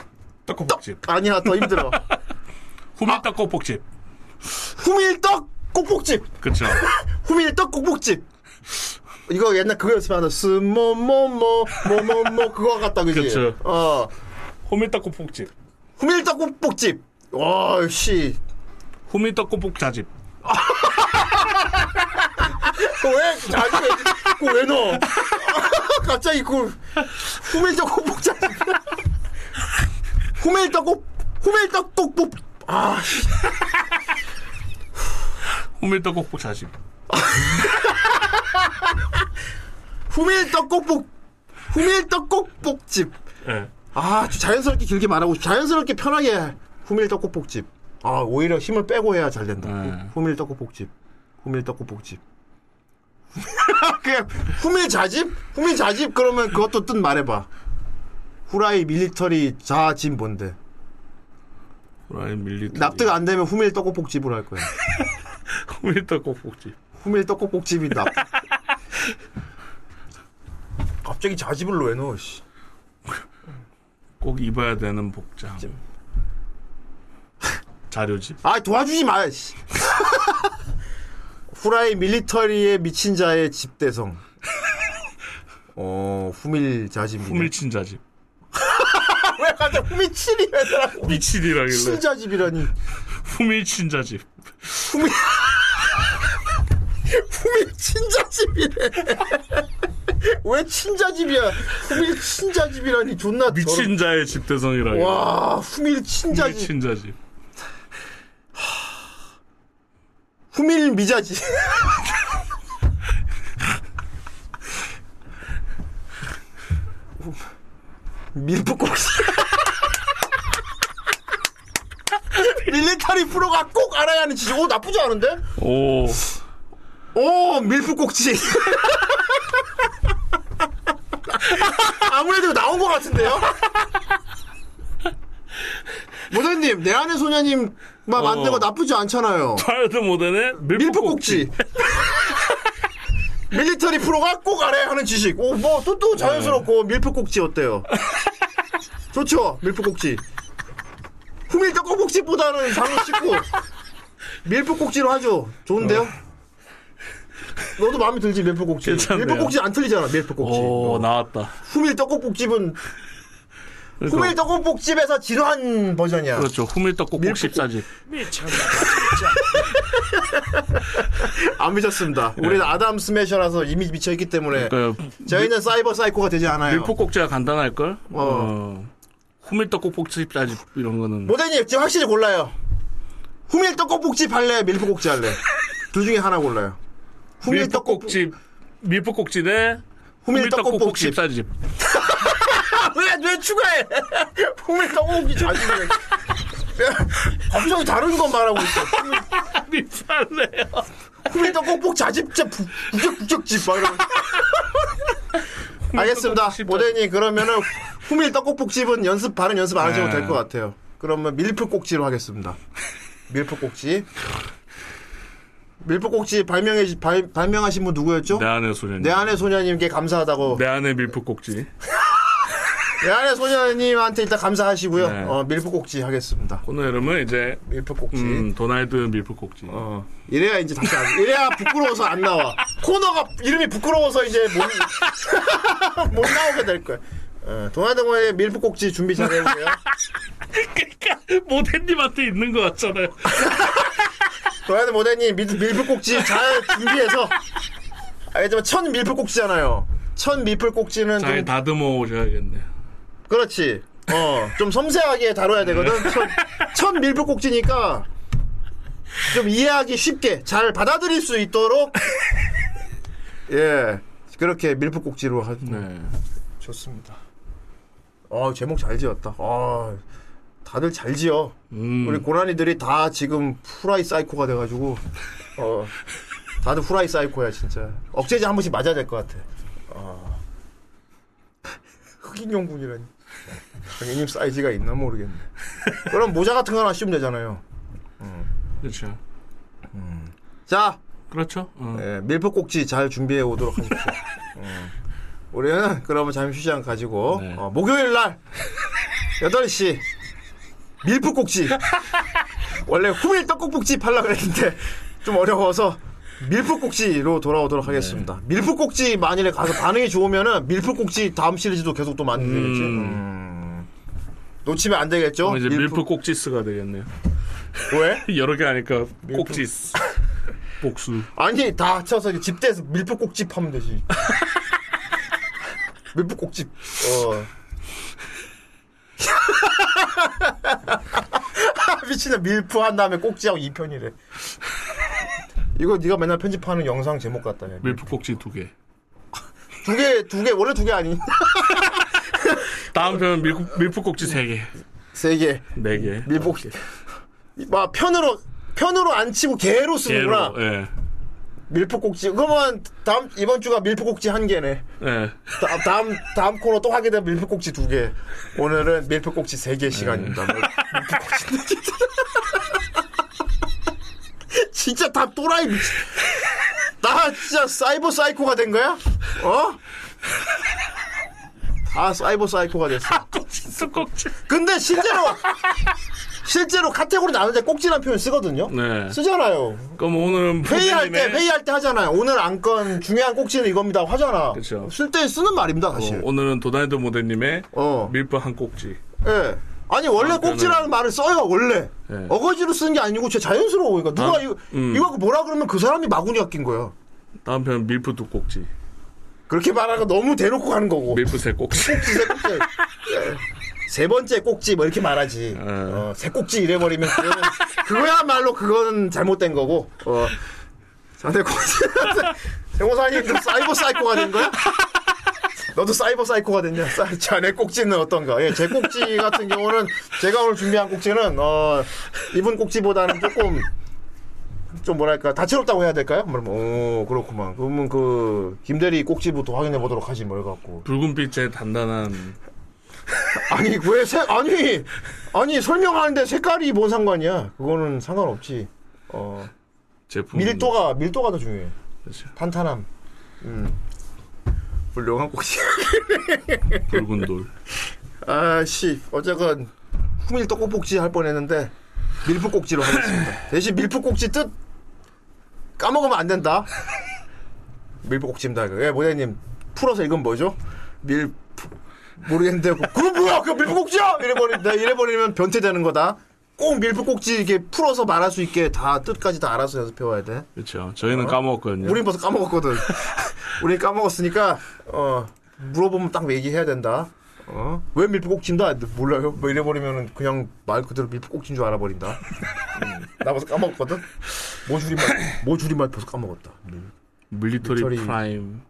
Speaker 6: 떡국 복집.
Speaker 5: 아니야, 더 힘들어.
Speaker 6: 후밀 떡국 복집.
Speaker 5: 후밀떡 꼭복집.
Speaker 6: 그렇죠.
Speaker 5: 후밀떡 꼭복집. 이거 옛날 그거였으면 뭐, 스모모모 모모모 뭐, 그거 같다 그지?
Speaker 6: 그쵸.
Speaker 5: 어.
Speaker 6: 후밀떡 꼭복집.
Speaker 5: 후밀떡 꼭복집. 와 씨.
Speaker 6: 후밀떡 꼭복자집.
Speaker 5: 왜 자기 그거 왜 넣어? 갑자기 그 후밀떡 꼭복집. 후밀떡 꼭 후밀떡 꼭복. 아 씨.
Speaker 6: 후밀떡 꼭복자집.
Speaker 5: 후밀떡 꼭복 후밀떡 꼭복집.
Speaker 6: 예.
Speaker 5: 아, 자연스럽게 길게 말하고 싶- 자연스럽게 편하게 후밀떡국볶집. 아, 오히려 힘을 빼고 해야 잘 된다.
Speaker 6: 음. 예.
Speaker 5: 후, 밀떡국볶집 후밀떡국볶집. 그냥 후밀자집? 후밀자집 그러면 그것도 뜻 말해봐. 후라이 밀리터리 자집 뭔데?
Speaker 6: 후라이 밀리터리.
Speaker 5: 납득 안 되면 후밀떡국볶집으로 할 거야.
Speaker 6: 후밀떡 꼭복집.
Speaker 5: 후밀떡국볶집이 납. 갑자기 자집을 왜 넣어? 씨.
Speaker 6: 꼭 입어야 되는 복장. 자료집.
Speaker 5: 아 도와주지 마. 씨. 후라이 밀리터리에 미친 자의 집대성. 어 후밀 자집입니다.
Speaker 6: 후밀친 자집.
Speaker 5: 왜 갑자기 후밀친이라더라고.
Speaker 6: 미친이라길래.
Speaker 5: 친자집이라니.
Speaker 6: 후밀친 자집.
Speaker 5: 후밀 후밀 친자집이래. 왜 친자집이야? 후밀 친자집이라니 존나 더러-
Speaker 6: 미친 자의 집대성이라.
Speaker 5: 와 후밀 친자집.
Speaker 6: 미친 자집.
Speaker 5: 후밀 미자집. 밀프꼭지. 밀리터리 프로가 꼭 알아야 하는 지식. 오, 나쁘지 않은데?
Speaker 6: 오.
Speaker 5: 오, 밀프꼭지. 아무래도 나온 것 같은데요? 모자님, 내 안의 소녀님 막 만든 거 나쁘지 않잖아요.
Speaker 6: 파이어드 모델의
Speaker 5: 밀프꼭지. 밀리터리 프로가 꼭 알아야 하는 지식. 오, 뭐, 또, 또 자연스럽고,
Speaker 6: 네.
Speaker 5: 밀프꼭지 어때요? 좋죠, 밀프꼭지. 후밀떡 꼭꼭지보다는 장르 씻고, 밀프꼭지로 하죠. 좋은데요? 너도 마음에 들지, 밀프꼭지.
Speaker 6: 어. 괜찮네요. 어.
Speaker 5: 밀프꼭지 안 틀리잖아, 밀프꼭지.
Speaker 6: 오, 나왔다.
Speaker 5: 후밀떡 꼭꼭집은,
Speaker 6: 그래서-
Speaker 5: 후밀떡 꼭꼭집에서 지루한 버전이야.
Speaker 6: 그렇죠. 후밀떡 꼭꼭 십사집.
Speaker 16: 미쳤나
Speaker 5: 안 미쳤습니다. 우리는 아담 스매셔라서 이미 미쳐있기 때문에
Speaker 6: 네. 그러니까
Speaker 5: 저희는 사이버 사이코가 되지 않아요.
Speaker 6: 밀포 꼭지가 간단할 걸. 어. 후밀떡 꼭꼭 십사집 이런 거는.
Speaker 5: 모델님 지금 확실히 골라요. 후밀떡 꼭복집 할래? 밀포 꼭지 할래? 둘 중에 하나 골라요.
Speaker 6: 밀포 꼭지 밀포 꼭지 대
Speaker 5: 후밀떡
Speaker 6: 후밀떡 꼭꼭
Speaker 5: 꼭꼭집.
Speaker 6: 십사집.
Speaker 5: 왜, 왜 추가해? 후밀떡 꼭복집 자주 왜. 갑자기 다른 건 말하고 있어.
Speaker 6: 미안해요.
Speaker 5: 후밀떡 꼭복 자집자 부- 부적부적집 막 이러고. 알겠습니다. 모델님 그러면은 후밀떡 꼭복집은 연습 발음 연습 안 하셔도
Speaker 6: 네.
Speaker 5: 될 것 같아요. 그러면 밀프 꼭지로 하겠습니다. 밀프 꼭지. 밀프 꼭지 발명해 발, 명하신분 누구였죠?
Speaker 6: 네. 내 뭐? 안의 소년. 네.
Speaker 5: 내 안의 소녀님께 감사하다고
Speaker 6: 내 안의 밀포 꼭지.
Speaker 5: 안에 소녀님한테 일단 감사하시고요. 어, 밀프꼭지 하겠습니다.
Speaker 9: 오늘 이름은 이제
Speaker 5: 밀프꼭지.
Speaker 9: 음, 도날드 밀프꼭지.
Speaker 6: 어.
Speaker 5: 이래야 이제 다시 안, 이래야 부끄러워서 안 나와. 코너가 이름이 부끄러워서 이제 못, 못 나오게 될 거야. 어, 동아동아의 밀프꼭지 준비 잘 해보세요.
Speaker 9: 모태님한테 있는 것 같잖아요.
Speaker 5: 동아동 모태님 밀, 밀프꼭지 잘 준비해서 알겠지만 천 밀프꼭지잖아요. 천 밀프꼭지는
Speaker 9: 잘
Speaker 5: 좀
Speaker 9: 다듬어 오셔야겠네.
Speaker 5: 그렇지. 어, 좀 섬세하게 다뤄야 되거든.
Speaker 9: 네.
Speaker 5: 첫, 첫 밀프꼭지니까 좀 이해하기 쉽게 잘 받아들일 수 있도록 예 그렇게 밀프꼭지로 하. 네. 좋습니다. 어 제목 잘 지었다. 아 다들 잘 지어. 우리 고라니들이 다 지금 후라이 사이코가 돼가지고 어 다들 후라이 사이코야 진짜. 억제제 한 번씩 맞아야 될 것 같아. 어. 흑인용군이라니. 장인님 사이즈가 있나 모르겠네. 그럼 모자 같은 거 하나 씌우면 되잖아요.
Speaker 9: 그렇죠.
Speaker 5: 자.
Speaker 9: 그렇죠.
Speaker 6: 어.
Speaker 5: 예, 밀포꼭지 잘 준비해 오도록 하십시오. 음. 우리는 그러면 잠시 휴장 가지고
Speaker 9: 네.
Speaker 5: 어, 목요일 날 8시 밀포꼭지 원래 후밀 떡국국집 하려고 그랬는데 좀 어려워서 밀포꼭지로 돌아오도록 하겠습니다.
Speaker 9: 네.
Speaker 5: 밀포꼭지 만일에 가서 반응이 좋으면은 밀포꼭지 다음 시리즈도 계속 또 만들겠지. 놓치면 안 되겠죠?
Speaker 9: 그럼 음. 어, 이제 밀프 꼭지스가 되겠네요.
Speaker 5: 왜?
Speaker 9: 여러 개 하니까 꼭지스. 복수.
Speaker 5: 아니 다 합쳐서 집대에서 밀프꼭집 하면 되지. 밀프꼭집. 어. 미친다 밀프 한 다음에 꼭지하고 2편이래. 이거 네가 맨날 편집하는 영상 제목 같다.
Speaker 9: 밀프 꼭지 두 개.
Speaker 5: 두 개, 두 개, 원래 두 개 아니?
Speaker 9: 다음 편은 밀프, 밀프 꼭지 세 개.
Speaker 5: 세 개.
Speaker 9: 네 개.
Speaker 5: 밀복지. 막 편으로 편으로 안 치고 개로 쓰는구나.
Speaker 9: 개로. 예.
Speaker 5: 밀프꼭지. 그러면 다음 이번 주가 밀프꼭지 한 개네.
Speaker 9: 예.
Speaker 5: 다, 다음 다음 코너 또 하게 되면 밀프꼭지 두 개. 오늘은 밀프꼭지 세 개 시간입니다. 뭐, 밀- 밀프꼭지 진짜 다 또라이 미친. 나 진짜 사이버 사이코가 된 거야? 어? 다 사이버 사이코가 됐어.
Speaker 9: 꼭지스 꼭지.
Speaker 5: 근데 실제로 실제로 카테고리 나눌 때 꼭지란 표현 쓰거든요.
Speaker 9: 네.
Speaker 5: 쓰잖아요.
Speaker 9: 그럼 오늘은
Speaker 5: 회의할 때
Speaker 9: 부모님의-
Speaker 5: 회의할 때 하잖아요. 오늘 안건 중요한 꼭지는 이겁니다. 하잖아.
Speaker 9: 그렇죠.
Speaker 5: 쓸때 쓰는 말입니다, 사실.
Speaker 9: 어, 오늘은 도날드 모델님의 밀프 한 꼭지.
Speaker 5: 어. 예. 아니 원래
Speaker 9: 그러니까는-
Speaker 5: 꼭지라는 말을 써요 원래
Speaker 9: 예.
Speaker 5: 어거지로 쓰는 게 아니고 진짜 자연스러워 그러니까 누가
Speaker 9: 아,
Speaker 5: 이거
Speaker 9: 음.
Speaker 5: 이거 갖고 뭐라 그러면 그 사람이 마구니가 낀 거예요
Speaker 9: 다음 편은 밀프 두 꼭지.
Speaker 5: 그렇게 말하고 너무 대놓고 가는 거고
Speaker 9: 밀프 세 꼭지.
Speaker 5: 꼭지 세 꼭지 예. 세 번째 꼭지 뭐 이렇게 말하지 어, 세 꼭지 이래버리면 그거는 그거야말로 그거는 잘못된 거고 어 자네 꼭지 생호사님도 사이버 사이코가 된 거야? 너도 사이버 사이코가 됐냐? 사- 자네 꼭지는 어떤가? 예, 제 꼭지 같은 경우는 제가 오늘 준비한 꼭지는 어, 이분 꼭지보다는 조금 좀 뭐랄까 다채롭다고 해야 될까요? 뭐, 뭐, 오 그렇구만. 그러면 그 김대리 꼭지부터 확인해 보도록 하지 뭘 갖고.
Speaker 9: 붉은빛의 단단한
Speaker 5: 아니 왜 색? 아니 아니 설명하는데 색깔이 뭔 상관이야? 그거는 상관없지. 어
Speaker 6: 음.
Speaker 9: 제품.
Speaker 5: 밀도가 밀도가 더 중요해.
Speaker 9: 그렇죠.
Speaker 5: 탄탄함. 음. 훌륭한 꼭지.
Speaker 9: 붉은 돌.
Speaker 5: 아씨 어쨌건 후밀 떡국꼭지 할 뻔했는데 밀프꼭지로 하겠습니다. 대신 밀프꼭지 뜻 까먹으면 안 된다. 밀프꼭지입니다. 이거. 예 모자님 풀어서 이건 뭐죠? 밀 모르겠는데 그- 그건 뭐야? 그 밀프꼭지야? 네, 이래버리 나 이래버리면 변태되는 거다. 꼭 밀프꼭지 이렇게 풀어서 말할 수 있게 다 뜻까지 다 알아서 연습해 와야 돼.
Speaker 9: 그렇죠. 저희는
Speaker 6: 예.
Speaker 9: 까먹었거든요.
Speaker 5: 어? 우린 벌써 까먹었거든. 우린 까먹었으니까 어 물어보면 딱 얘기해야 된다. 어? 왜 밀프꼭지인다? 아, 몰라요. 뭐 이래버리면은 그냥 말 그대로 밀프꼭지인 줄 알아버린다. 음, 나 벌써 까먹었거든. 뭐 줄임말? 뭐 줄임말 벌써 까먹었다. 음.
Speaker 9: 밀리터리
Speaker 5: 밀리터리-
Speaker 9: 프라임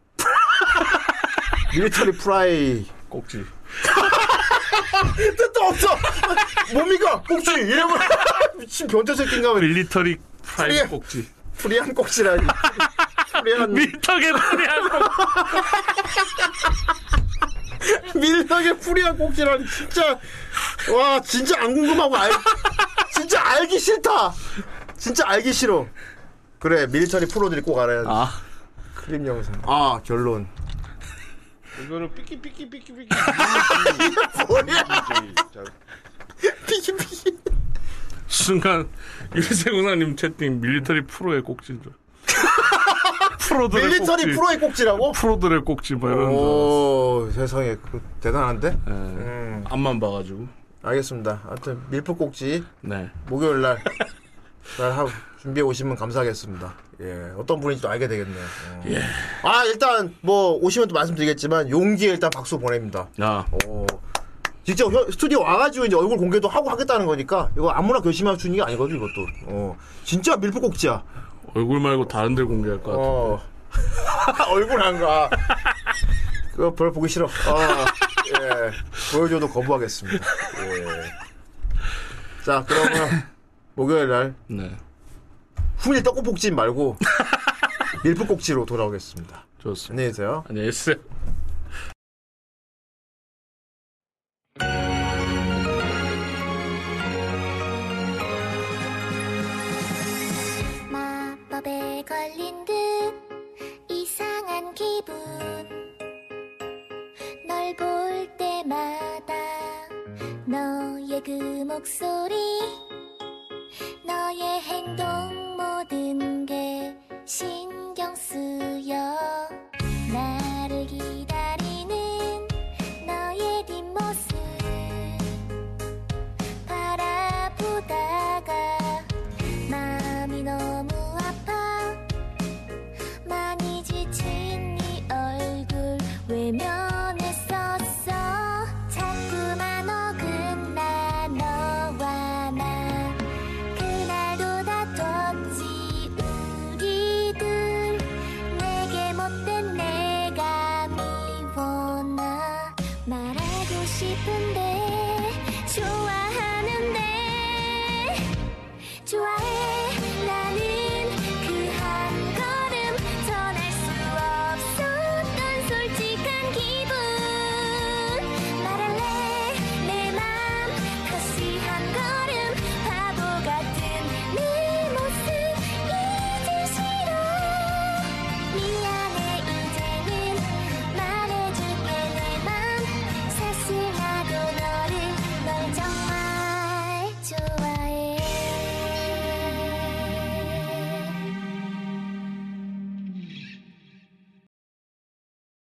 Speaker 5: 밀리터리 프라이
Speaker 9: 꼭지.
Speaker 5: 뜻도 없어. 몸이가 꼭지 이래버려. 미친 변태 새끼인가 봐.
Speaker 9: 밀리터리 프라임
Speaker 5: 프리한-
Speaker 9: 꼭지.
Speaker 5: 프리한 꼭지라니. 프리한
Speaker 9: 밀떡의 프리한
Speaker 5: 꼭지. 밀떡의 프리한 꼭지라니 진짜 와 진짜 안 궁금하고 알 진짜 알기 싫다. 진짜 알기 싫어.
Speaker 6: 아.
Speaker 5: 그래 밀리터리 프로들이 꼭 알아야 돼.
Speaker 9: 아.
Speaker 5: 크림 영상. 아 결론.
Speaker 17: 이거는 삐끼 삐끼 삐끼 삐끼.
Speaker 5: 뭐야?
Speaker 6: 순간 유세군사님 채팅 밀리터리 프로의 꼭지인 줄. 프로들의
Speaker 5: 밀리터리
Speaker 6: 꼭지.
Speaker 5: 프로의 꼭지라고?
Speaker 6: 프로들의 꼭지 뭐 이런 네.
Speaker 5: 오 세상에 그, 대단한데? 음.
Speaker 6: 앞만 봐가지고.
Speaker 5: 알겠습니다. 아무튼 밀프 꼭지.
Speaker 6: 네.
Speaker 5: 목요일 날. 잘 하고 준비해 오시면 감사하겠습니다. 예, 어떤 분인지 또 알게 되겠네요. 어.
Speaker 6: 예.
Speaker 5: 아 일단 뭐 오시면 또 말씀드리겠지만 용기에 일단 박수 보냅니다.
Speaker 6: 야.
Speaker 5: 오. 직접 혀- 스튜디오 와가지고 이제 얼굴 공개도 하고 하겠다는 거니까 이거 아무나 결심할 수 있는 게 아니거든 이것도. 어. 진짜 밀프꼭지야.
Speaker 6: 얼굴 말고 다른 데 공개할 것
Speaker 5: 어.
Speaker 6: 같은데.
Speaker 5: 얼굴 안 가. 그거 별 보기 싫어. 어, 예. 보여줘도 거부하겠습니다. 예. 자, 그러면 목요일 날
Speaker 6: 네.
Speaker 5: 후밀 떡국볶지 말고 밀프꼭지로 돌아오겠습니다.
Speaker 6: 좋습니다.
Speaker 5: 안녕히 계세요.
Speaker 6: 안녕히 계세요.
Speaker 3: 마법에 걸린 듯 이상한 기분 널 볼 때마다 너의 그 목소리 너의 행동 네그네